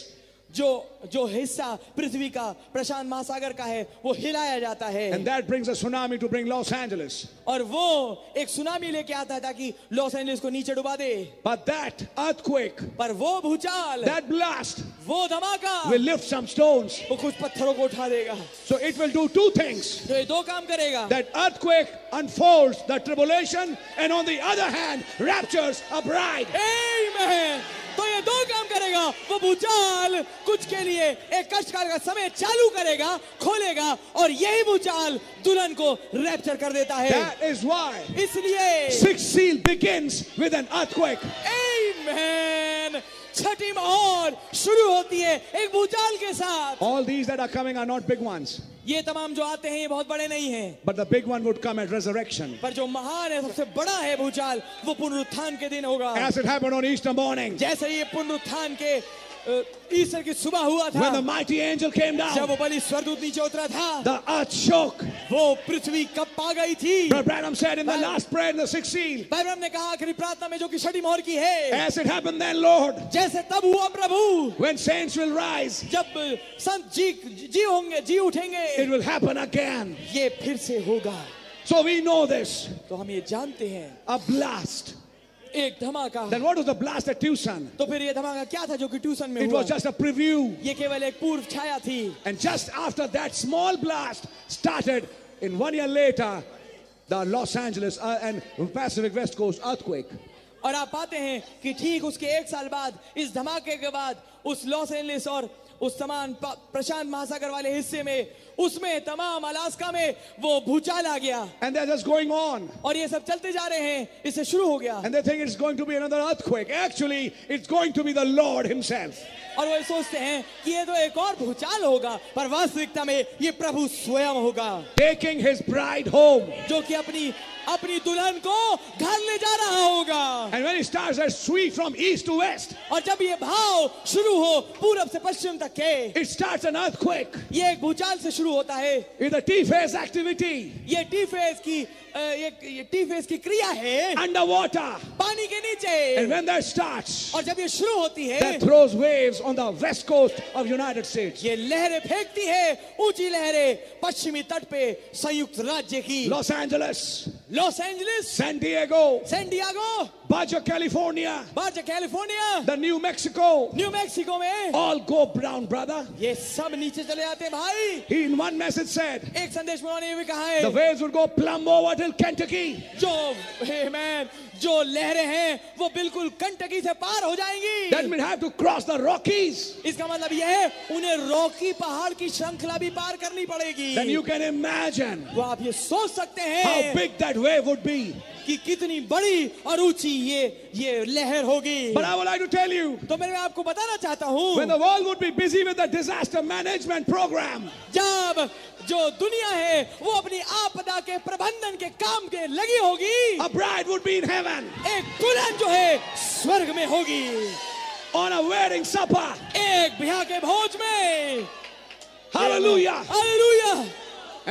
S2: जो जो हिस्सा पृथ्वी का प्रशांत महासागर का है वो हिलाया जाता है
S1: And that brings a tsunami to bring Los Angeles.
S2: और वो एक सुनामी लेके आता है ताकि लॉस एंजलिस को नीचे डुबा दे
S1: But that earthquake,
S2: पर वो भूचाल
S1: that blast
S2: वो धमाका
S1: will lift some stones.
S2: वो कुछ पत्थरों को उठा देगा
S1: So it will do two things.
S2: तो ये दो काम करेगा
S1: That earthquake unfolds the tribulation, and on the other hand, raptures a bride.
S2: Amen. तो ये दो काम करेगा वो भूचाल कुछ के लिए एक कष्टकाल का समय चालू करेगा खोलेगा और यही भूचाल दुल्हन को रैप्चर कर देता है
S1: That is why
S2: इसलिए
S1: Sixth seal begins with an earthquake.
S2: Amen. छठी माहौल शुरू होती है एक भूचाल के साथ
S1: All these that are coming are not big ones,
S2: ये तमाम जो आते हैं ये बहुत बड़े नहीं हैं
S1: but the big one would come at resurrection.
S2: पर जो महान है सबसे बड़ा है भूचाल वो पुनरुत्थान के दिन होगा
S1: As it happened on Easter morning,
S2: जैसे ये पुनरुत्थान के अ, ईस्टर की सुबह हुआ
S1: when the
S2: था
S1: mighty angel came
S2: जब
S1: down,
S2: वो बलि स्वर्गदूत नीचे उतरा था
S1: the earth shook.
S2: वो पृथ्वी कब आ गई थी
S1: Brother Branham said in the last prayer in the sixth seal,
S2: Bible ने कहा आखिरी प्रार्थना में जो कि छठी मोहर की है
S1: as it happened then, Lord,
S2: जैसे तब हुआ प्रभु
S1: when saints will rise,
S2: जब संत जी जी होंगे जी उठेंगे
S1: it will happen again.
S2: ये फिर से होगा
S1: So we know this.
S2: तो हम ये जानते हैं
S1: A blast.
S2: एक धमाका
S1: Then what was the blast at Tucson?
S2: तो फिर ये धमाका क्या था जो कि ट्यूशन में
S1: It
S2: हुआ
S1: was just a preview.
S2: ये केवल एक पूर्व छाया थी
S1: And just after that small blast started, in one year later, the Los Angeles uh, and Pacific West Coast earthquake.
S2: और आप पाते हैं कि ठीक उसके एक साल बाद इस धमाके के बाद उस लॉस एंजलिस और उस तमाम प- प्रशांत महासागर वाले हिस्से में उसमें तमाम अलास्का में वो भूचाल आ गया
S1: And they're just going on.
S2: और ये सब चलते जा रहे हैं इससे शुरू हो गया
S1: And they think it's going to be another earthquake. Actually, it's going to be the Lord Himself.
S2: और वो ये सोचते हैं कि ये तो एक और भूचाल होगा पर वास्तविकता में ये प्रभु स्वयं होगा
S1: Taking His bride home.
S2: जो कि अपनी अपनी दुल्हन को घर ले जा रहा होगा
S1: And when He starts that sweep from east to west,
S2: और जब ये भाव शुरू हो पूरब से पश्चिम तक के
S1: it starts an earthquake.
S2: ये एक भूचाल से शुरू होता है
S1: It's a T phase activity.
S2: ये टी फेज की अ, ये, ये टी फेज की क्रिया है
S1: Underwater.
S2: पानी के
S1: And
S2: नीचे
S1: when that starts,
S2: और जब ये शुरू होती है
S1: that throws waves on the west coast of United States.
S2: ये लहरें फेंकती है ऊंची लहरें पश्चिमी तट पे संयुक्त राज्य की
S1: Los Angeles,
S2: Los Angeles
S1: San Diego,
S2: San Diego
S1: Baja California,
S2: Baja California
S1: the New Mexico,
S2: New Mexico में
S1: all go brown, brother.
S2: ये सब नीचे चले जाते हैं भाई
S1: He in one message said,
S2: एक संदेश में उन्होंने ये भी कहा
S1: the
S2: है
S1: waves will go plumb over till Kentucky.
S2: जो amen, जो लहरें हैं वो बिल्कुल कंटकी से पार हो
S1: That
S2: जाएंगी
S1: means have to cross the Rockies.
S2: इसका मतलब यह है उन्हें रॉकी पहाड़ की श्रृंखला भी पार करनी पड़ेगी
S1: Then you can imagine
S2: वो आप ये सोच सकते
S1: how
S2: हैं
S1: big that wave would be.
S2: कि कितनी बड़ी और ऊंची ये ये लहर होगी
S1: But I would like to tell you,
S2: तो मैं आपको बताना चाहता
S1: when
S2: हूँ
S1: the world would be busy with the disaster management program,
S2: जब जो दुनिया है वो अपनी आपदा के प्रबंधन के काम के लगी होगी
S1: a bride would be in heaven
S2: एक दुल्हन जो है स्वर्ग में होगी
S1: on a wedding supper.
S2: एक ब्याह के भोज में
S1: Hallelujah.
S2: Hallelujah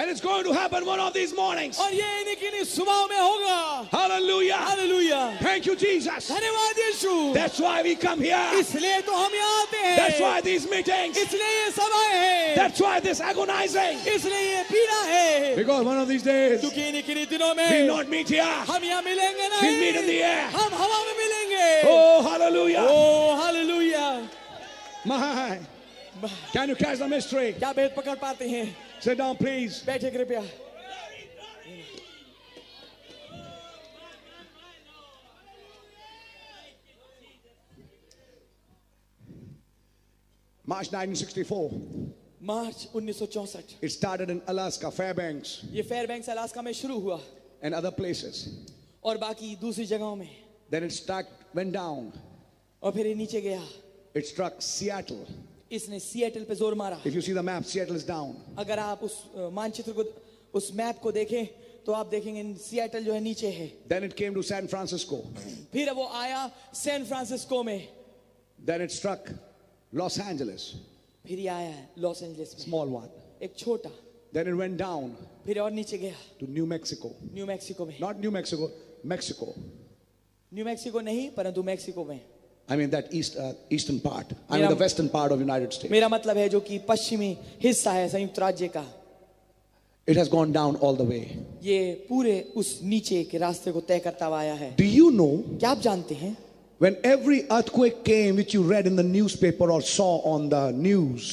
S1: And it's going to happen one of these mornings.
S2: और ये इन्हीं किन्हीं सुबह में होगा
S1: Hallelujah.
S2: Hallelujah
S1: Thank you, Jesus.
S2: धन्यवाद यीशु
S1: That's why we come here.
S2: इसलिए तो हम यहाँ आते
S1: That's
S2: हैं
S1: why these meetings.
S2: इसलिए ये सब आए हैं
S1: That's why this agonizing.
S2: इसलिए ये पीड़ा है
S1: Because one of these days,
S2: क्योंकि इन्हीं किन्हीं दिनों में
S1: we'll not meet here.
S2: हम यहाँ मिलेंगे
S1: We'll meet in the
S2: नहीं
S1: air.
S2: हम हवा में मिलेंगे
S1: Oh, hallelujah.
S2: Oh hallelujah
S1: My. Can you catch the mystery?
S2: क्या भेद पकड़ पाते हैं
S1: Sit down, please.
S2: बैठे कृपया
S1: March 1964.
S2: March 1964
S1: It started in Alaska, Fairbanks,
S2: ये फेयरबैंक्स अलास्का में शुरू हुआ
S1: and other places.
S2: और बाकी दूसरी जगहों में
S1: Then it stuck, went down.
S2: और फिर ये नीचे गया
S1: It struck Seattle.
S2: इसने सिएटल पे जोर मारा
S1: If you see the map, Seattle is down.
S2: अगर आप उस अ, मानचित्र को उस मैप को देखें तो आप देखेंगे सिएटल जो है नीचे है
S1: Then it came to San Francisco.
S2: फिर वो आया सैन फ्रांसिस्को में
S1: Then it struck Los Angeles,
S2: फिर ये आया लॉस एंजलिस में
S1: small one.
S2: एक छोटा
S1: Then it went down
S2: फिर और नीचे गया
S1: to New Mexico.
S2: New Mexico में
S1: Not New Mexico, Mexico.
S2: New Mexico नहीं परंतु मैक्सिको में
S1: I mean that east, uh, eastern part. I mean
S2: Yeah.
S1: the western part of United States.
S2: मेरा मतलब है जो कि पश्चिमी हिस्सा है संयुक्त राज्य का
S1: It has gone down all the way.
S2: ये पूरे उस नीचे के रास्ते को तय करता हुआ आया है
S1: Do you know
S2: क्या आप जानते हैं
S1: when every earthquake came, which you read in the newspaper or saw on the news,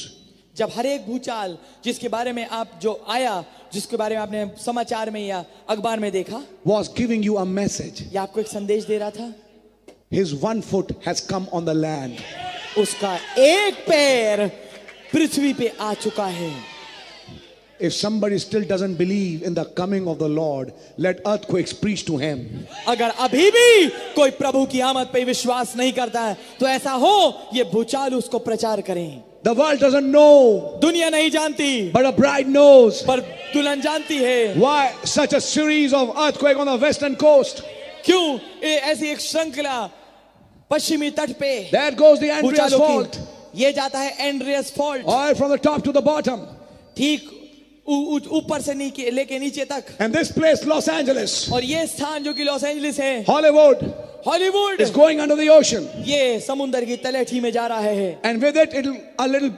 S2: जब हर एक भूचाल जिसके बारे में आप जो आया जिसके बारे में आपने समाचार में या अखबार में देखा
S1: was giving you a message.
S2: या आपको एक संदेश दे रहा था
S1: His one foot has come on the land.
S2: उसका एक पैर पृथ्वी पे आ चुका है
S1: If somebody still doesn't believe in the coming of the Lord, let earthquakes preach to him.
S2: अगर अभी भी कोई प्रभु की आमद पे विश्वास नहीं करता है तो ऐसा हो ये भूचाल उसको प्रचार करें
S1: The world doesn't know,
S2: दुनिया नहीं जानती
S1: but a bride knows.
S2: पर दुल्हन जानती है
S1: Why such a series of earthquake on the western coast?
S2: क्यों ये ऐसी एक श्रृंखला पश्चिमी तट पे
S1: There goes the Andreas
S2: भूचालों
S1: fault.
S2: की ये जाता है Andreas fault
S1: Oil from the top to the bottom.
S2: ठीक ऊ- ऊ- ऊपर से नीचे लेके नीचे तक
S1: And this place, Los Angeles,
S2: और ये स्थान जो कि लॉस एंजलिस है
S1: Hollywood,
S2: Hollywood
S1: is going under the ocean.
S2: ये समुंदर की तलहटी में जा रहा है
S1: And with it, it'll a little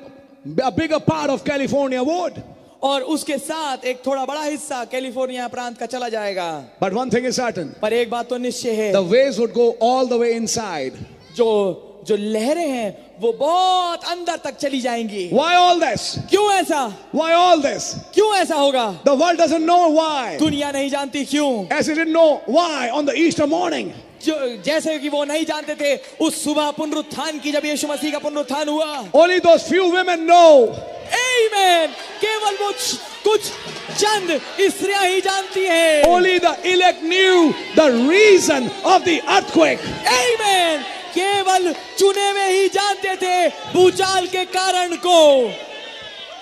S1: a bigger part of California would.
S2: और उसके साथ एक थोड़ा बड़ा हिस्सा कैलिफोर्निया प्रांत का चला जाएगा
S1: But one thing is certain.
S2: पर एक बात तो निश्चय है
S1: The waves would go all the way inside.
S2: जो जो लहरें हैं वो बहुत अंदर तक चली जाएंगी
S1: Why all this?
S2: क्यों ऐसा
S1: Why all this?
S2: क्यों ऐसा होगा
S1: The world doesn't know why.
S2: दुनिया नहीं जानती क्यों
S1: As it didn't know why on the Easter morning.
S2: जो जैसे कि वो नहीं जानते थे उस सुबह पुनरुत्थान की जब यीशु मसीह का पुनरुत्थान हुआ
S1: Only those few women know.
S2: आमेन केवल वो छ- कुछ चंद स्त्रियां ही जानती है
S1: Only the elect knew the reason of the earthquake.
S2: आमेन केवल चुने हुए ही जानते थे भूचाल के कारण को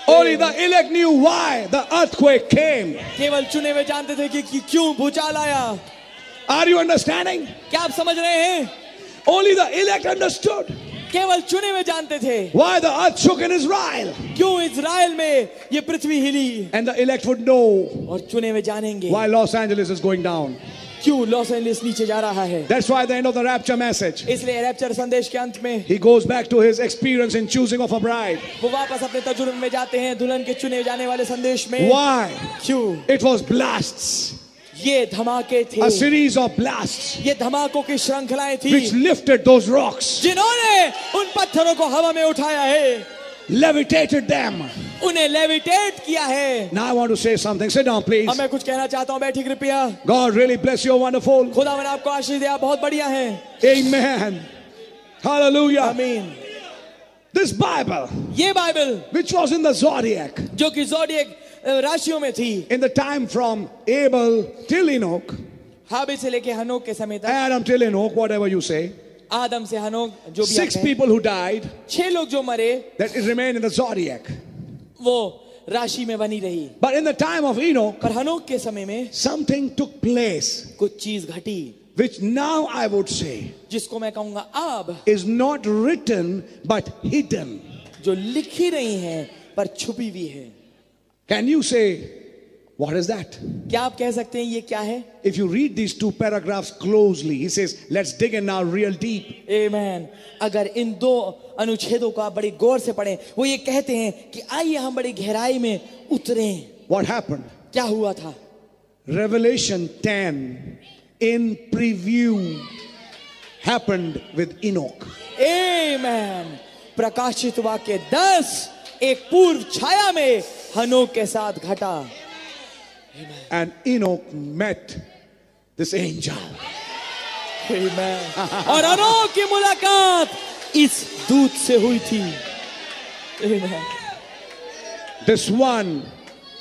S1: Only the elect knew why the earthquake came.
S2: केवल चुने हुए जानते थे कि, कि क्यों भूचाल आया
S1: Are you understanding?
S2: क्या आप समझ रहे हैं
S1: Only the elect understood
S2: केवल चुने हुए जानते थे
S1: why the earth shook in Israel.
S2: क्यों इज़राइल में ये पृथ्वी हिली
S1: And the elect would know
S2: और चुने हुए जानेंगे
S1: why Los Angeles is going down.
S2: क्यों लॉस एंजलिस नीचे जा रहा है
S1: That's why at the end of the rapture message,
S2: इसलिए रैप्चर संदेश के अंत में
S1: he goes back to his experience in choosing of a bride.
S2: वो वापस अपने तजुर्बे में जाते हैं दुल्हन के चुने जाने वाले संदेश में
S1: Why?
S2: क्यों
S1: It was blasts.
S2: ये धमाके
S1: a
S2: थे
S1: series of blasts
S2: ये धमाकों की श्रृंखलाएं थी
S1: which lifted those rocks,
S2: जिन्होंने उन पत्थरों को हवा में उठाया है
S1: levitated them.
S2: उन्हें लेविटेट किया है
S1: Now I want to say something. Sit down, please.
S2: अब मैं कुछ कहना चाहता हूँ बैठी कृपया
S1: God really bless you. Wonderful.
S2: खुदा मैंने आपको आशीष दिया बहुत बढ़िया है
S1: Amen. Hallelujah.
S2: आमीन
S1: This Bible,
S2: ये Bible
S1: which was in the zodiac
S2: जो कि जोडियक राशियों में थी
S1: in the time from Abel till Enoch,
S2: हाबे से लेके हनोक के समय तक
S1: Adam till Enoch, whatever you say,
S2: आदम से हनोक जो भी आप
S1: six
S2: कहें,
S1: people who died
S2: छह लोग जो मरे
S1: that it remained in the zodiac.
S2: वो राशि में बनी रही
S1: But in the time of Enoch,
S2: पर हनोक के समय में
S1: something took place
S2: कुछ चीज घटी
S1: which now I would say
S2: जिसको मैं कहूंगा अब
S1: is not written but hidden.
S2: जो लिखी नहीं है पर छुपी हुई है
S1: Can you say, what is that?
S2: क्या आप कह सकते हैं ये क्या है
S1: If you read these two paragraphs closely, he says, let's dig in now real deep.
S2: Amen. अगर इन दो अनुच्छेदों को आप बड़े गौर से पढ़ें वो ये कहते हैं कि आइए हम बड़ी गहराई में उतरें
S1: What happened?
S2: क्या हुआ था
S1: Revelation 10 in preview happened with Enoch.
S2: Amen. प्रकाशित वाक्य 10 एक पूर्व छाया में हनोक के साथ घटा
S1: And Enoch met this angel.
S2: Amen. और हनोक की मुलाकात इस दूत से हुई थी Amen.
S1: This one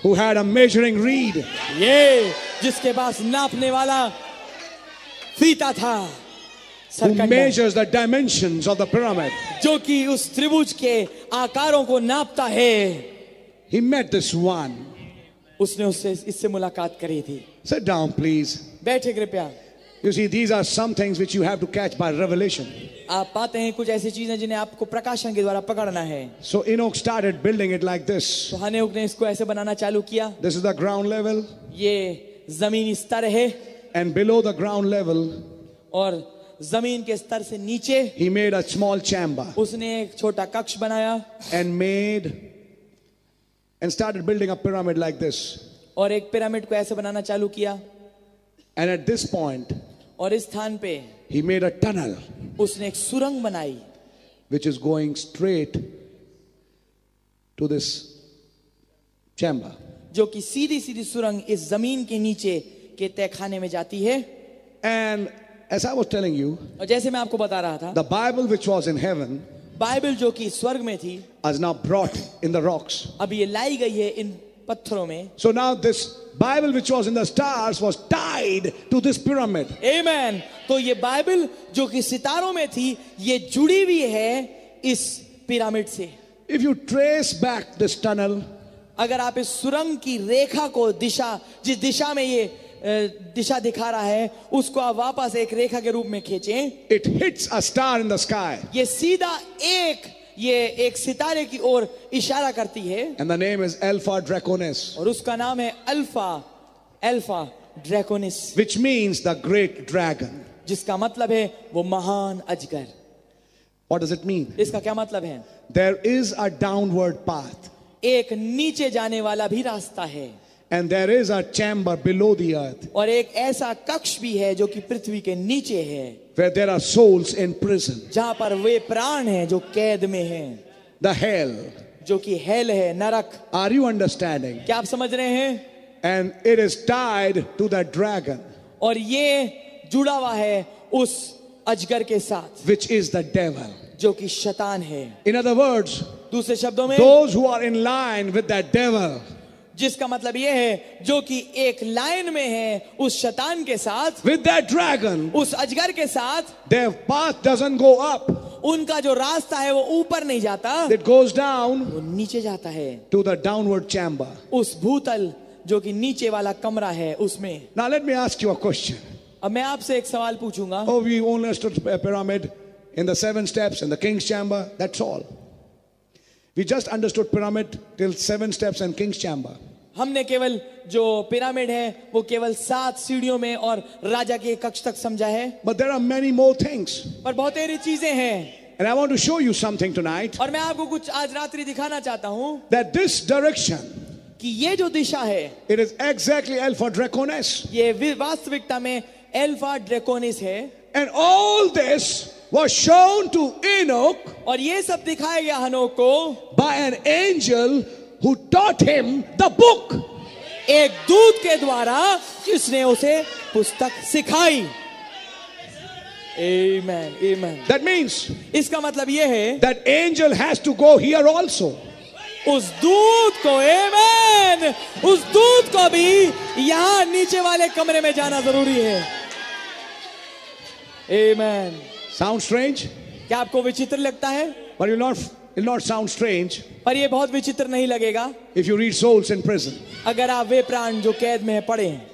S1: who had a measuring reed.
S2: ये जिसके पास नापने वाला फीता था
S1: who
S2: Sarkanda
S1: measures the dimensions of the pyramid.
S2: जो कि उस त्रिभुज के आकारों को नापता है
S1: He met this one.
S2: उसने उससे इससे मुलाकात करी थी
S1: Sit down, please.
S2: बैठे कृपया
S1: You see, these are some things which you have to catch by revelation.
S2: आप पाते हैं कुछ ऐसी चीजें जिन्हें आपको प्रकाशन के द्वारा पकड़ना है
S1: So Enoch started building it like this.
S2: तो हनोक ने इसको ऐसे बनाना चालू किया
S1: This is the ground level,
S2: ये जमीनी स्तर है
S1: and below the ground level,
S2: और जमीन के स्तर से नीचे
S1: he made a small chamber
S2: उसने एक छोटा कक्ष बनाया
S1: and made and started building a pyramid like this.
S2: और एक पिरामिड को ऐसे बनाना चालू किया
S1: And at this point,
S2: और इस स्थान पे
S1: he made a tunnel
S2: उसने एक सुरंग बनाई
S1: which is going straight to this chamber.
S2: जो कि सीधी सीधी सुरंग इस जमीन के नीचे के तहखाने में जाती है
S1: And as I was telling you,
S2: और जैसे मैं आपको बता रहा था
S1: The Bible which was in heaven
S2: Bible जो कि स्वर्ग में थी
S1: is now brought in the rocks.
S2: अब ये लाई गई है इन पत्थरों में
S1: So now this Bible which was in the stars was tied to this pyramid.
S2: Amen. तो ये बाइबल जो कि सितारों में थी ये जुड़ी हुई है इस पिरामिड से
S1: If you trace back this tunnel,
S2: अगर आप इस सुरंग की रेखा को दिशा जिस दिशा में ये अ, दिशा दिखा रहा है उसको आप वापस एक रेखा के रूप में खींचें
S1: it hits a star in the sky.
S2: ये सीधा एक ये एक सितारे की ओर इशारा करती है
S1: And the name is Alpha Draconis,
S2: और उसका नाम है Alpha Alpha Draconis
S1: which means the great dragon.
S2: जिसका मतलब है वो महान अजगर
S1: What does it mean?
S2: इसका क्या मतलब है
S1: There is a downward path,
S2: एक नीचे जाने वाला भी रास्ता है
S1: and there is a chamber below the earth
S2: और एक ऐसा कक्ष भी है जो कि पृथ्वी के नीचे है
S1: where there are souls in prison.
S2: जहां पर वे प्राण हैं जो कैद में हैं
S1: The hell.
S2: जो कि हेल है नरक
S1: Are you understanding?
S2: क्या आप समझ रहे हैं
S1: And it is tied to the dragon.
S2: और ये जुड़ा हुआ है उस अजगर के साथ
S1: which is the devil.
S2: जो कि शतान है
S1: In other words,
S2: दूसरे शब्दों में
S1: those who are in line with that devil,
S2: जिसका मतलब यह है जो कि एक लाइन में है उस शतान के साथ
S1: with that dragon,
S2: उस अजगर के साथ
S1: their path doesn't go up,
S2: उनका जो रास्ता है वो ऊपर नहीं जाता
S1: it goes down
S2: वो नीचे जाता है
S1: to the downward chamber.
S2: उस भूतल जो कि नीचे वाला कमरा है उसमें
S1: Now, let me ask you a question.
S2: अब मैं आपसे एक सवाल पूछूंगा
S1: Oh, we only understood a pyramid in the seven steps and the king's chamber, that's all. We just understood pyramid till seven steps and king's chamber.
S2: हमने केवल जो pyramid है वो केवल सात सीढ़ियों में और राजा के कक्ष तक समझा है
S1: But there are many more things.
S2: पर बहुत सारी चीजें हैं
S1: And I want to show you something tonight
S2: और मैं आपको कुछ आज रात्रि दिखाना चाहता हूँ
S1: that this direction
S2: कि कि ये जो दिशा है
S1: It is exactly Alpha Draconis.
S2: ये वि- वास्तविकता में एल्फा ड्रेकोनिस है
S1: And all this was shown to Enoch
S2: और ये सब दिखाया गया हनोक को
S1: by an angel who taught him the book.
S2: एक दूत के द्वारा जिसने उसे पुस्तक सिखाई आमेन आमेन
S1: That means
S2: इसका मतलब ये है
S1: that angel has to go here also.
S2: उस दूध को एमेन उस दूध को भी यहाँ नीचे वाले कमरे में जाना जरूरी है एमेन
S1: Sounds strange,
S2: क्या आपको विचित्र लगता है
S1: but it'll not, it'll not sound strange
S2: पर यह बहुत विचित्र नहीं लगेगा
S1: if you read Souls in Prison.
S2: अगर आप वे प्राण जो कैद में हैं पड़े हैं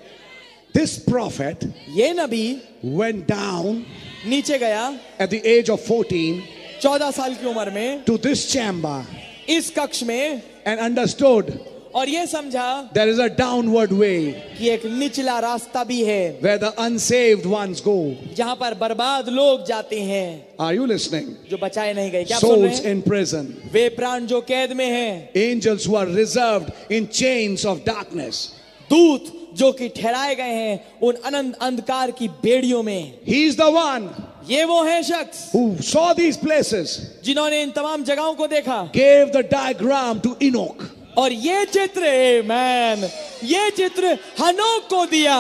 S1: This prophet
S2: ये नबी
S1: went down
S2: नीचे गया
S1: at the age of 14
S2: चौदह साल की उम्र में
S1: to this chamber
S2: इस कक्ष में
S1: and understood
S2: और ये समझा
S1: there is a downward way
S2: कि एक निचला रास्ता भी है
S1: where the unsaved ones go.
S2: जहाँ पर बर्बाद लोग जाते हैं
S1: Are you listening?
S2: जो बचाए नहीं गए क्या आप सुन रहे
S1: Souls
S2: हैं?
S1: in prison,
S2: वे प्राण जो कैद में हैं
S1: angels who are reserved in chains of darkness.
S2: दूत जो कि ठहराए गए हैं उन अनंत अंधकार की बेड़ियों में
S1: He's the one
S2: ये वो है शख्स
S1: who saw these places,
S2: जिन्होंने इन तमाम जगहों को देखा
S1: gave the diagram to Enoch.
S2: और ये चित्र मैन ये चित्र हनोक को दिया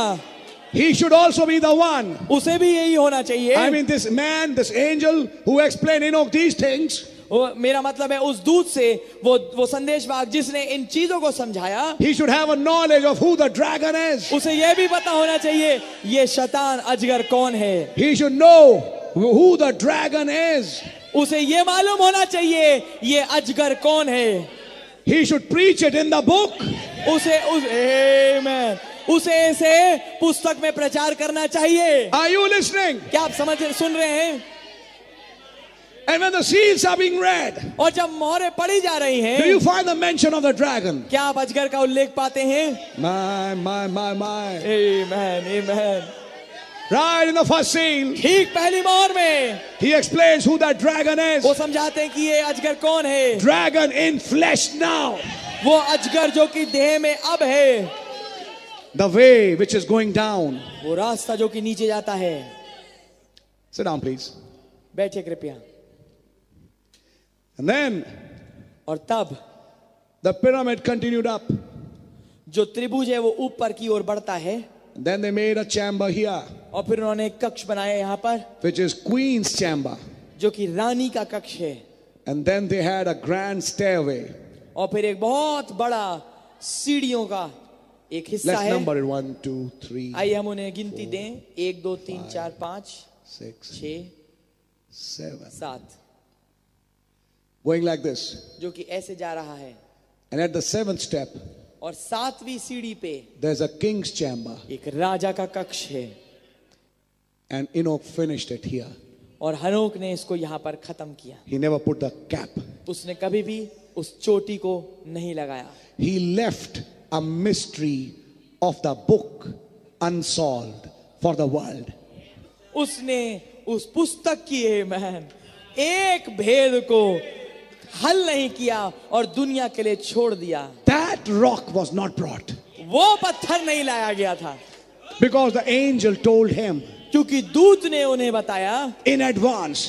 S1: He should also be the one.
S2: उसे भी यही होना चाहिए
S1: I mean, this man, this angel who explained Enoch these things,
S2: वो- मेरा मतलब है उस दूत से वो वो संदेश जिसने इन चीजों को समझाया
S1: he should have a knowledge of who the dragon is.
S2: उसे यह भी पता होना चाहिए ये शतान अजगर कौन है
S1: He should know who the dragon is.
S2: उसे ये मालूम होना चाहिए ये अजगर कौन है
S1: He should preach it in the book.
S2: उसे उस Amen. उसे इसे पुस्तक में प्रचार करना चाहिए
S1: Are you listening?
S2: क्या आप समझ सुन रहे हैं
S1: And when the seals are being read,
S2: और जब मोहरे पड़ी जा रही
S1: do
S2: हैं
S1: you find the mention of the dragon?
S2: क्या आप अजगर का उल्लेख पाते हैं
S1: My, my, my, my.
S2: Amen, amen.
S1: Right in the first seal,
S2: ठीक पहली मोहर में
S1: he explains who that dragon is.
S2: वो समझाते हैं कि ये अजगर कौन है
S1: Dragon in flesh now.
S2: वो अजगर जो कि देह में अब है
S1: The way which is going down.
S2: वो रास्ता जो कि नीचे जाता है
S1: Sit down, please.
S2: बैठे कृपया
S1: And then
S2: और तब
S1: the pyramid continued up.
S2: जो त्रिभुज है वो ऊपर की ओर बढ़ता है
S1: Then they made a chamber here,
S2: और फिर उन्होंने एक कक्ष बनाया यहाँ पर
S1: which is Queen's chamber.
S2: जो कि रानी का कक्ष है
S1: And then they had a grand stairway.
S2: और फिर एक बहुत बड़ा सीढ़ियों का एक हिस्सा
S1: Let's
S2: है
S1: number it one, two, three,
S2: आइए हम उन्हें गिनती दें एक दो तीन चार पाँच
S1: six,
S2: छ
S1: seven.
S2: सात
S1: Going like this.
S2: जो कि ऐसे जा रहा है
S1: And at the seventh step,
S2: और सातवीं सीढ़ी पे
S1: there's a king's chamber.
S2: एक राजा का कक्ष है
S1: And Enoch finished it here.
S2: और हनोक ने इसको यहाँ पर खत्म किया
S1: He never put the cap.
S2: उसने कभी भी उस चोटी को नहीं लगाया
S1: He left a mystery of the book unsolved for the world.
S2: उसने उस पुस्तक की है महन एक भेद को हल नहीं किया और दुनिया के लिए छोड़ दिया
S1: That rock was not brought
S2: वो पत्थर नहीं लाया गया था
S1: because the angel told him
S2: क्योंकि दूत ने उन्हें बताया
S1: in advance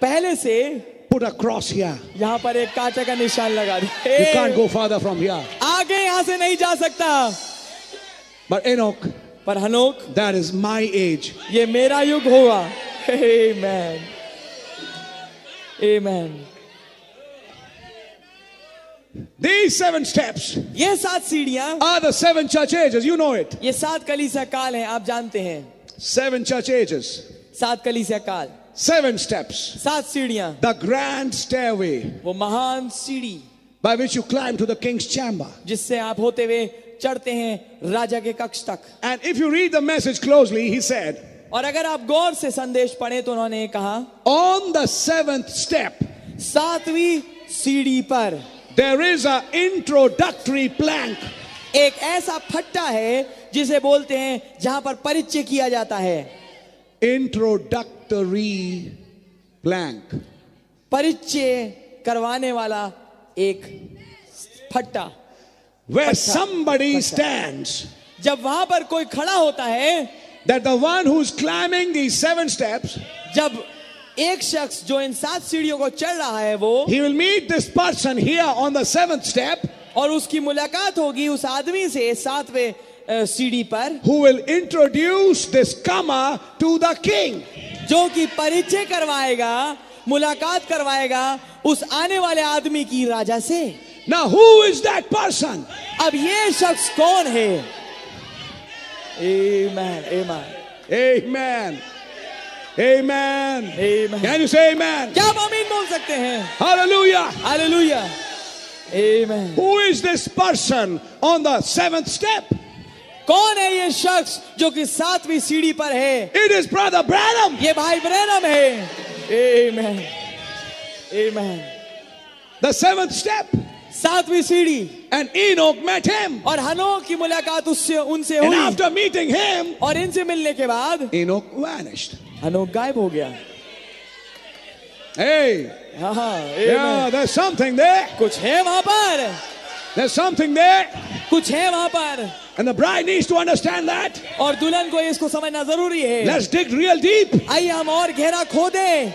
S2: पहले से
S1: put a cross here.
S2: यहाँ पर एक कांटा का निशान लगा
S1: You can't
S2: they
S1: go further from here.
S2: आगे यहाँ से नहीं जा सकता
S1: But Enoch,
S2: पर हनोक
S1: that is my age.
S2: ये मेरा युग होगा Amen. Amen.
S1: These seven steps
S2: ये सात सीढ़ियां
S1: are the seven church ages. You know it.
S2: ये सात कलीसिया काल हैं आप जानते हैं
S1: Seven church ages.
S2: सात कलीसिया काल
S1: Seven steps.
S2: सात सीढ़ियां
S1: The grand stairway
S2: वो महान सीढ़ी
S1: by which you climb to the king's chamber.
S2: जिससे आप होते हुए चढ़ते हैं राजा के कक्ष तक
S1: And if you read the message closely, he said,
S2: और अगर आप गौर से संदेश पढ़े तो उन्होंने ये कहा
S1: On the seventh step,
S2: सातवीं सीढ़ी पर
S1: there is an introductory plank.
S2: एक ऐसा फट्टा है जिसे बोलते हैं जहां पर परिचय किया जाता है
S1: Introductory plank.
S2: परिचय करवाने वाला एक फट्टा
S1: where somebody stands,
S2: जब वहां पर कोई खड़ा होता है
S1: that the one who's climbing these seven steps,
S2: जब एक शख्स जो इन सात सीढ़ियों को चढ़ रहा है वो
S1: he will meet this person here on the seventh step
S2: और उसकी मुलाकात होगी उस आदमी से सातवें अ, सीढ़ी पर
S1: who will introduce this comer to the king.
S2: जो कि परिचय करवाएगा मुलाकात करवाएगा उस आने वाले आदमी की राजा से
S1: Now, who is that person?
S2: अब ये शख्स कौन है Amen, amen,
S1: Amen. Amen.
S2: amen.
S1: Can you say amen?
S2: क्या हम अमीन बोल सकते हैं
S1: Hallelujah.
S2: Hallelujah amen
S1: Who is this person on the seventh step?
S2: कौन है ये शख्स जो कि सातवीं सीढ़ी पर है
S1: It is Brother Branham.
S2: ये भाई ब्रैनम है amen amen
S1: The seventh step.
S2: सातवीं सीढ़ी
S1: And Enoch met him.
S2: और हनोक की मुलाकात उससे उनसे
S1: And
S2: हुई
S1: after meeting him,
S2: और इनसे मिलने के बाद
S1: Enoch vanished.
S2: हनोक गायब हो गया
S1: Hey,
S2: हाँ हाँ
S1: yeah,
S2: amen.
S1: there's something there.
S2: कुछ है वहां पर
S1: There's something there.
S2: कुछ है वहां पर
S1: And the bride needs to understand that.
S2: और दुल्हन को इसको समझना जरूरी है
S1: Let's dig real deep.
S2: आइए हम और गहरा खोदे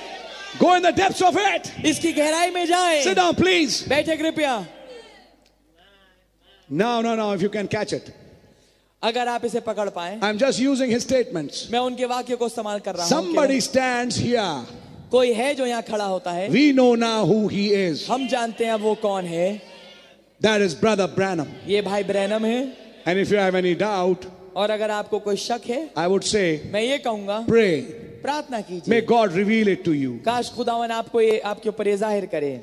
S1: Go in the depths of it.
S2: इसकी गहराई में
S1: Sit
S2: जाए
S1: down, please.
S2: बैठे कृपया
S1: No, no, no, if you can catch it.
S2: अगर आप इसे पकड़ पाए
S1: I'm just using his statements.
S2: मैं उनके वाक्य को इस्तेमाल कर रहा हूँ
S1: Somebody stands here.
S2: केवल। कोई है जो यहाँ खड़ा होता है
S1: We know now who he is.
S2: हम जानते हैं वो कौन है
S1: That is Brother Branham.
S2: ये भाई ब्रैनम है
S1: And if you have any doubt,
S2: और अगर आपको कोई शक है
S1: I would say,
S2: मैं ये कहूंगा
S1: pray.
S2: प्रार्थना कीजिए
S1: May God reveal it to you.
S2: काश खुदावन आपको ये आपके ऊपर ये जाहिर करे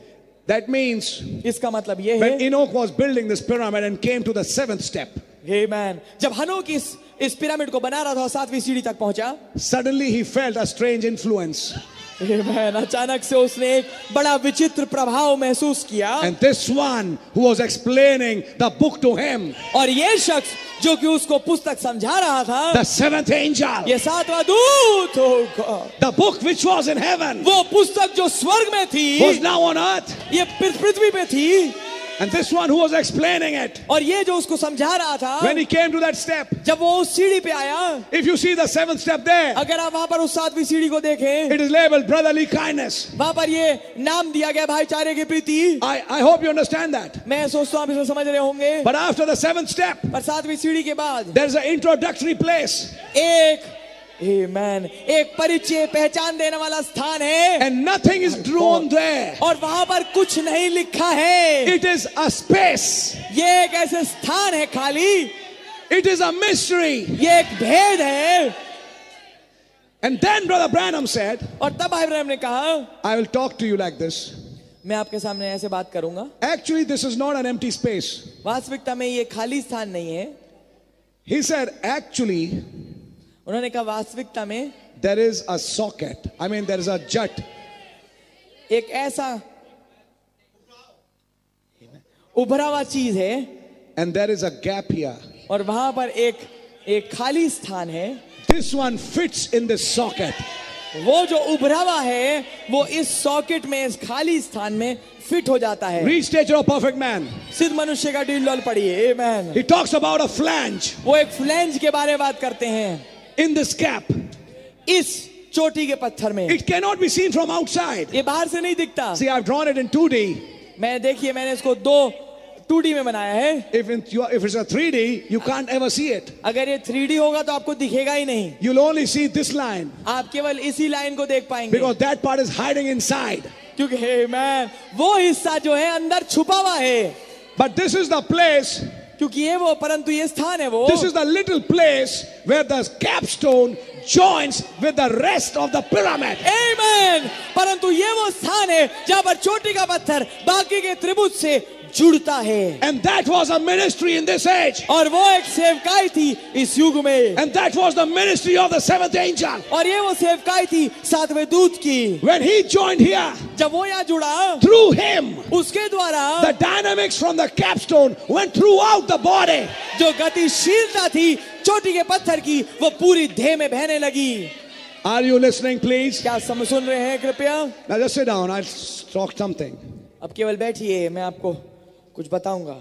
S1: That means
S2: इसका मतलब ये
S1: when
S2: है
S1: Enoch was building this pyramid and came to the seventh step,
S2: Amen. जब हनोक इस इस पिरामिड को बना रहा था और सातवीं सीढ़ी तक पहुंचा
S1: suddenly he felt a strange influence.
S2: Amen. अचानक से उसने एक बड़ा विचित्र प्रभाव महसूस किया
S1: And this one who was explaining the book to him,
S2: और ये शख्स जो कि उसको पुस्तक समझा रहा था
S1: the seventh angel,
S2: ये सातवां दूत होगा
S1: the book which was in heaven,
S2: वो पुस्तक जो स्वर्ग में थी
S1: was now on earth.
S2: ये पृ- पृथ्वी पे थी
S1: And this one who was explaining it,
S2: और ये जो उसको समझा रहा था
S1: when he came to that step,
S2: जब वो उस सीढ़ी पे आया
S1: if you see the seventh step there,
S2: अगर आप वहां पर उस सातवीं सीढ़ी को देखें
S1: it is labeled brotherly kindness.
S2: वहां पर ये नाम दिया गया भाईचारे की प्रीति
S1: I, I hope you understand that.
S2: मैं सोचता हूँ आप इसे समझ रहे होंगे
S1: But after the seventh step,
S2: पर सातवीं सीढ़ी के बाद
S1: there's an introductory place,
S2: एक Amen. एक परिचय पहचान देने वाला स्थान है
S1: and nothing is drawn there.
S2: और वहां पर कुछ नहीं लिखा है
S1: It is a space,
S2: ये एक ऐसे स्थान है खाली
S1: it is a mystery.
S2: ये एक भेद है
S1: And then Brother Branham said,
S2: और तब इब्राहिम ने कहा
S1: I will talk to you like this.
S2: मैं आपके सामने ऐसे बात करूंगा
S1: Actually, this is not an empty space.
S2: वास्तविकता में ये खाली स्थान नहीं है
S1: He said, Actually,
S2: उन्होंने कहा वास्तविकता में
S1: there is a socket. I mean, there is a jut.
S2: एक ऐसा उभरा हुआ चीज है
S1: And there is a gap here.
S2: और वहां पर एक एक खाली स्थान है
S1: This one fits in this socket.
S2: वो जो उभरा हुआ है वो इस सॉकेट में इस खाली स्थान में फिट हो जाता है
S1: Read stature of perfect man.
S2: सिद्ध मनुष्य का डील डॉल पढ़िए amen.
S1: He talks about a flange
S2: वो एक फ्लैंज के बारे में बात करते हैं
S1: in this gap.
S2: इस चोटी के पत्थर में
S1: It cannot be seen from outside.
S2: ये बाहर से नहीं दिखता
S1: See, I've drawn it in 2D.
S2: मैं देखिए मैंने इसको दो टू डी में बनाया है
S1: If, in, if it's a 3D, you can't ever see it.
S2: अगर ये थ्री डी होगा तो आपको दिखेगा ही नहीं
S1: You'll only see this line
S2: आप केवल इसी लाइन को देख पाएंगे
S1: because that part is hiding inside.
S2: क्योंकि हे मैन वो हिस्सा जो है अंदर छुपा हुआ है
S1: But this is the place,
S2: क्योंकि ये वो परंतु ये स्थान है वो
S1: this is the little place where the capstone joins with the rest of the pyramid.
S2: Amen. परंतु ये वो स्थान है जहाँ पर चोटी का पत्थर बाकी के त्रिभुज से जुड़ता है
S1: And that was a ministry in this age.
S2: और वो एक सेवकाई थी इस युग में
S1: And that was the ministry of the seventh angel.
S2: और ये वो सेवकाई थी सातवें दूत की
S1: When he joined here,
S2: जब वो यहाँ जुड़ा
S1: through him,
S2: उसके द्वारा
S1: The dynamics from the capstone went throughout the body.
S2: जो गतिशीलता थी चोटी के पत्थर की वो पूरी देह में बहने लगी
S1: Are you listening, please?
S2: क्या आप सम सुन रहे हैं कृपया
S1: Now just sit down. I'll s- talk something.
S2: अब केवल बैठिए मैं आपको कुछ बताऊंगा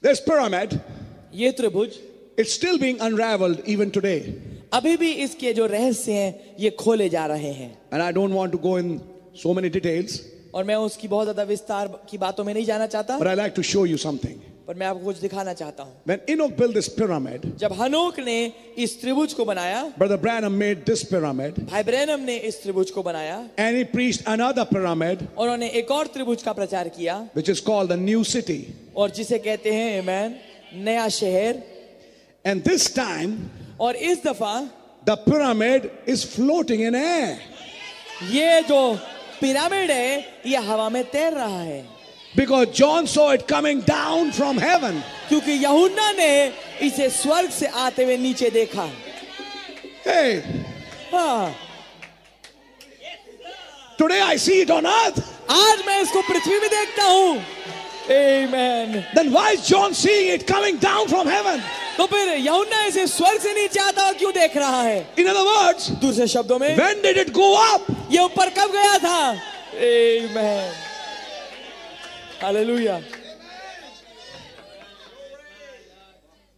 S1: This pyramid,
S2: ये त्रिभुज
S1: it's still being unraveled even today.
S2: अभी भी इसके जो रहस्य हैं ये खोले जा रहे हैं
S1: And I don't want to go in so many details,
S2: और मैं उसकी बहुत ज्यादा विस्तार की बातों में नहीं जाना चाहता
S1: but I like to show you something.
S2: पर मैं आपको कुछ दिखाना चाहता हूँ
S1: When Enoch built this pyramid,
S2: जब हनोक ने इस त्रिभुज को बनाया
S1: Brother Branham made this pyramid
S2: भाई ब्रैनम ने इस त्रिभुज को बनाया
S1: and he preached another pyramid,
S2: और उन्होंने एक और त्रिभुज का प्रचार किया
S1: which is called the New City.
S2: और जिसे कहते हैं एमैन नया शहर
S1: And this time,
S2: और इस दफा
S1: the pyramid is floating in air
S2: ये जो पिरामिड है ये हवा में तैर रहा है
S1: because John saw it coming down from heaven.
S2: क्योंकि यहुन्ना ने इसे स्वर्ग से आते हुए नीचे देखा
S1: Hey,
S2: हाँ,
S1: today I see it on earth.
S2: आज मैं इसको पृथ्वी में देखता हूँ Amen.
S1: Then why is John seeing it coming down from heaven?
S2: तो फिर यहुन्ना इसे स्वर्ग से नीचे आता हुआ क्यों देख रहा है
S1: In other words,
S2: दूसरे शब्दों में
S1: when did it go up?
S2: ये ऊपर कब गया था Amen. Hallelujah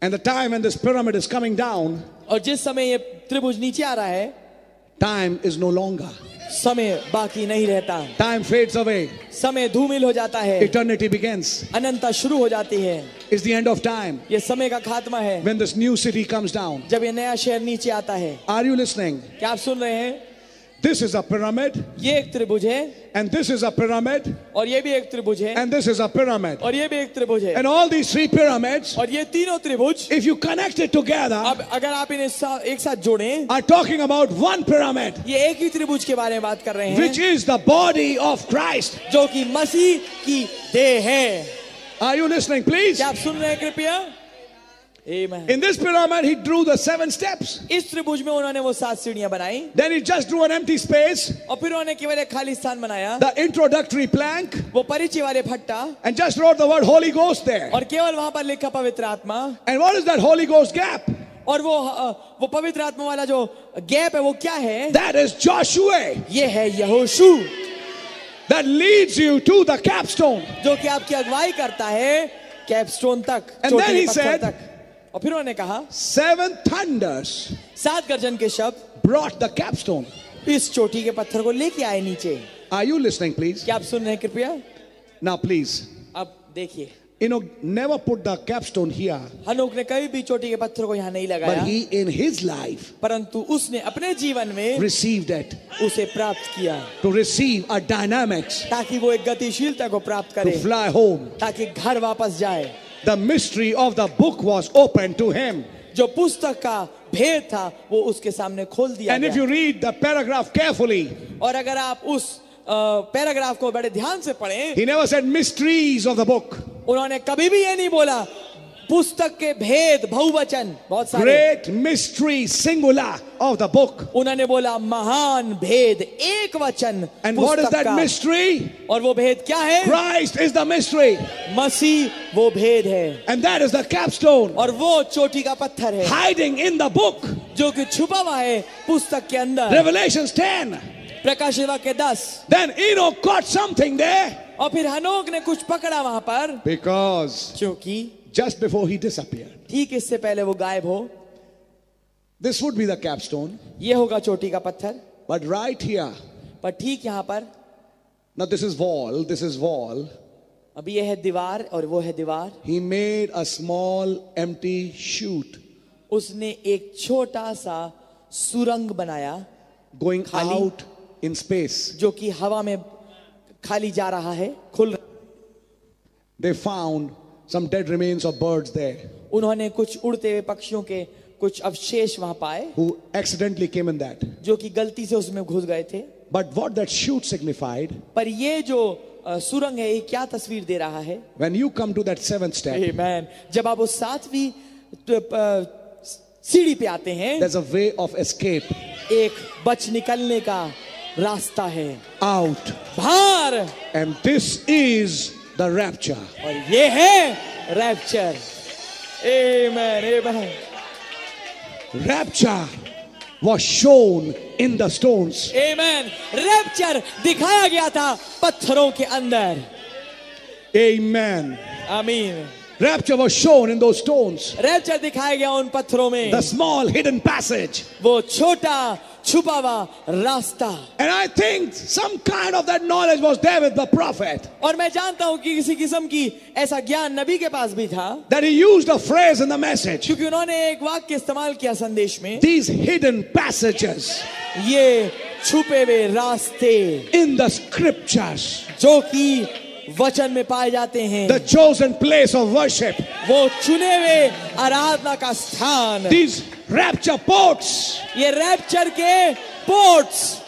S1: And the time when this pyramid is coming down,
S2: और जिस समय ये त्रिभुज नीचे आ रहा है
S1: time is no longer.
S2: समय बाकी नहीं रहता
S1: Time fades away,
S2: समय धूमिल हो जाता है
S1: eternity begins.
S2: अनंतता शुरू हो जाती है
S1: It's the end of time
S2: ये समय का खात्मा है
S1: when this new city comes down.
S2: जब ये नया शहर नीचे आता है
S1: Are you listening?
S2: क्या आप सुन रहे हैं
S1: This is a pyramid,
S2: ये एक त्रिभुज है
S1: and this is a pyramid,
S2: और ये भी एक त्रिभुज है
S1: and this is a pyramid.
S2: और ये भी एक त्रिभुज है
S1: And all these three pyramids,
S2: और ये तीनों त्रिभुज
S1: if you connect it together,
S2: अब अगर आप इन्हें सा, एक साथ जोड़ें
S1: are talking about one pyramid,
S2: ये एक ही त्रिभुज के बारे में बात कर रहे
S1: which
S2: हैं
S1: is the body of Christ.
S2: जो कि मसीह की देह है
S1: Are you listening, please?
S2: क्या आप सुन रहे हैं कृपया Amen.
S1: In this pyramid, he drew the seven steps.
S2: इस त्रिभुज में उन्होंने वो सात सीढ़ियां बनाई
S1: Then he just drew an empty space,
S2: और फिर उन्होंने केवल एक खाली स्थान बनाया
S1: the introductory plank,
S2: वो परिचय वाले फट्टा
S1: and just wrote the word Holy Ghost there.
S2: और केवल वहां पर लिखा पवित्र आत्मा
S1: And what is that Holy Ghost gap?
S2: और वो अ, वो पवित्र आत्मा वाला जो गैप है वो क्या है
S1: That is Joshua
S2: ये है यहोशू
S1: that leads you to the capstone.
S2: जो कि आपकी अगुवाई करता है कैपस्टोन तक
S1: And
S2: चोटी
S1: then he
S2: पत्थर
S1: said-
S2: तक और फिर उन्होंने कहा
S1: Seven thunders
S2: सात गर्जन के शब्द
S1: brought the capstone.
S2: इस चोटी के पत्थर को लेके आए नीचे
S1: Are you listening, please?
S2: क्या आप सुन रहे हैं कृपया
S1: Now, please.
S2: अब देखिए
S1: Enoch never put the capstone here,
S2: हनोक ने कभी भी चोटी के पत्थर को यहाँ नहीं
S1: but
S2: लगाया
S1: he in his life
S2: परंतु उसने अपने जीवन में
S1: received it
S2: उसे प्राप्त किया
S1: to receive a dynamics
S2: ताकि वो एक गतिशीलता को प्राप्त
S1: to
S2: करे
S1: fly home.
S2: ताकि घर वापस जाए
S1: The mystery of the book was open to him.
S2: जो पुस्तक का भेद था वो उसके सामने खोल दिया
S1: And if
S2: गया
S1: you read the paragraph carefully,
S2: और अगर आप उस पैराग्राफ को बड़े ध्यान से पढ़ें
S1: he never said mysteries of the book.
S2: उन्होंने कभी भी ये नहीं बोला पुस्तक के भेद बहुवचन बहुत सारे
S1: Great mystery singular of the book.
S2: उन्होंने बोला महान भेद एक वचन
S1: And what is
S2: पुस्तक
S1: that
S2: का।
S1: mystery?
S2: और वो भेद क्या है
S1: Christ is the mystery,
S2: मसीह वो भेद है
S1: and that is the capstone
S2: और वो चोटी का पत्थर है
S1: hiding in the book.
S2: जो कि छुपा हुआ है पुस्तक के अंदर
S1: Revelations 10.
S2: प्रकाशित वाक्य 10
S1: Then Enoch caught something there
S2: और फिर हनोक ने कुछ पकड़ा वहां पर
S1: because
S2: क्योंकि
S1: just before he disappeared,
S2: ठीक इससे पहले वो गायब हो
S1: this would be the capstone,
S2: ये होगा चोटी का पत्थर
S1: but right here.
S2: पर ठीक यहाँ पर
S1: Now this is wall, this is wall.
S2: अब ये है दीवार और वो है दीवार
S1: He made a small empty chute
S2: उसने एक छोटा सा सुरंग बनाया
S1: going
S2: Khali.
S1: out in space.
S2: जो कि हवा में खाली जा रहा है खुल रहा-
S1: They found some dead remains of birds there
S2: उन्होंने कुछ उड़ते हुए पक्षियों के कुछ अवशेष वहां पाए
S1: who accidentally came in that.
S2: जो कि गलती से उसमें घुस गए थे
S1: But what that chute signified,
S2: पर ये जो अ, सुरंग है ये क्या तस्वीर दे रहा है
S1: when you come to that seventh step,
S2: Amen. जब आप उस सातवीं त- प- सीढ़ी पे आते हैं
S1: there's a way of escape
S2: एक बच निकलने का रास्ता है
S1: out.
S2: बाहर
S1: And this is the rapture.
S2: और ये है rapture Amen, amen.
S1: Rapture was shown in the stones.
S2: Amen. Rapture दिखाया गया था पत्थरों के अंदर
S1: Amen.
S2: आमीन
S1: Rapture was shown in those stones,
S2: rapture दिखाया गया उन पत्थरों में
S1: the small hidden passage.
S2: वो छोटा छुपा हुआ रास्ता
S1: And I think some kind of that knowledge was there with the prophet.
S2: और मैं जानता हूं कि किसी किस्म की ऐसा ज्ञान नबी के पास भी था
S1: That he used a phrase in the message.
S2: क्योंकि उन्होंने एक वाक्य इस्तेमाल किया संदेश में
S1: These hidden passages
S2: ये छुपे हुए रास्ते
S1: in the scriptures,
S2: जो कि वचन में पाए जाते हैं
S1: the chosen place of worship,
S2: वो चुने हुए आराधना का स्थान
S1: these rapture ports
S2: ये रैप्चर के ports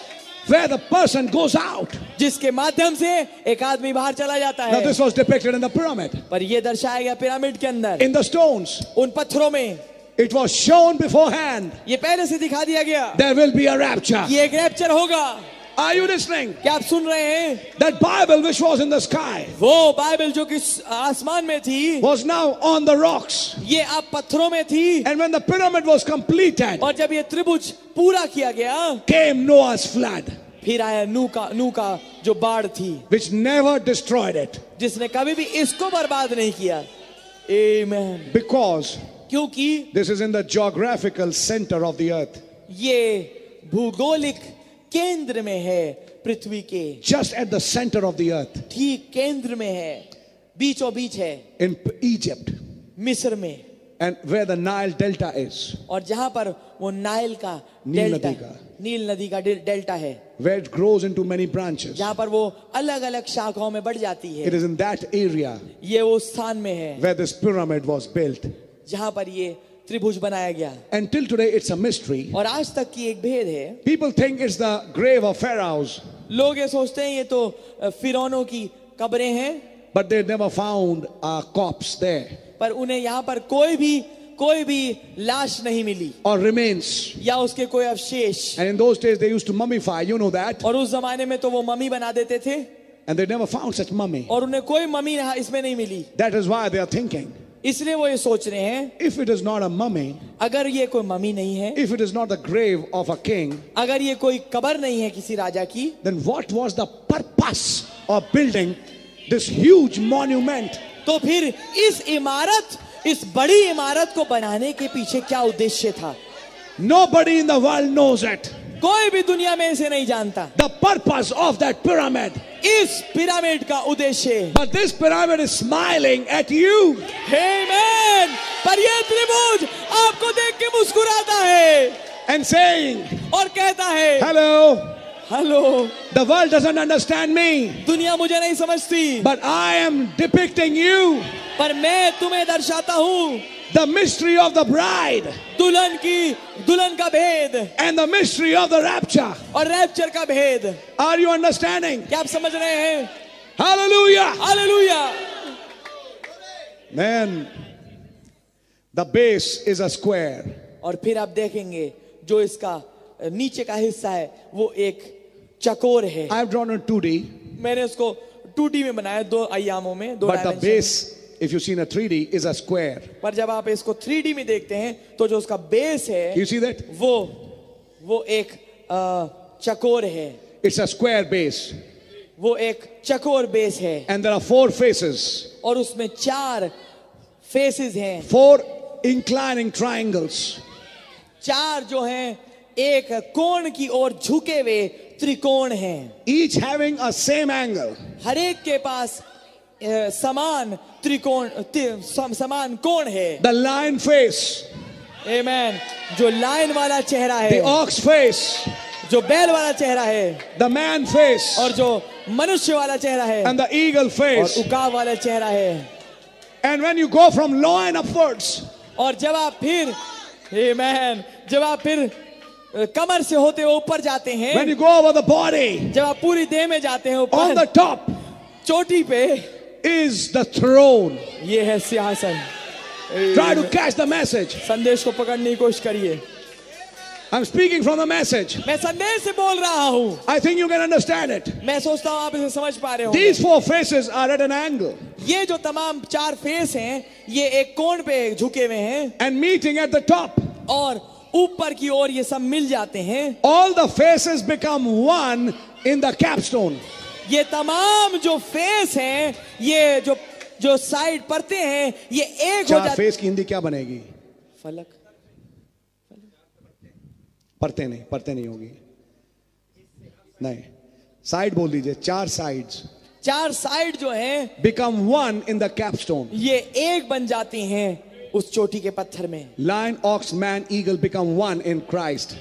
S1: where the person goes out.
S2: जिसके माध्यम से एक आदमी बाहर चला जाता
S1: Now,
S2: है
S1: this was depicted in the pyramid,
S2: पर ये दर्शाया गया पिरामिड के अंदर
S1: in the stones.
S2: उन पत्थरों में
S1: It was shown beforehand.
S2: ये पहले से दिखा दिया गया
S1: There will be a rapture.
S2: ये एक रैप्चर होगा
S1: Are you listening?
S2: क्या आप सुन रहे हैं
S1: That Bible which was in the sky
S2: वो बाइबल जो कि आसमान में थी
S1: was now on the rocks.
S2: ये अब पत्थरों में थी
S1: And when the pyramid was completed,
S2: और जब ये त्रिभुज पूरा किया गया
S1: came Noah's flood,
S2: फिर आया नू का नू का जो बाढ़ थी
S1: which never destroyed it
S2: जिसने कभी भी इसको बर्बाद नहीं किया Amen.
S1: because
S2: क्योंकि
S1: this is in the geographical center of the earth.
S2: ये भूगोलिक केंद्र में है पृथ्वी के
S1: Just at the center of the earth
S2: ठीक केंद्र में है बीचों बीच है
S1: in P- Egypt
S2: मिस्र में
S1: and where the Nile Delta is,
S2: और जहां पर वो नाइल का
S1: नील
S2: डेल्टा
S1: नदी का।
S2: नील नदी का डे- डेल्टा है
S1: where it grows into many branches.
S2: जहां पर वो अलग अलग शाखाओं में बढ़ जाती
S1: It
S2: है
S1: is in that area
S2: ये वो स्थान में है
S1: where this pyramid was built.
S2: जहां पर ये त्रिभुज बनाया गया
S1: Until today, it's a mystery.
S2: और आज तक की एक भेद है
S1: People think it's the grave of pharaohs,
S2: लोग ये सोचते हैं ये तो अ, फिरौनों की कब्रें हैं
S1: but they never found a corpse there
S2: पर उन्हें यहाँ पर कोई भी कोई भी लाश नहीं मिली
S1: or remains.
S2: या उसके कोई अवशेष
S1: And in those days, they used to mummify, you know that,
S2: और उस जमाने में तो वो मम्मी बना देते थे
S1: and they never found such mummy.
S2: और उन्हें कोई मम्मी यहाँ इसमें नहीं मिली
S1: That is why they are thinking
S2: इसलिए वो ये सोच रहे हैं
S1: if it is not a mummy,
S2: अगर ये कोई मम्मी नहीं है
S1: if it is not the grave of a king,
S2: अगर ये कोई कबर नहीं है किसी राजा की
S1: then what was the purpose of building this huge monument?
S2: तो फिर इस इमारत इस बड़ी इमारत को बनाने के पीछे क्या उद्देश्य था
S1: Nobody in the world knows it.
S2: कोई भी दुनिया में इसे नहीं जानता
S1: The purpose of that pyramid.
S2: इस पिरामिड का उद्देश्य
S1: But this pyramid is smiling at you.
S2: Amen! पर यह त्रिभुज आपको देख के मुस्कुराता है
S1: and saying,
S2: और कहता है
S1: Hello,
S2: hello
S1: the world doesn't understand me,
S2: दुनिया मुझे नहीं समझती
S1: but I am depicting you,
S2: पर मैं तुम्हें दर्शाता हूँ
S1: the mystery of the bride
S2: दुल्हन की दुल्हन का भेद
S1: and the mystery of the rapture.
S2: और रैप्चर का भेद
S1: Are you understanding?
S2: क्या आप समझ रहे हैं
S1: Hallelujah.
S2: Hallelujah
S1: Man, the base is a square,
S2: और फिर आप देखेंगे जो इसका नीचे का हिस्सा है वो एक चकोर है
S1: I've drawn a 2D,
S2: मैंने उसको टूटी में बनाया दो आयामों में दो
S1: but the
S2: dimension
S1: base, if you see in a 3D, is a square.
S2: में। पर जब आप इसको 3D में देखते हैं तो जो उसका बेस है
S1: You see that?
S2: वो वो एक अ, चकोर है
S1: It's a square base,
S2: वो एक चकोर बेस है
S1: and there are four faces,
S2: और उसमें चार फेसेस हैं
S1: four inclining triangles.
S2: चार जो हैं एक कोण की ओर झुके हुए त्रिकोण हैं
S1: each having a same angle.
S2: हर एक के पास अ, समान त्रिकोण ति- सम- समान कोण है
S1: The lion face,
S2: Amen. जो लाइन वाला चेहरा है
S1: the ox face,
S2: जो बैल वाला चेहरा है
S1: the man face,
S2: और जो मनुष्य वाला चेहरा है
S1: and the eagle
S2: और
S1: face.
S2: उकाब वाला चेहरा है
S1: And when you go from loin upwards,
S2: और जब आप फिर Amen. जब आप फिर अ, कमर से होते हुए ऊपर जाते
S1: when
S2: हैं
S1: you go over the body,
S2: जब आप पूरी देह में जाते हैं
S1: on the
S2: ऊपर
S1: top
S2: चोटी पे
S1: is the throne.
S2: ये है सिंहासन
S1: Try to catch the message.
S2: संदेश को पकड़ने की कोशिश करिए
S1: I'm speaking from the message.
S2: मैं संदेश से बोल रहा हूँ
S1: I think you can understand it.
S2: मैं सोचता हूँ आप इसे समझ पा रहे हो
S1: These four faces are at an angle
S2: ये जो तमाम चार फेस हैं ये एक कोण पे झुके हुए हैं
S1: and meeting at the top.
S2: और ऊपर की ओर ये सब मिल जाते हैं
S1: All the faces become one in the capstone.
S2: ये तमाम जो फेस हैं ये जो जो साइड पढ़ते हैं ये एक हो
S1: चार
S2: जाते
S1: फेस की हिंदी क्या बनेगी
S2: फलक
S1: पढ़ते नहीं पढ़ते नहीं होगी नहीं साइड बोल दीजिए चार साइड्स
S2: चार साइड जो हैं
S1: become one in the capstone
S2: ये एक बन जाती हैं उस चोटी के पत्थर में
S1: lion ox man eagle become one in Christ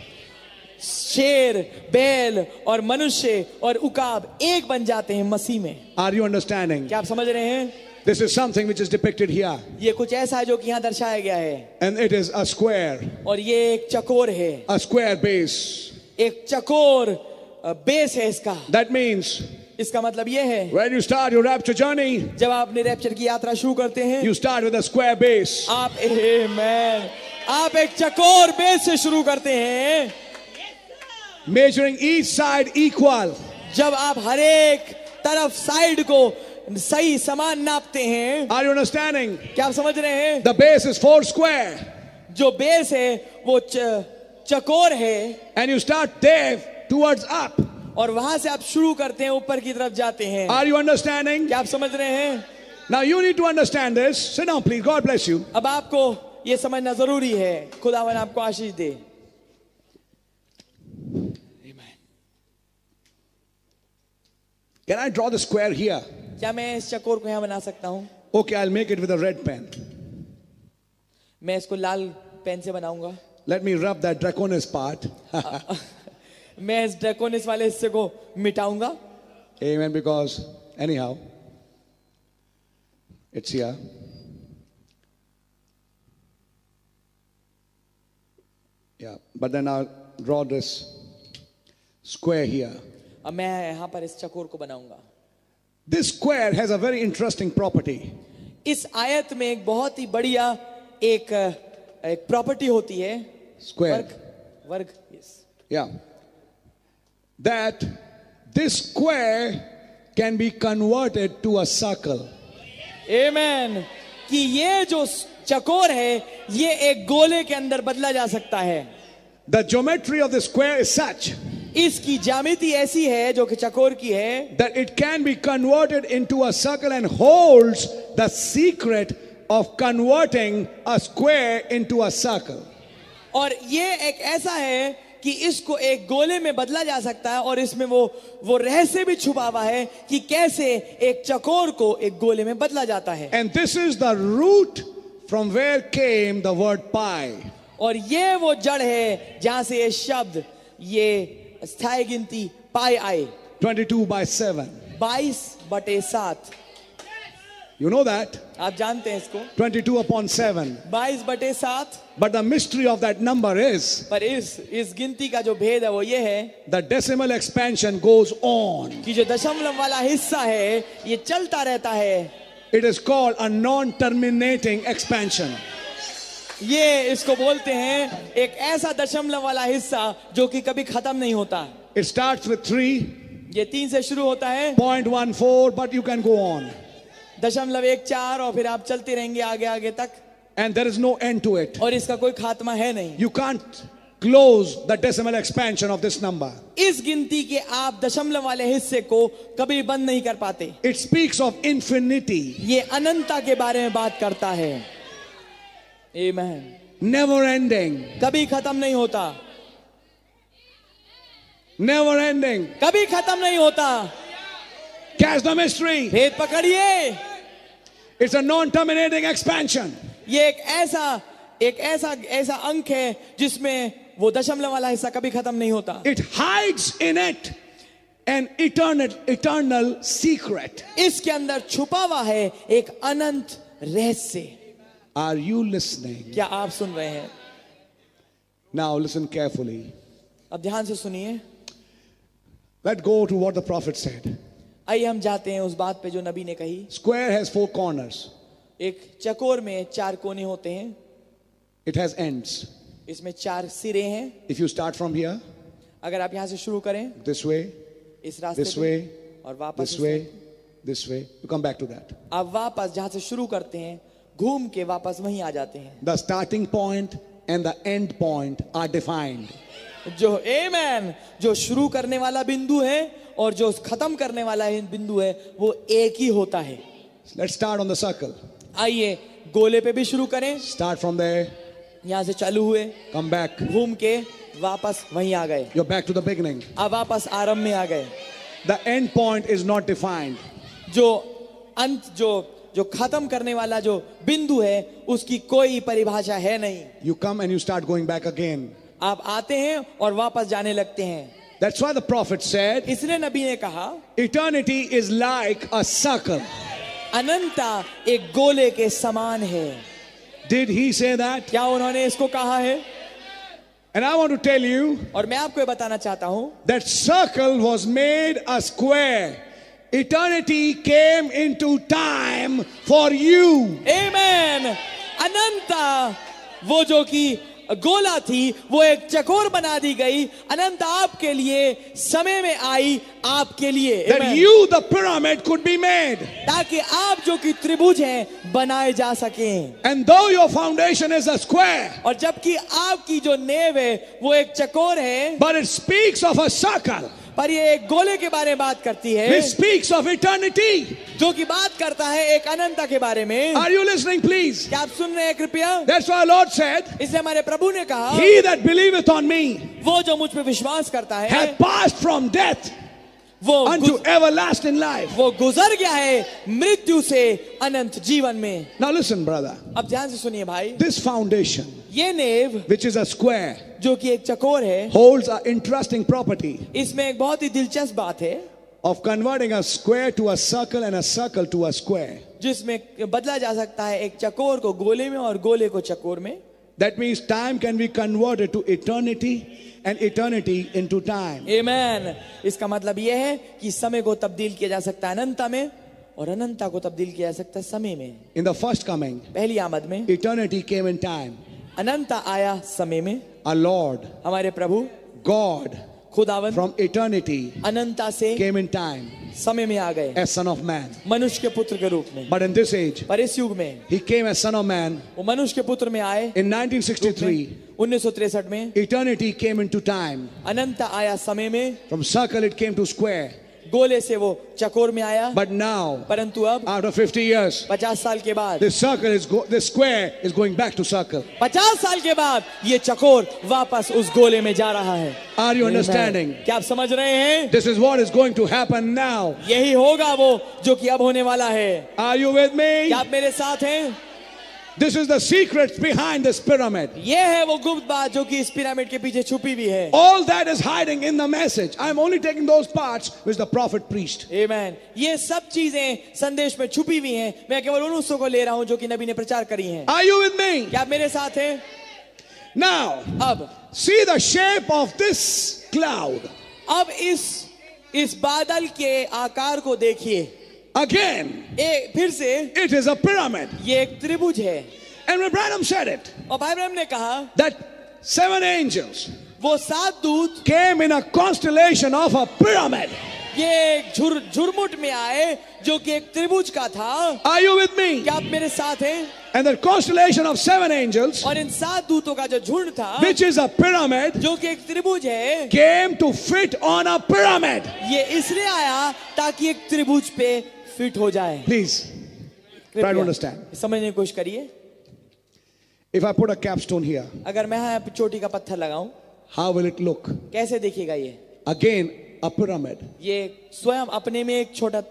S2: शेर बैल और मनुष्य और उकाब एक बन जाते हैं मसीह में
S1: आर यू अंडरस्टैंडिंग
S2: क्या आप समझ रहे हैं
S1: this is something which is depicted here
S2: ये कुछ ऐसा है जो कि यहाँ दर्शाया गया है
S1: and it is a square
S2: और ये एक चकोर है
S1: a square base.
S2: एक चकोर बेस है इसका
S1: That means
S2: इसका मतलब ये है
S1: when you start your rapture journey,
S2: जब आपने रैप्चर की यात्रा शुरू करते हैं
S1: you start with a square base.
S2: आप amen, आप एक चकोर बेस से शुरू करते हैं
S1: Measuring each side equal.
S2: जब आप हर एक तरफ साइड को सही समान नापते हैं
S1: Are you understanding?
S2: क्या आप समझ रहे हैं
S1: The base is four square.
S2: जो बेस है वो च, चकोर है
S1: And you start there towards up.
S2: और वहां से आप शुरू करते हैं ऊपर की तरफ जाते हैं
S1: Are you understanding?
S2: क्या आप समझ रहे हैं
S1: Now you need to understand this. Sit down, please. God bless you.
S2: अब आपको ये समझना जरूरी है खुदावन आपको आशीष दे
S1: Can I draw the square here?
S2: क्या मैं इस चकोर को यहाँ बना सकता हूँ
S1: Okay, I'll make it with a red pen.
S2: मैं इसको लाल पेन से बनाऊंगा
S1: Let me rub that draconis part.
S2: मैं इस ड्रेकोनिस वाले हिस्से को मिटाऊंगा
S1: Amen. Because anyhow, it's here. Yeah, but then I'll draw this square here.
S2: अब मैं यहाँ पर इस चकोर को बनाऊंगा
S1: This square has a very interesting property.
S2: इस आयत में एक बहुत ही बढ़िया एक एक प्रॉपर्टी होती है
S1: Square.
S2: वर्ग वर्ग yes.
S1: Yeah. That this square can be converted to a circle.
S2: Amen. कि ये जो चकोर है ये एक गोले के अंदर बदला जा सकता है
S1: The geometry of the square is such
S2: इसकी ज्यामिति ऐसी है जो कि चकोर की है
S1: that it can be converted into a circle and holds the secret of converting a square into a circle.
S2: और ये एक ऐसा है कि इसको एक गोले में बदला जा सकता है और इसमें वो वो रहस्य भी छुपा हुआ है कि कैसे एक चकोर को एक गोले में बदला जाता है
S1: And this is the root from where came the word pi.
S2: और ये वो जड़ है जहां से ये शब्द ये स्थायी गिनती पाए आए
S1: 22 by 7.
S2: 22 बटे सात
S1: You know that?
S2: आप जानते हैं इसको
S1: 22 upon 7.
S2: 22 बटे सात
S1: But the mystery of that number is
S2: पर इस इस गिनती का जो भेद है वो ये है
S1: the decimal expansion goes on.
S2: कि जो दशमलव वाला हिस्सा है ये चलता रहता है
S1: It is called a non terminating expansion.
S2: ये इसको बोलते हैं एक ऐसा दशमलव वाला हिस्सा जो कि कभी खत्म नहीं होता
S1: It starts with 3.14,
S2: ये तीन से शुरू होता है
S1: but you can go on.
S2: दशमलव एक चार और फिर आप चलते रहेंगे आगे आगे तक
S1: and there is no end to it.
S2: और इसका कोई खात्मा है नहीं
S1: You can't close the decimal expansion of this number.
S2: इस गिनती के आप दशमलव वाले हिस्से को कभी बंद नहीं कर पाते
S1: It speaks of infinity,
S2: ये अनंतता के बारे में बात करता है Amen.
S1: never ending,
S2: कभी खत्म नहीं होता
S1: never ending.
S2: कभी खत्म नहीं होता
S1: Catch the mystery.
S2: भेद पकड़िए
S1: It's a non terminating expansion.
S2: ये एक ऐसा एक ऐसा ऐसा अंक है जिसमें वो दशमलव वाला हिस्सा कभी खत्म नहीं होता
S1: It hides in it an eternal, eternal secret.
S2: इसके अंदर छुपा हुआ है एक अनंत रहस्य
S1: Are you listening?
S2: क्या आप सुन रहे हैं
S1: Now listen carefully.
S2: अब ध्यान से सुनिए
S1: Let go to what the prophet said.
S2: आइए हम जाते हैं उस बात पे जो नबी ने कही
S1: Square has four corners.
S2: एक चकोर में चार कोने होते हैं
S1: It has ends.
S2: इसमें चार सिरे हैं
S1: If you start from here,
S2: अगर आप यहाँ से शुरू करें
S1: this way,
S2: इस रास्ते
S1: this
S2: पे
S1: way,
S2: और वापस
S1: this
S2: इस
S1: way, this way. You come back to that.
S2: तरफ। आप वापस जहाँ से शुरू करते हैं घूम के वापस वहीं आ जाते हैं
S1: The starting point and the end point are defined.
S2: जो एमेन जो शुरू करने वाला बिंदु है और जो खत्म करने वाला है- बिंदु है वो एक ही होता है
S1: Let's start on the circle.
S2: आइए गोले पे भी शुरू करें
S1: Start from there,
S2: यहाँ से चालू हुए
S1: come back.
S2: घूम के वापस वहीं आ गए
S1: You're back to the beginning.
S2: अब वापस आरंभ में आ गए
S1: The end point is not defined.
S2: जो अंत जो जो खत्म करने वाला जो बिंदु है उसकी कोई परिभाषा है नहीं
S1: You come and you start going back again.
S2: आप आते हैं और वापस जाने लगते हैं
S1: That's why the prophet said,
S2: इसलिए नबी ने कहा
S1: Eternity is like a circle.
S2: अनंता एक गोले के समान है
S1: Did he say that?
S2: क्या उन्होंने इसको कहा है
S1: And I want to tell you
S2: और मैं आपको ये बताना चाहता हूं
S1: that circle was made a square. Eternity came into time for you.
S2: Amen. अनंता वो जो कि गोला थी वो एक चकोर बना दी गई अनंता आपके लिए समय में आई आपके लिए
S1: That
S2: Amen.
S1: you, the pyramid, could be made.
S2: ताकि आप जो कि त्रिभुज हैं बनाए जा सकें
S1: And though your foundation is a square,
S2: और जबकि आपकी जो नेव है वो एक चकोर है
S1: but it speaks of a circle.
S2: पर ये एक गोले के बारे में बात करती है
S1: It speaks of eternity.
S2: जो कि बात करता है एक अनंता के बारे में
S1: Are you listening, please?
S2: क्या आप सुन रहे हैं कृपया
S1: That's why our Lord said,
S2: इसलिए हमारे प्रभु ने कहा
S1: He that believeth on me
S2: वो जो मुझ पे विश्वास करता है
S1: hath passed from death
S2: वो
S1: unto
S2: गुज-
S1: everlasting life.
S2: वो गुजर गया है मृत्यु से अनंत जीवन में
S1: Now listen, brother.
S2: अब ध्यान से सुनिए भाई
S1: This foundation,
S2: ये नेव
S1: which is a square,
S2: जो कि एक चकोर है
S1: holds an interesting property
S2: इसमें एक बहुत ही दिलचस्प बात है
S1: of converting a square to a circle and a circle to a square.
S2: जिसमें बदला जा सकता है एक चकोर को गोले में और गोले को चकोर में
S1: That means time can be converted to eternity and eternity into time.
S2: Amen. इसका मतलब यह है कि समय को तब्दील किया जा सकता है अनंता में और अनंता को तब्दील किया जा सकता है समय में
S1: In the first coming,
S2: पहली आमद में
S1: eternity came in time.
S2: अनंता आया समय में
S1: Our Lord,
S2: हमारे प्रभु
S1: God,
S2: खुदावन
S1: from eternity
S2: अनंता से
S1: came in time
S2: समय में आ गए
S1: as Son of Man.
S2: मनुष्य के पुत्र के रूप में
S1: But in this age,
S2: पर इस युग में
S1: He came as Son of Man.
S2: वो मनुष्य के पुत्र में आए
S1: In 1963,
S2: उन्नीस में
S1: eternity came into time.
S2: अनंत आया समय में
S1: From circle, it came to square.
S2: गोले से वो चकोर में आया
S1: But now,
S2: परंतु अब
S1: after 50 years,
S2: 50 साल के बाद
S1: This circle is go- this square is going back to circle.
S2: 50 साल के बाद ये चकोर वापस उस गोले में जा रहा है
S1: Are you understanding?
S2: क्या आप समझ रहे हैं
S1: This is what is going to happen now.
S2: यही होगा वो जो कि अब होने वाला है
S1: Are you with me?
S2: क्या आप मेरे साथ हैं
S1: This is the secret behind this pyramid.
S2: ये है वो गुप्त बात जो कि इस पिरामिड के पीछे छुपी हुई है
S1: All that is hiding in the message. I'm only taking those parts which the prophet preached.
S2: Amen. ये सब चीजें संदेश में छुपी हुई हैं मैं केवल उन हिस्सों को ले रहा हूं जो कि नबी ने प्रचार करी हैं
S1: Are you with me?
S2: क्या आप मेरे साथ हैं
S1: Now,
S2: अब
S1: see the shape of this cloud.
S2: अब इस इस बादल के आकार को देखिए
S1: Again,
S2: ए- फिर से
S1: it is a pyramid.
S2: ये एक त्रिभुज है
S1: And when Branham said it,
S2: और भाई ब्रह्म ने कहा
S1: that seven angels
S2: वो सात दूत
S1: came in a constellation of a pyramid.
S2: ये एक झुर झुरमुट में आए जो कि एक त्रिभुज का था
S1: Are you with me?
S2: क्या आप मेरे साथ हैं
S1: And the constellation of seven angels,
S2: और इन सात दूतों का जो झुंड था
S1: which is a pyramid,
S2: जो कि एक त्रिभुज है
S1: came to fit on a pyramid.
S2: ये इसलिए आया ताकि एक त्रिभुज पे फिट हो जाए
S1: Please,
S2: कृपया
S1: to understand.
S2: समझने की कोशिश करिए
S1: if I put a capstone here,
S2: अगर मैं यहाँ पे चोटी का पत्थर लगाऊं
S1: how will it look?
S2: कैसे देखिएगा ये
S1: Again, a pyramid.
S2: ये स्वयं अपने में एक छोटा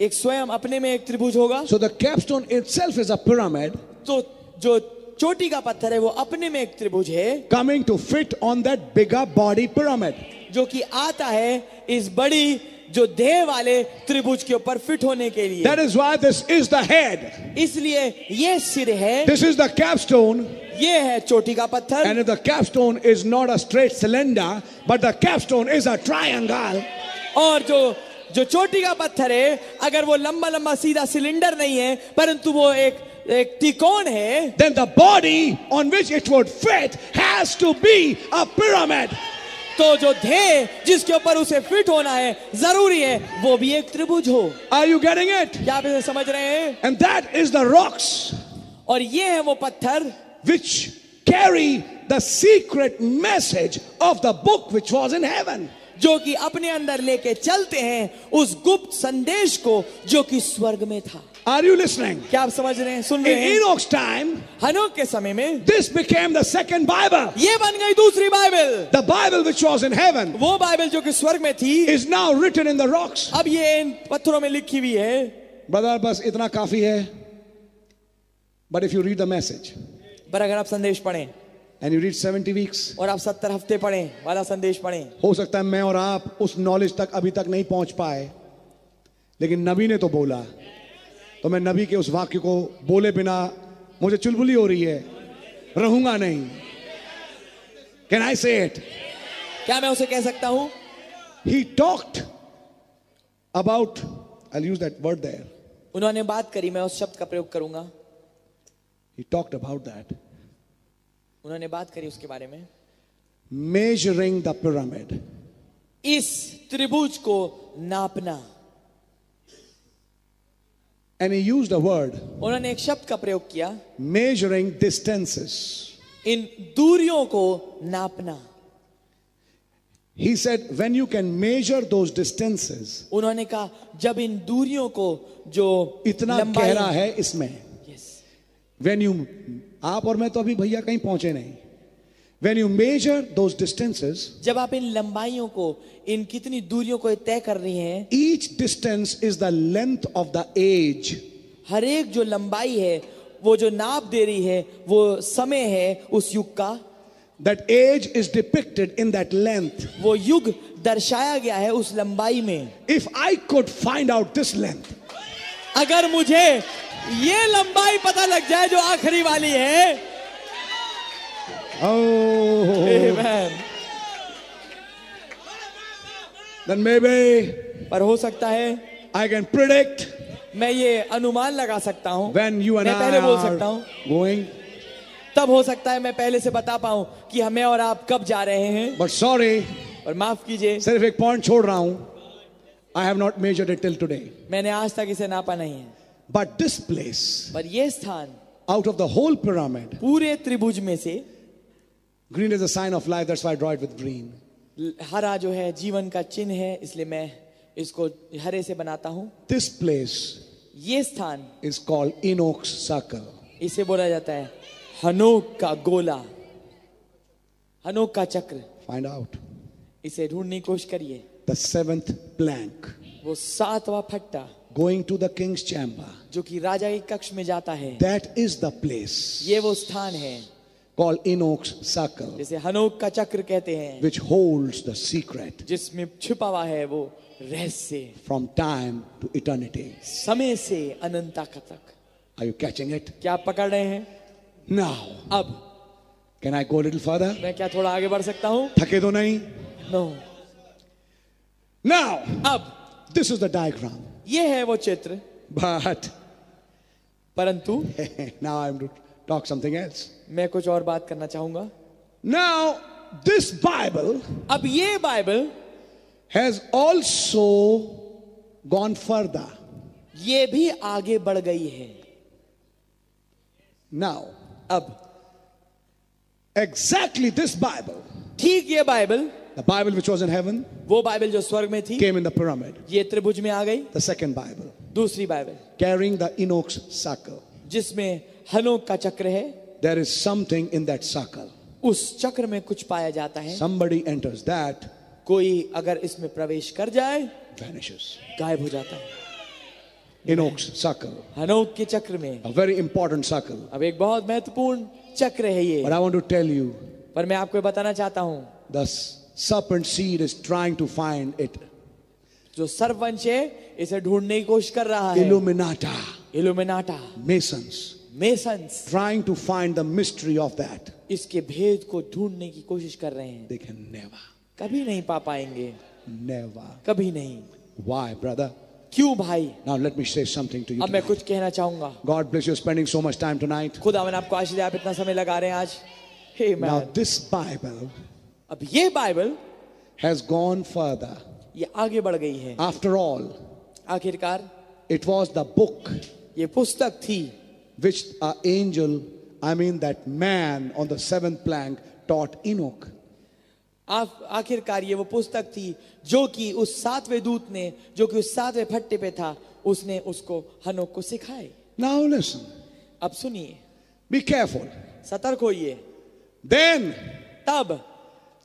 S2: एक स्वयं अपने में एक त्रिभुज होगा
S1: So the capstone itself is a pyramid
S2: तो जो चोटी का पत्थर है वो अपने में एक त्रिभुज है
S1: coming to fit on that bigger body pyramid.
S2: जो कि आता है इस बड़ी जो देह वाले त्रिभुज के ऊपर फिट होने के लिए
S1: That is why this is the head.
S2: इसलिए ये सिर है
S1: This is the capstone.
S2: ये है चोटी का पत्थर
S1: And if the capstone is not a straight cylinder, but the capstone is a triangle,
S2: और जो जो चोटी का पत्थर है अगर वो लंबा लंबा सीधा सिलेंडर नहीं है परंतु वो एक एक त्रिकोण है
S1: then the body on which it would fit has to be a pyramid.
S2: तो जो ध्येय जिसके ऊपर उसे फिट होना है जरूरी है वो भी एक त्रिभुज हो
S1: Are you getting it?
S2: क्या आप इसे समझ रहे हैं
S1: And that is the rocks
S2: और ये है वो पत्थर
S1: which carry the secret message of the book which was in heaven.
S2: जो कि अपने अंदर लेके चलते हैं उस गुप्त संदेश को जो कि स्वर्ग में था
S1: Are you listening?
S2: क्या आप समझ रहे हैं सुन
S1: In
S2: रहे हैं
S1: Enoch's time,
S2: हनोक के समय में
S1: this became the second Bible.
S2: ये बन गई दूसरी Bible
S1: The Bible which was in heaven
S2: वो बाइबल जो कि स्वर्ग में थी
S1: is now written in the rocks.
S2: अब ये इन पत्थरों में लिखी हुई है
S1: Brother, बस इतना काफी है. But if you read the message
S2: पर अगर आप संदेश पढ़ें
S1: and you read 70 weeks,
S2: और आप सत्तर हफ्ते पढ़ें वाला संदेश पढ़ें
S1: हो सकता है मैं और आप उस नॉलेज तक अभी तक नहीं पहुंच पाए लेकिन नबी ने तो बोला तो मैं नबी के उस वाक्य को बोले बिना मुझे चुलबुली हो रही है रहूंगा नहीं कैन आई से इट
S2: क्या मैं उसे कह सकता हूं
S1: he talked about I use that word there
S2: उन्होंने बात करी मैं उस शब्द का प्रयोग करूंगा
S1: ही टॉक्ड अबाउट दैट
S2: उन्होंने बात करी उसके बारे में
S1: मेजरिंग द पिरामिड
S2: इस त्रिभुज को नापना
S1: and he use the word
S2: उन्होंने एक शब्द का प्रयोग किया
S1: मेजरिंग डिस्टेंसेस
S2: इन दूरियों को नापना
S1: he said when you can measure those distances
S2: उन्होंने कहा जब इन दूरियों को जो
S1: इतना
S2: लंबाई-
S1: गहरा है इसमें
S2: Yes.
S1: वेन यू आप और मैं तो अभी भैया कहीं पहुंचे नहीं when you measure those distances
S2: जब आप इन लंबाइयों को इन कितनी दूरियों को ये तय कर रही हैं
S1: each distance is the length of the edge
S2: हर एक जो लंबाई है वो जो नाप दे रही है वो समय है उस युग का
S1: that age is depicted in that length
S2: वो युग दर्शाया गया है उस लंबाई में
S1: if I could find out this length
S2: अगर मुझे ये लंबाई पता लग जाए जो आखिरी वाली है Amen.
S1: then maybe
S2: पर हो सकता है
S1: i can predict
S2: मैं ये अनुमान लगा सकता हूँ
S1: when you and
S2: मैं पहले
S1: i
S2: बोल
S1: are
S2: सकता हूँ
S1: going
S2: तब हो सकता है मैं पहले से बता पाऊं कि हमें और आप कब जा रहे हैं
S1: but sorry
S2: और माफ कीजिए
S1: सिर्फ एक पॉइंट छोड़ रहा हूं i have not measured it till today
S2: मैंने आज तक इसे नापा नहीं है
S1: but this place
S2: पर ये स्थान
S1: out of the whole pyramid.
S2: पूरे त्रिभुज में से
S1: Green is a sign of life, that's why I draw it with green.
S2: हरा जो है जीवन का चिन्ह है इसलिए मैं इसको हरे से बनाता हूँ
S1: This place
S2: ये स्थान
S1: is called Enoch's circle.
S2: इसे बोला जाता है हनोक का गोला हनोक का चक्र
S1: Find out.
S2: इसे ढूंढने की कोशिश करिए
S1: The seventh plank
S2: वो सातवां फट्टा
S1: going to the king's chamber.
S2: जो कि राजा के कक्ष में जाता है
S1: That is the place
S2: ये वो स्थान है
S1: called Enoch's circle,
S2: जिसे हनोक का चक्र कहते हैं
S1: which holds the secret
S2: जिसमें छिपा हुआ है वो रहस्य
S1: from time to eternity.
S2: समय से अनंता का तक
S1: Are you catching it?
S2: क्या आप पकड़ रहे हैं
S1: Now,
S2: अब
S1: can I go a little further?
S2: मैं क्या थोड़ा आगे बढ़ सकता हूँ
S1: थके तो नहीं?
S2: नो
S1: Now,
S2: अब
S1: this is the diagram.
S2: ये है वो चित्र
S1: But
S2: परंतु
S1: now I'm to talk something else.
S2: मैं कुछ और बात करना चाहूंगा
S1: Now, this Bible
S2: अब ये Bible
S1: has also gone further.
S2: ये भी आगे बढ़ गई है
S1: Now,
S2: अब
S1: exactly this Bible,
S2: ठीक ये Bible
S1: the Bible which was in heaven,
S2: वो बाइबल जो स्वर्ग में थी
S1: came in the pyramid,
S2: ये त्रिभुज में आ गई
S1: the second Bible,
S2: दूसरी Bible
S1: carrying the Enoch's circle.
S2: जिसमें हनोक का चक्र है
S1: There is something in that circle.
S2: उस चक्र में कुछ पाया जाता है
S1: Somebody enters that,
S2: कोई अगर इसमें प्रवेश कर जाए
S1: vanishes.
S2: गायब हो जाता है
S1: Enoch's circle,
S2: हनोक के चक्र में
S1: a very important circle.
S2: अब एक बहुत महत्वपूर्ण चक्र है
S1: But
S2: ये
S1: I want to tell you,
S2: पर मैं आपको बताना चाहता हूँ
S1: the serpent seed is trying to find it.
S2: जो सर्ववंश है इसे ढूंढने की कोशिश कर रहा है
S1: Illuminata,
S2: Illuminata
S1: Masons,
S2: Masons
S1: trying to find the mystery of that.
S2: इसके भेद को ढूंढने की कोशिश कर रहे हैं
S1: They can never,
S2: कभी नहीं पा पाएंगे
S1: never.
S2: कभी नहीं
S1: Why, brother?
S2: क्यों भाई
S1: Now let me say something to you.
S2: अब मैं
S1: tonight.
S2: कुछ कहना चाहूंगा
S1: God bless you spending so much time tonight.
S2: खुदा मैंने आपको आशीष दे, आप इतना समय लगा रहे हैं आज हे
S1: Now this Bible
S2: अब ये बाइबल
S1: has gone further.
S2: ये आगे बढ़ गई है
S1: After all,
S2: आखिरकार
S1: it was the book
S2: ये पुस्तक थी
S1: which our angel, I mean that man on the seventh plank taught Enoch.
S2: आप आखिरकार ये वो पुस्तक थी जो कि उस सातवें दूत ने जो कि उस सातवें फट्टे पे था उसने उसको हनोक को सिखाए
S1: Now listen,
S2: अब सुनिए
S1: be careful.
S2: सतर्क होइए
S1: Then,
S2: तब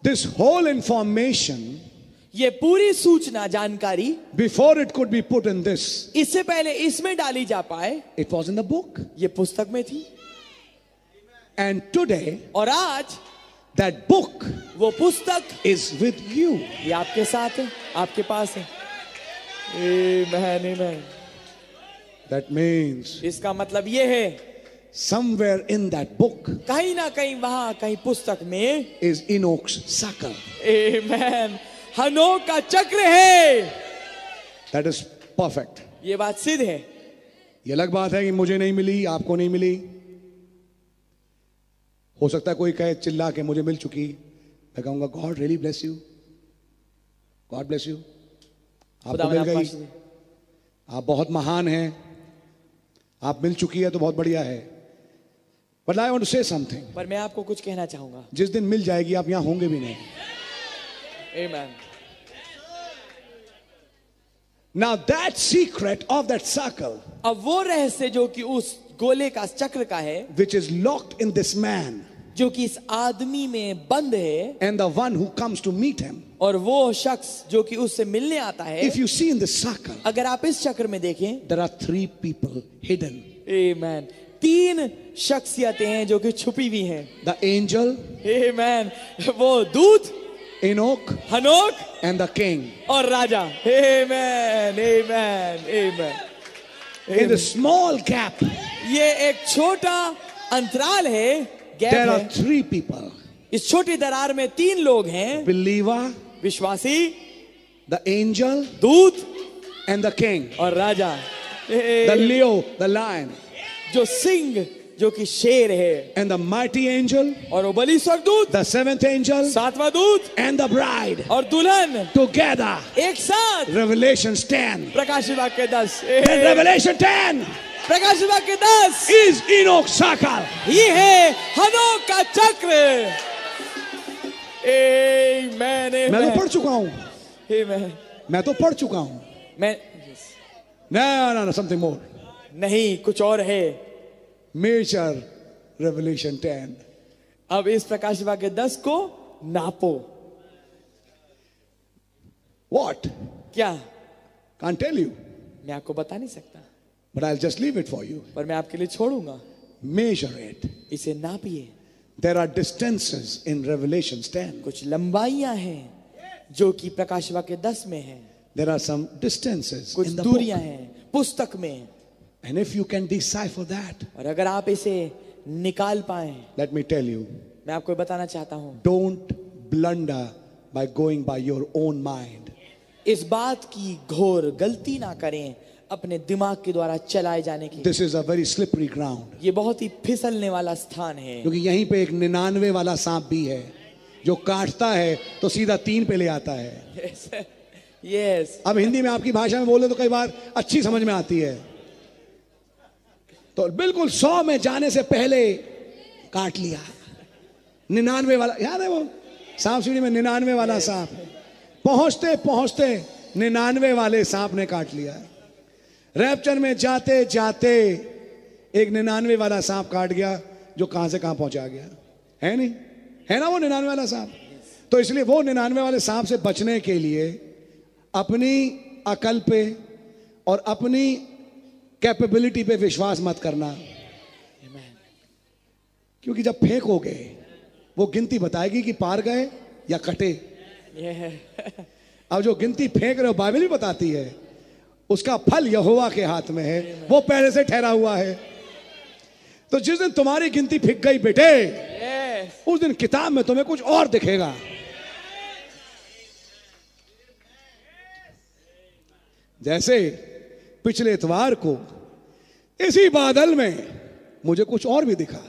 S1: this whole information,
S2: ये पूरी सूचना जानकारी
S1: before it could be put in this,
S2: इससे पहले इसमें डाली जा पाए
S1: it was in the book.
S2: ये पुस्तक में थी
S1: And today,
S2: और आज
S1: that book
S2: वो पुस्तक
S1: is with you.
S2: ये आपके साथ है आपके पास है Amen, amen.
S1: That means
S2: इसका मतलब ये है
S1: somewhere in that book
S2: कहीं ना कहीं वहां कहीं पुस्तक में
S1: is Enoch's circle.
S2: Amen. हनोक का चक्र है
S1: That is perfect.
S2: ये बात सिद्ध है
S1: ये अलग बात है कि मुझे नहीं मिली आपको नहीं मिली हो सकता है कोई कहे चिल्ला के मुझे मिल चुकी मैं कहूंगा God really bless you God bless you आपको
S2: खुदावन
S1: मिल
S2: आपका
S1: गई
S2: आशीर्वाद दे।
S1: आप बहुत महान हैं आप मिल चुकी है तो बहुत बढ़िया है but I want to say something
S2: पर मैं आपको कुछ कहना चाहूंगा
S1: जिस दिन मिल जाएगी आप यहां होंगे भी नहीं
S2: Amen.
S1: Now that secret of that circle
S2: अब वो रहस्य जो कि उस गोले का चक्र का है
S1: which is locked in this man
S2: जो कि इस आदमी में बंद है
S1: and the one who comes to meet him.
S2: और वो शख्स जो कि उससे मिलने आता है
S1: If you see in this circle,
S2: अगर आप इस चक्र में देखें
S1: there are three people hidden
S2: Amen. तीन शख्सियतें हैं जो कि छुपी हुई हैं
S1: the angel,
S2: Amen. वो दूत
S1: Enoch,
S2: हनोक
S1: and the king.
S2: और राजा Amen. Amen. Amen.
S1: In the small gap,
S2: ये एक छोटा अंतराल है गैप
S1: there are
S2: है
S1: three people
S2: इस छोटी दरार में तीन लोग हैं
S1: believer,
S2: विश्वासी
S1: the angel,
S2: दूत
S1: and the king.
S2: और राजा
S1: The Leo, the lion,
S2: जो सिंह जो कि शेर है
S1: and the mighty angel,
S2: और वो बलि स्वर्गदूत
S1: the seventh angel,
S2: सातवां दूत
S1: and the bride.
S2: और दुल्हन
S1: Together,
S2: एक साथ
S1: Revelation 10.
S2: प्रकाश विभाग के दस
S1: And Revelation 10
S2: प्रकाश विभाग के दस
S1: is Enoch Sakal.
S2: ये है हनोक का चक्र Amen,
S1: मैं तो
S2: amen,
S1: पढ़ चुका हूं
S2: amen.
S1: मैं तो पढ़ चुका हूं
S2: मैं yes.
S1: No, no, no, something more.
S2: नहीं कुछ और है
S1: Major Revelation 10.
S2: अब इस प्रकाश विभाग के दस को नापो
S1: What?
S2: क्या
S1: Can't tell you,
S2: मैं आपको बता नहीं सकता
S1: but I'll just leave it for you.
S2: पर मैं आपके लिए छोड़ूंगा
S1: Measure it.
S2: इसे नापिए
S1: There are distances in Revelations 10.
S2: कुछ लंबाइयां हैं जो कि प्रकाश विभाग के दस में है
S1: There are some distances
S2: कुछ
S1: in the
S2: दूरियां
S1: book.
S2: हैं पुस्तक में
S1: And if you can decipher that,
S2: और अगर आप इसे निकाल पाए
S1: let me tell you,
S2: मैं आपको बताना चाहता हूं
S1: don't blunder by going by your own mind.
S2: इस बात की घोर गलती ना करें अपने दिमाग के द्वारा चलाए जाने की
S1: This is a very slippery ground.
S2: ये बहुत ही फिसलने वाला स्थान है
S1: क्योंकि यहीं पे एक निन्यानवे वाला सांप भी है जो काटता है तो सीधा तीन पे ले आता है
S2: यस यस
S1: अब हिंदी में आपकी भाषा में बोले तो कई बार अच्छी समझ में आती है तो बिल्कुल सौ में जाने से पहले काट लिया निन्यानवे वाला याद है वो सांप सीढ़ी में निन्यानवे वाला सांप पहुंचते पहुंचते निन्यानवे वाले सांप ने काट लिया रैप्चर में जाते जाते एक निन्यानवे वाला सांप काट गया जो कहां से कहां पहुंचा गया है नहीं है ना वो निन्यानवे वाला सांप तो इसलिए वो निन्यानवे वाले सांप से बचने के लिए अपनी अकल पे और अपनी कैपेबिलिटी पे विश्वास मत करना क्योंकि जब फेंकोगे वो गिनती बताएगी कि पार गए या कटे अब जो गिनती फेंक रहे हो बाइबल भी बताती है उसका फल यहोवा के हाथ में है वो पहले से ठहरा हुआ है तो जिस दिन तुम्हारी गिनती फिक गई बेटे
S2: यस
S1: उस दिन किताब में तुम्हें कुछ और दिखेगा जैसे पिछले इतवार को इसी बादल में मुझे कुछ और भी दिखा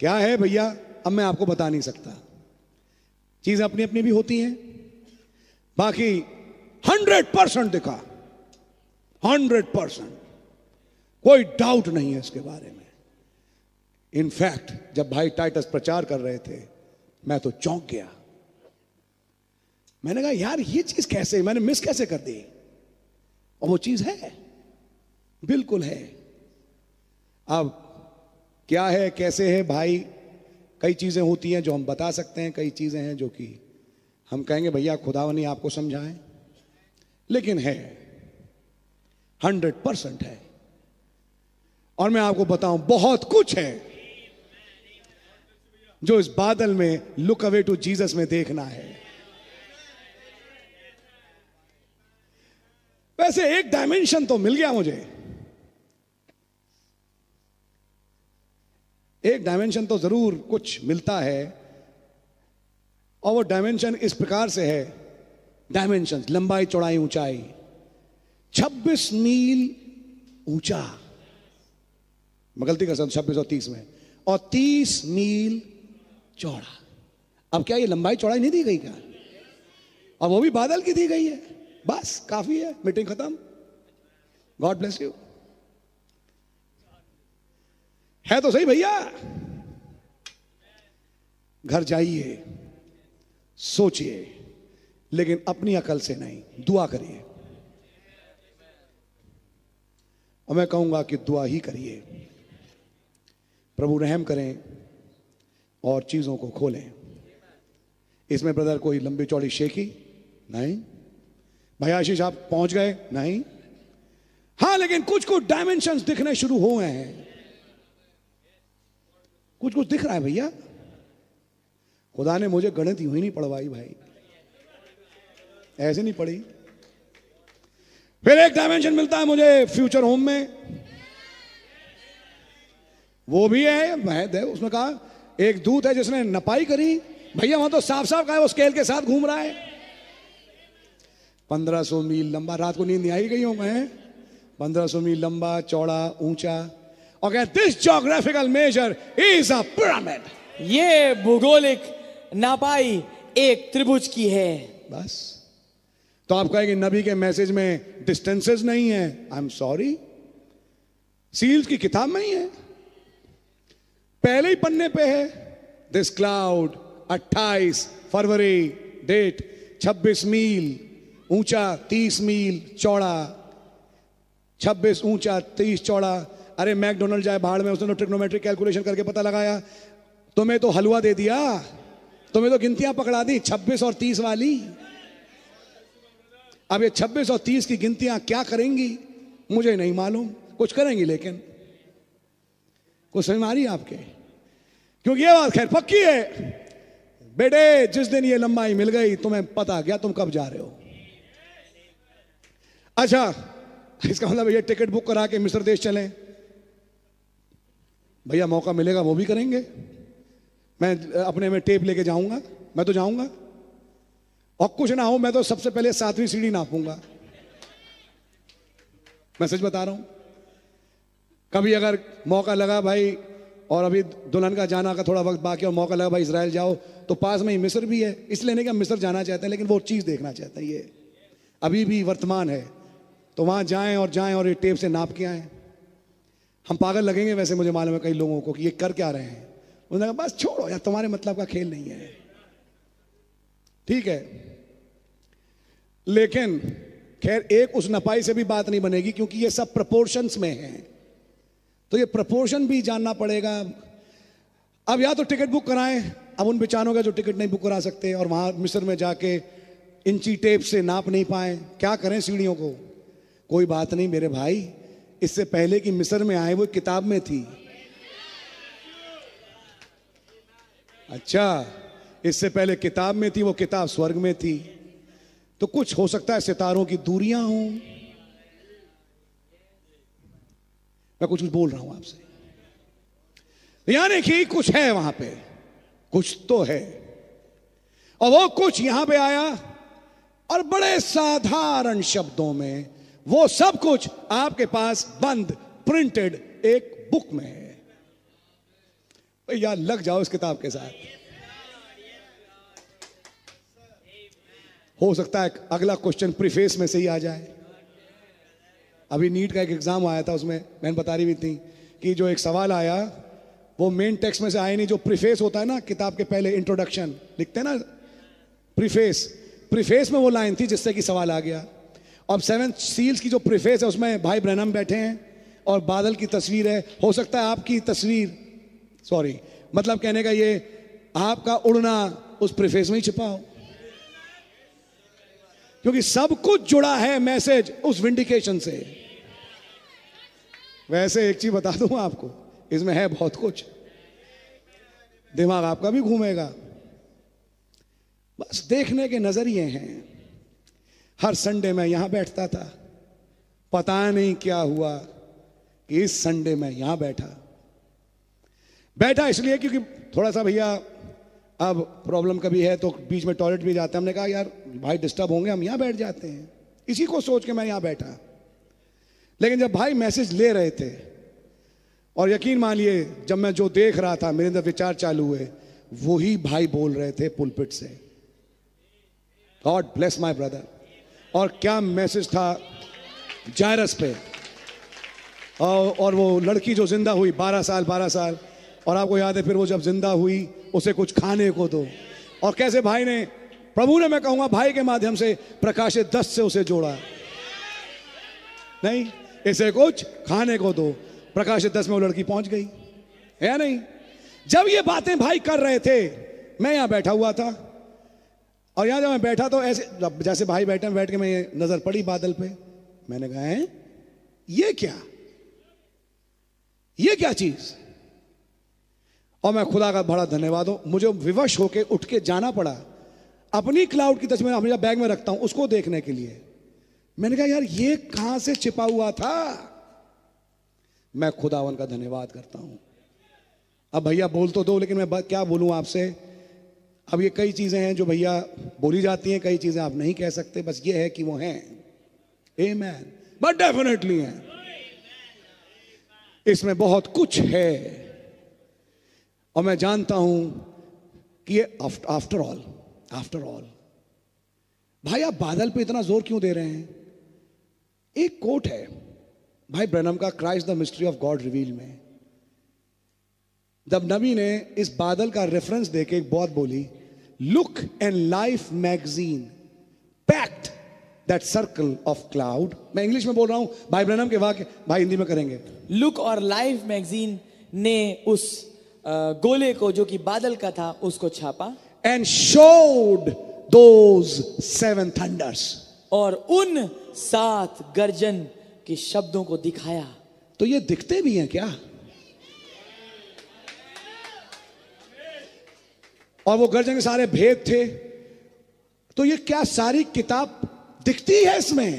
S1: क्या है भैया अब मैं आपको बता नहीं सकता चीजें अपनी अपनी भी होती हैं बाकी हंड्रेड परसेंट दिखा हंड्रेड परसेंट कोई डाउट नहीं है इसके बारे में इनफैक्ट जब भाई टाइटस प्रचार कर रहे थे मैं तो चौंक गया मैंने कहा यार ये चीज कैसे मैंने मिस कैसे कर दी और वो चीज है बिल्कुल है अब क्या है कैसे है भाई कई चीज़ें होती हैं जो हम बता सकते हैं कई चीज़ें हैं जो कि हम कहेंगे भैया खुदावनी आपको समझाएं लेकिन है हंड्रेड परसेंट है और मैं आपको बताऊं बहुत कुछ है जो इस बादल में लुक अवे टू जीसस में देखना है वैसे एक डायमेंशन तो मिल गया मुझे एक डायमेंशन तो जरूर कुछ मिलता है और वो डायमेंशन इस प्रकार से है डायमेंशन लंबाई चौड़ाई ऊंचाई 26 मील ऊंचा मैं गलती कर सकता छब्बीस और तीस में और तीस मील चौड़ा अब क्या ये लंबाई चौड़ाई नहीं दी गई क्या और वो भी बादल की दी गई है बस काफी है मीटिंग खत्म गॉड ब्लेस यू है तो सही भैया घर जाइए सोचिए लेकिन अपनी अकल से नहीं दुआ करिए और मैं कहूंगा कि दुआ ही करिए प्रभु रहम करें और चीजों को खोलें इसमें ब्रदर कोई लंबी चौड़ी शेखी नहीं भाई आशीष आप पहुंच गए नहीं हाँ लेकिन कुछ कुछ डायमेंशंस दिखने शुरू हो गए हैं कुछ कुछ दिख रहा है भैया खुदा ने मुझे गणित यूं ही नहीं पढ़वाई भाई ऐसे नहीं पढ़ी फिर एक डायमेंशन मिलता है मुझे फ्यूचर होम में वो भी है मैं दे- उसने कहा एक दूत है जिसने नपाई करी भैया वहां तो साफ साफ कहा है, वो स्केल के साथ घूम रहा है पंद्रह सौ मील लंबा रात को नींद नहीं आई गई हूं मैं पंद्रह सौ मील लंबा चौड़ा ऊंचा और कह this geographical measure is a pyramid
S2: ये भूगोलिक नापाई एक त्रिभुज की है
S1: बस तो आप कहेंगे नबी के मैसेज में डिस्टेंसेस नहीं है आई एम सॉरी सील्स की किताब में ही है पहले ही पन्ने पे है दिस क्लाउड 28 फरवरी डेट 26 मील ऊंचा 30 मील चौड़ा 26 ऊंचा 30 चौड़ा अरे मैकडोनल्ड जाए भाड़ में उसने तो ट्रिग्नोमेट्रिक कैलकुलेशन करके पता लगाया तुम्हें तो हलवा दे दिया तुम्हें तो गिनतियां पकड़ा दी 26 और 30 वाली अब ये 26 और 30 की गिनतियां क्या करेंगी मुझे नहीं मालूम कुछ करेंगी लेकिन कुछ समझ में आ रही है आपके क्योंकि ये बात खैर पक्की है बेटे जिस दिन ये लंबाई मिल गई तुम्हें पता गया तुम कब जा रहे हो अच्छा इसका मतलब ये टिकट बुक करा के मिस्र देश चलें भैया मौका मिलेगा वो भी करेंगे मैं अपने में टेप लेके जाऊंगा मैं तो जाऊंगा और कुछ ना हो मैं तो सबसे पहले सातवीं सीढ़ी नापूंगा मैं सच बता रहा हूं कभी अगर मौका लगा भाई और अभी दुल्हन का जाना का थोड़ा वक्त बाकी है और मौका लगा भाई इसराइल जाओ तो पास में ही मिस्र भी है इसलिए नहीं कि हम मिस्र जाना चाहते हैं लेकिन वो चीज़ देखना चाहते हैं ये अभी भी वर्तमान है तो वहाँ जाएं और जाएं और ये टेप से नाप के आएं हम पागल लगेंगे वैसे मुझे मालूम है कई लोगों को कि ये कर क्या रहे हैं उन्होंने कहा बस छोड़ो यार तुम्हारे मतलब का खेल नहीं है ठीक है लेकिन खैर एक उस नपाई से भी बात नहीं बनेगी क्योंकि ये सब प्रपोर्शंस में है तो ये प्रपोर्शन भी जानना पड़ेगा अब या तो टिकट बुक कराएं अब उन बेचारों का जो टिकट नहीं बुक करा सकते और वहां मिस्र में जाके इंची टेप से नाप नहीं पाए क्या करें सीढ़ियों को कोई बात नहीं मेरे भाई इससे पहले कि मिस्र में आए वो किताब में थी अच्छा इससे पहले किताब में थी वो किताब स्वर्ग में थी तो कुछ हो सकता है सितारों की दूरियां हों मैं कुछ कुछ बोल रहा हूं आपसे यानी कि कुछ है वहां पे कुछ तो है और वो कुछ यहां पे आया और बड़े साधारण शब्दों में वो सब कुछ आपके पास बंद प्रिंटेड एक बुक में है यार लग जाओ इस किताब के साथ हो सकता है अगला क्वेश्चन प्रीफेस में से ही आ जाए अभी नीट का एक एग्जाम आया था उसमें मैंने बता रही भी थी कि जो एक सवाल आया वो मेन टेक्स्ट में से आया नहीं जो प्रीफेस होता है ना किताब के पहले इंट्रोडक्शन लिखते हैं ना प्रीफेस प्रीफेस में वो लाइन थी जिससे कि सवाल आ गया अब सेवन सील्स की जो प्रिफेस है उसमें भाई ब्रहनम बैठे हैं और बादल की तस्वीर है हो सकता है आपकी तस्वीर सॉरी मतलब कहने का ये आपका उड़ना उस प्रिफेस में ही छिपा हो क्योंकि सब कुछ जुड़ा है मैसेज उस विंडिकेशन से वैसे एक चीज बता दूं आपको इसमें है बहुत कुछ दिमाग आपका भी घूमेगा बस देखने के नजरिए हैं हर संडे मैं यहां बैठता था पता नहीं क्या हुआ कि इस संडे मैं यहां बैठा बैठा इसलिए क्योंकि थोड़ा सा भैया अब प्रॉब्लम कभी है तो बीच में टॉयलेट भी जाते हैं हमने कहा यार भाई डिस्टर्ब होंगे हम यहाँ बैठ जाते हैं इसी को सोच के मैं यहाँ बैठा लेकिन जब भाई मैसेज ले रहे थे और यकीन मानिए जब मैं जो देख रहा था मेरे अंदर विचार चालू हुए वही भाई बोल रहे थे पुलपिट से गॉड ब्लेस माय ब्रदर और क्या मैसेज था जायरस पे और और वो लड़की जो जिंदा हुई 12 साल 12 साल और आपको याद है फिर वो जब जिंदा हुई उसे कुछ खाने को दो और कैसे भाई ने प्रभु ने मैं कहूंगा भाई के माध्यम से प्रकाशित दस से उसे जोड़ा नहीं इसे कुछ खाने को दो प्रकाशित दस में वो लड़की पहुंच गई है या नहीं जब ये बातें भाई कर रहे थे मैं यहां बैठा हुआ था और यहां जब मैं बैठा तो ऐसे जब- जैसे भाई बैठे हैं, बैठ के मैं ये नजर पड़ी बादल पे मैंने कहा है ये क्या ये क्या चीज और मैं खुदा का बड़ा धन्यवाद हूं मुझे विवश होके उठ के जाना पड़ा अपनी क्लाउड की तस्वीर हमेशा बैग में रखता हूं उसको देखने के लिए मैंने कहा यार ये कहां से छिपा हुआ था मैं खुदावन का धन्यवाद करता हूं अब भैया बोल तो दो लेकिन मैं ब- क्या बोलूं आपसे अब ये कई चीजें हैं जो भैया बोली जाती हैं कई चीजें आप नहीं कह सकते बस ये है कि वो हैं ए मैन बट डेफिनेटली हैं इसमें बहुत कुछ है और मैं जानता हूं कि ये आफ्टर ऑल आफ्टर ऑल भाई आप बादल पे इतना जोर क्यों दे रहे हैं एक कोट है भाई ब्रनम का Christ the mystery of God reveal में जब नबी ने इस बादल का रेफरेंस देके एक बहुत बोली Look and Life magazine pact that circle of cloud मैं इंग्लिश में बोल रहा हूं भाई ब्रनम के वाक्य भाई हिंदी में करेंगे
S2: लुक और लाइफ मैगजीन ने उस अ, गोले को जो कि बादल का था उसको छापा
S1: and showed those seven thunders.
S2: और उन सात गर्जन के शब्दों को दिखाया
S1: तो ये दिखते भी हैं क्या और वो गर्जन के सारे भेद थे तो ये क्या सारी किताब दिखती है इसमें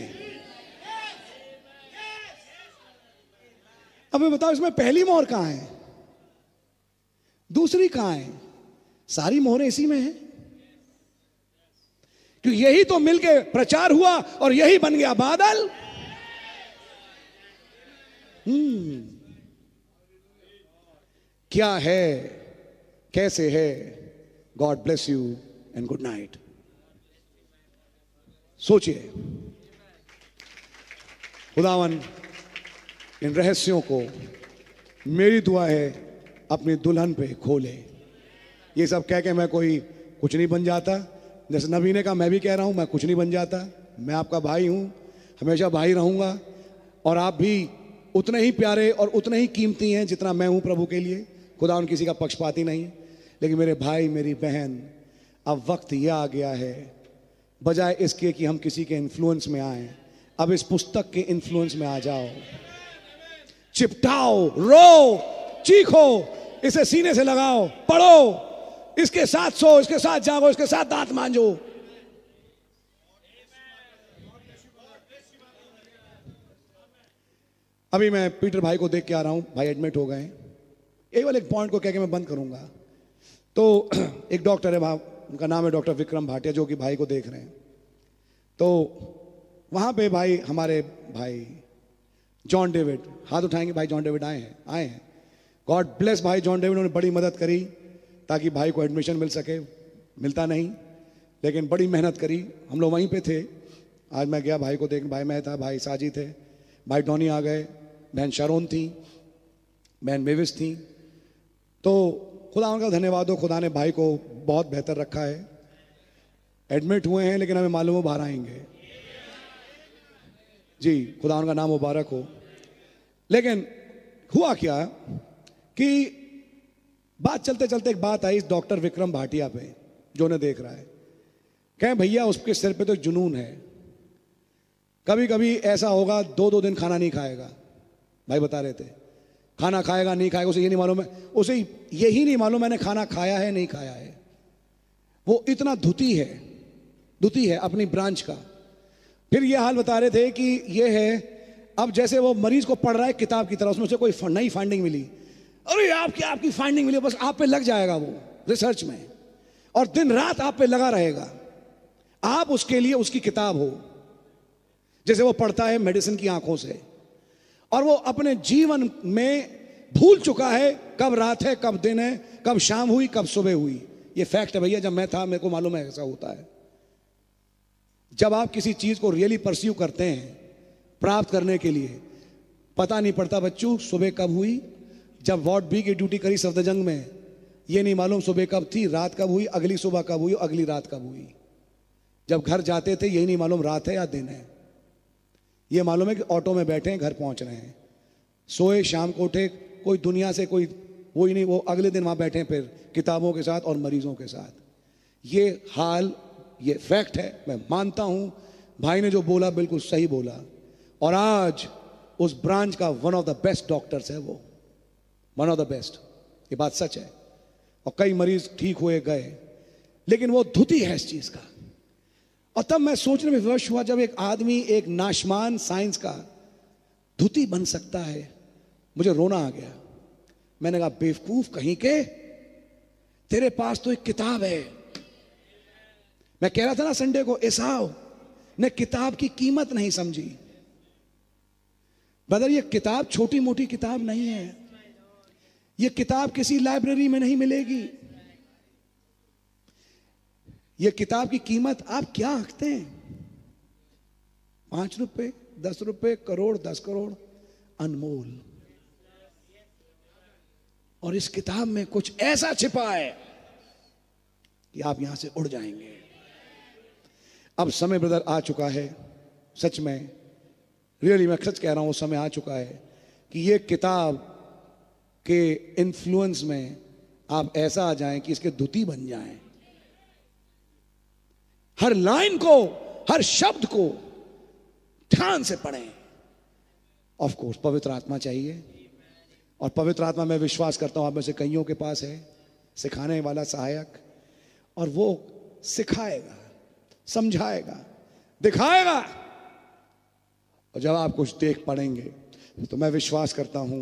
S1: अब मैं बताओ इसमें पहली मोहर कहां है दूसरी कहां है सारी मोहरें इसी में है क्योंकि यही तो मिलके प्रचार हुआ और यही बन गया बादल क्या है कैसे है God bless you and good night सोचिए खुदावन इन रहस्यों को मेरी दुआ है अपनी दुल्हन पे खोले ये सब कह के मैं कोई कुछ नहीं बन जाता जैसे नबी ने कहा मैं भी कह रहा हूँ मैं कुछ नहीं बन जाता मैं आपका भाई हूँ हमेशा भाई रहूँगा और आप भी उतने ही प्यारे और उतने ही कीमती हैं जितना मैं हूँ प्रभु के लिए खुदा उन किसी का पक्षपाती नहीं है लेकिन मेरे भाई मेरी बहन अब वक्त यह आ गया है बजाय इसके कि हम किसी के इन्फ्लुएंस में आए अब इस पुस्तक के इन्फ्लुएंस में आ जाओ चिपटाओ रो चीखो इसे सीने से लगाओ पढ़ो इसके साथ सो इसके साथ जागो इसके साथ दांत मांजो अभी मैं पीटर भाई को देख के आ रहा हूं भाई एडमिट हो गए हैं एक वाले एक पॉइंट को कह के मैं बंद करूंगा तो एक डॉक्टर है वहाँ उनका नाम है डॉक्टर विक्रम भाटिया जो कि भाई को देख रहे हैं तो वहाँ पे भाई हमारे भाई जॉन डेविड हाथ उठाएंगे भाई जॉन डेविड आए हैं आए हैं गॉड ब्लेस भाई जॉन डेविड उन्होंने बड़ी मदद करी ताकि भाई को एडमिशन मिल सके मिलता नहीं लेकिन बड़ी मेहनत करी हम लोग वहीं पे थे आज मैं गया भाई को देख भाई मैं था भाई साजी थे भाई डोनी आ गए बहन शारोन थी बहन मेविस थी तो खुदा उनका धन्यवाद हो खुदा ने भाई को बहुत बेहतर रखा है एडमिट हुए हैं लेकिन हमें मालूम हो बाहर आएंगे जी खुदा उनका नाम मुबारक हो लेकिन हुआ क्या कि बात चलते चलते एक बात आई इस डॉक्टर विक्रम भाटिया पे जो उन्हें देख रहा है कहें भैया उसके सिर पे तो जुनून है कभी कभी ऐसा होगा दो दो दिन खाना नहीं खाएगा भाई बता रहे थे खाना खाएगा नहीं खाएगा उसे ये नहीं मालूम है उसे यही नहीं मालूम मैंने खाना खाया है नहीं खाया है वो इतना धुती है धुती है अपनी ब्रांच का फिर ये हाल बता रहे थे कि ये है अब जैसे वो मरीज को पढ़ रहा है किताब की तरह उसमें से कोई फ- नई फाइंडिंग मिली अरे आपकी आपकी फाइंडिंग मिली बस आप पे लग जाएगा वो रिसर्च में और दिन रात आप पे लगा रहेगा आप उसके लिए उसकी किताब हो जैसे वो पढ़ता है मेडिसिन की आंखों से और वो अपने जीवन में भूल चुका है कब रात है कब दिन है कब शाम हुई कब सुबह हुई ये फैक्ट है भैया जब मैं था मेरे को मालूम है ऐसा होता है जब आप किसी चीज को रियली परस्यू करते हैं प्राप्त करने के लिए पता नहीं पड़ता बच्चू सुबह कब हुई जब वार्ड बी की ड्यूटी करी सफदरजंग में ये नहीं मालूम सुबह कब थी रात कब हुई अगली सुबह कब हुई और अगली रात कब हुई जब घर जाते थे यही नहीं मालूम रात है या दिन है ये मालूम है कि ऑटो में बैठे हैं घर पहुंच रहे हैं सोए शाम को उठे कोई दुनिया से कोई वो ही नहीं वो अगले दिन वहां बैठे हैं फिर किताबों के साथ और मरीजों के साथ ये हाल ये फैक्ट है मैं मानता हूं भाई ने जो बोला बिल्कुल सही बोला और आज उस ब्रांच का one of the best doctors है वो वन ऑफ द बेस्ट ये बात सच है और कई मरीज ठीक हुए गए लेकिन वो धुती है इस चीज का और तब मैं सोचने में विवश हुआ जब एक आदमी एक नाशमान साइंस का धुती बन सकता है मुझे रोना आ गया मैंने कहा बेवकूफ कहीं के तेरे पास तो एक किताब है मैं कह रहा था ना संडे को एसाव ने किताब की कीमत नहीं समझी ब्रदर ये किताब छोटी मोटी किताब नहीं है ये किताब किसी लाइब्रेरी में नहीं मिलेगी ये किताब की कीमत आप क्या आंकते हैं पांच रुपए दस रुपए करोड़ दस करोड़ अनमोल और इस किताब में कुछ ऐसा छिपा है कि आप यहां से उड़ जाएंगे अब समय ब्रदर आ चुका है सच में रियली मैं सच कह रहा हूं समय आ चुका है कि ये किताब के इन्फ्लुएंस में आप ऐसा आ जाएं कि इसके दुती बन जाएं हर लाइन को हर शब्द को ध्यान से पढ़ें ऑफ कोर्स पवित्र आत्मा चाहिए और पवित्र आत्मा मैं विश्वास करता हूं आप में से कईयों के पास है सिखाने वाला सहायक और वो सिखाएगा समझाएगा दिखाएगा और जब आप कुछ देख पढ़ेंगे तो मैं विश्वास करता हूं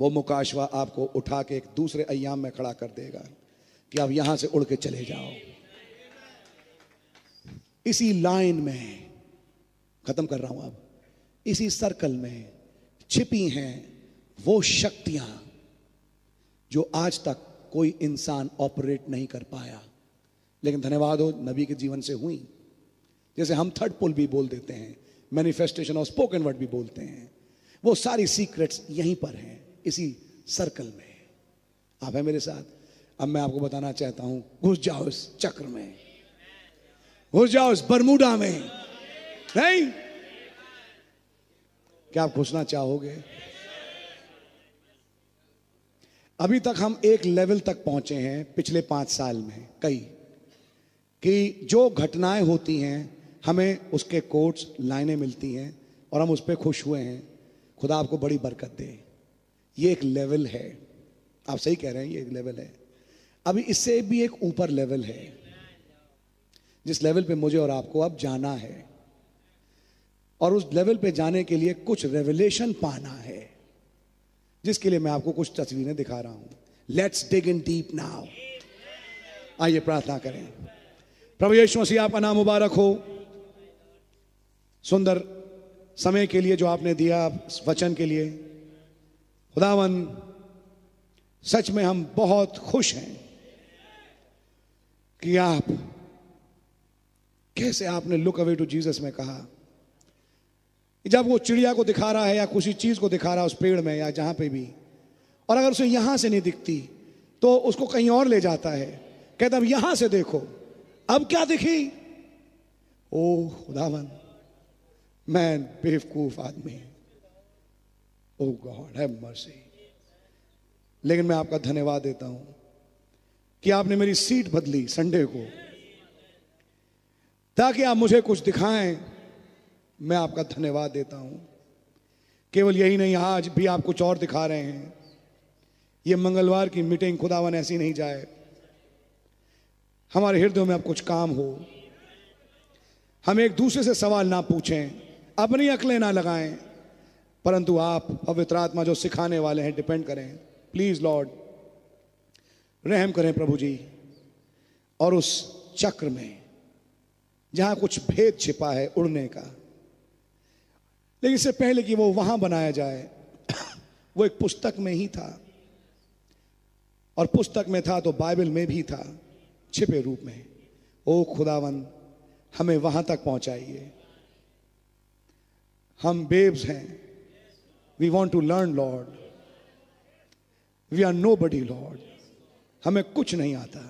S1: वो मुकाशवा आपको उठा के एक दूसरे अयाम में खड़ा कर देगा कि आप यहां से उड़ के चले जाओ इसी लाइन में खत्म कर रहा हूं अब इसी सर्कल में छिपी हैं वो शक्तियां जो आज तक कोई इंसान ऑपरेट नहीं कर पाया लेकिन धन्यवाद हो नबी के जीवन से हुई जैसे हम थर्ड पुल भी बोल देते हैं मैनिफेस्टेशन और स्पोकन वर्ड भी बोलते हैं वो सारी सीक्रेट्स यहीं पर हैं इसी सर्कल में आप हैं मेरे साथ अब मैं आपको बताना चाहता हूं घुस जाओ इस चक्र में घुस जाओ इस बरमूडा में नहीं क्या आप घुसना चाहोगे अभी तक हम एक लेवल तक पहुंचे हैं पिछले पांच साल में कई कि जो घटनाएं होती हैं हमें उसके कोट्स लाइनें मिलती हैं और हम उस पर खुश हुए हैं खुदा आपको बड़ी बरकत दे ये एक लेवल है आप सही कह रहे हैं ये एक लेवल है अभी इससे भी एक ऊपर लेवल है जिस लेवल पे मुझे और आपको अब जाना है और उस लेवल पे जाने के लिए कुछ रेवलेशन पाना है जिसके लिए मैं आपको कुछ तस्वीरें दिखा रहा हूं let's dig in deep now आइए प्रार्थना करें प्रभु यीशु मसीह आपका नाम मुबारक हो सुंदर समय के लिए जो आपने दिया इस वचन के लिए खुदावन सच में हम बहुत खुश हैं कि आप कैसे आपने लुक अवे टू जीसस में कहा जब वो चिड़िया को दिखा रहा है या किसी चीज को दिखा रहा है उस पेड़ में या जहां पे भी और अगर उसे यहां से नहीं दिखती तो उसको कहीं और ले जाता है कहता अब यहां से देखो अब क्या दिखी ओ खुदावन Man, बेवकूफ आदमी ओ गॉड हैव मर्सी लेकिन मैं आपका धन्यवाद देता हूं कि आपने मेरी सीट बदली संडे को ताकि आप मुझे कुछ दिखाएं मैं आपका धन्यवाद देता हूं केवल यही नहीं आज भी आप कुछ और दिखा रहे हैं ये मंगलवार की मीटिंग खुदावन ऐसी नहीं जाए हमारे हृदय में अब कुछ काम हो हम एक दूसरे से सवाल ना पूछें अपनी अकलें ना लगाएं परंतु आप पवित्र आत्मा जो सिखाने वाले हैं डिपेंड करें प्लीज लॉर्ड रहम करें प्रभु जी और उस चक्र में जहां कुछ भेद छिपा है उड़ने का लेकिन इससे पहले कि वो वहां बनाया जाए वो एक पुस्तक में ही था और पुस्तक में था तो बाइबल में भी था छिपे रूप में ओ खुदावन हमें वहां तक पहुंचाइए हम बेब्स हैं we want to learn Lord we are nobody Lord हमें कुछ नहीं आता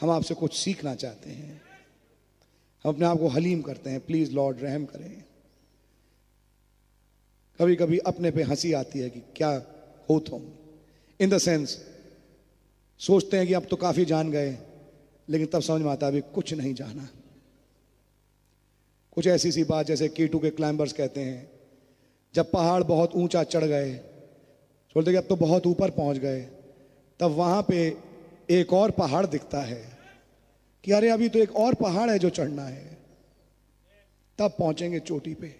S1: हम आपसे कुछ सीखना चाहते हैं हम अपने आप को हलीम करते हैं प्लीज लॉर्ड रहम करें कभी कभी अपने पे हंसी आती है कि क्या हो तुम इन द सेंस सोचते हैं कि अब तो काफी जान गए लेकिन तब समझ में आता है अभी कुछ नहीं जाना कुछ ऐसी सी बात जैसे कीटू के क्लाइंबर्स कहते हैं जब पहाड़ बहुत ऊंचा चढ़ गए बोलते कि अब तो बहुत ऊपर पहुंच गए तब वहां पे एक और पहाड़ दिखता है कि अरे अभी तो एक और पहाड़ है जो चढ़ना है तब पहुंचेंगे चोटी पे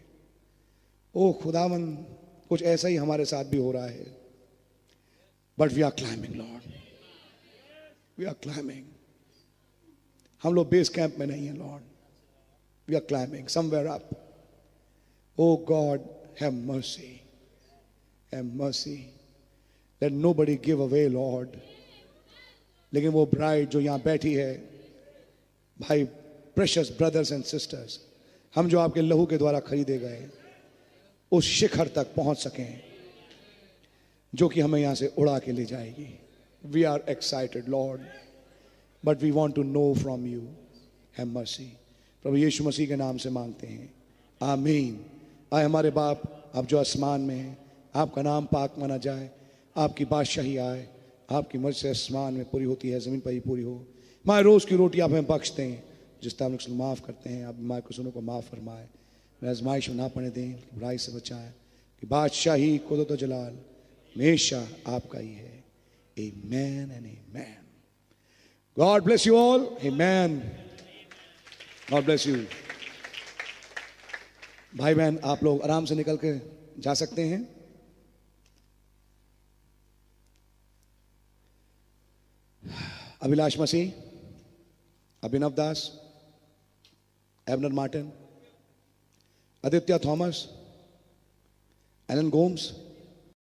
S1: ओ खुदावन कुछ ऐसा ही हमारे साथ भी हो रहा है but we are climbing Lord we are climbing हम लोग बेस कैंप में नहीं है Lord we are climbing somewhere up oh God have mercy have mercy let nobody give away Lord लेकिन वो ब्राइड जो यहाँ बैठी है भाई प्रेशस ब्रदर्स एंड सिस्टर्स हम जो आपके लहू के द्वारा खरीदे गए उस शिखर तक पहुंच सकें जो कि हमें यहां से उड़ा के ले जाएगी we are excited Lord but we want to know from you have mercy प्रभु यीशु मसीह के नाम से मांगते हैं आमीन आए हमारे बाप आप जो आसमान में हैं आपका नाम पाक माना जाए आपकी बादशाही आए आपकी मर्जी से आसमान में पूरी होती है ज़मीन पर ही पूरी हो माए रोज़ की रोटी आप हमें बख्श दें जिस तरह हम लोग माफ़ करते हैं आप माए किसानों को माफ़ फरमाए मैं आजमाइश में ना पड़ने दें बल्कि बुराई से बचाएं कि बादशाही कुदरत और जलाल हमेशा आपका ही है amen and amen God bless you all. Amen. God bless you. भाई बहन आप लोग आराम से निकल के जा सकते हैं Abhilash Masih Abhinav Das Abner Martin Aditya Thomas Alan Gomes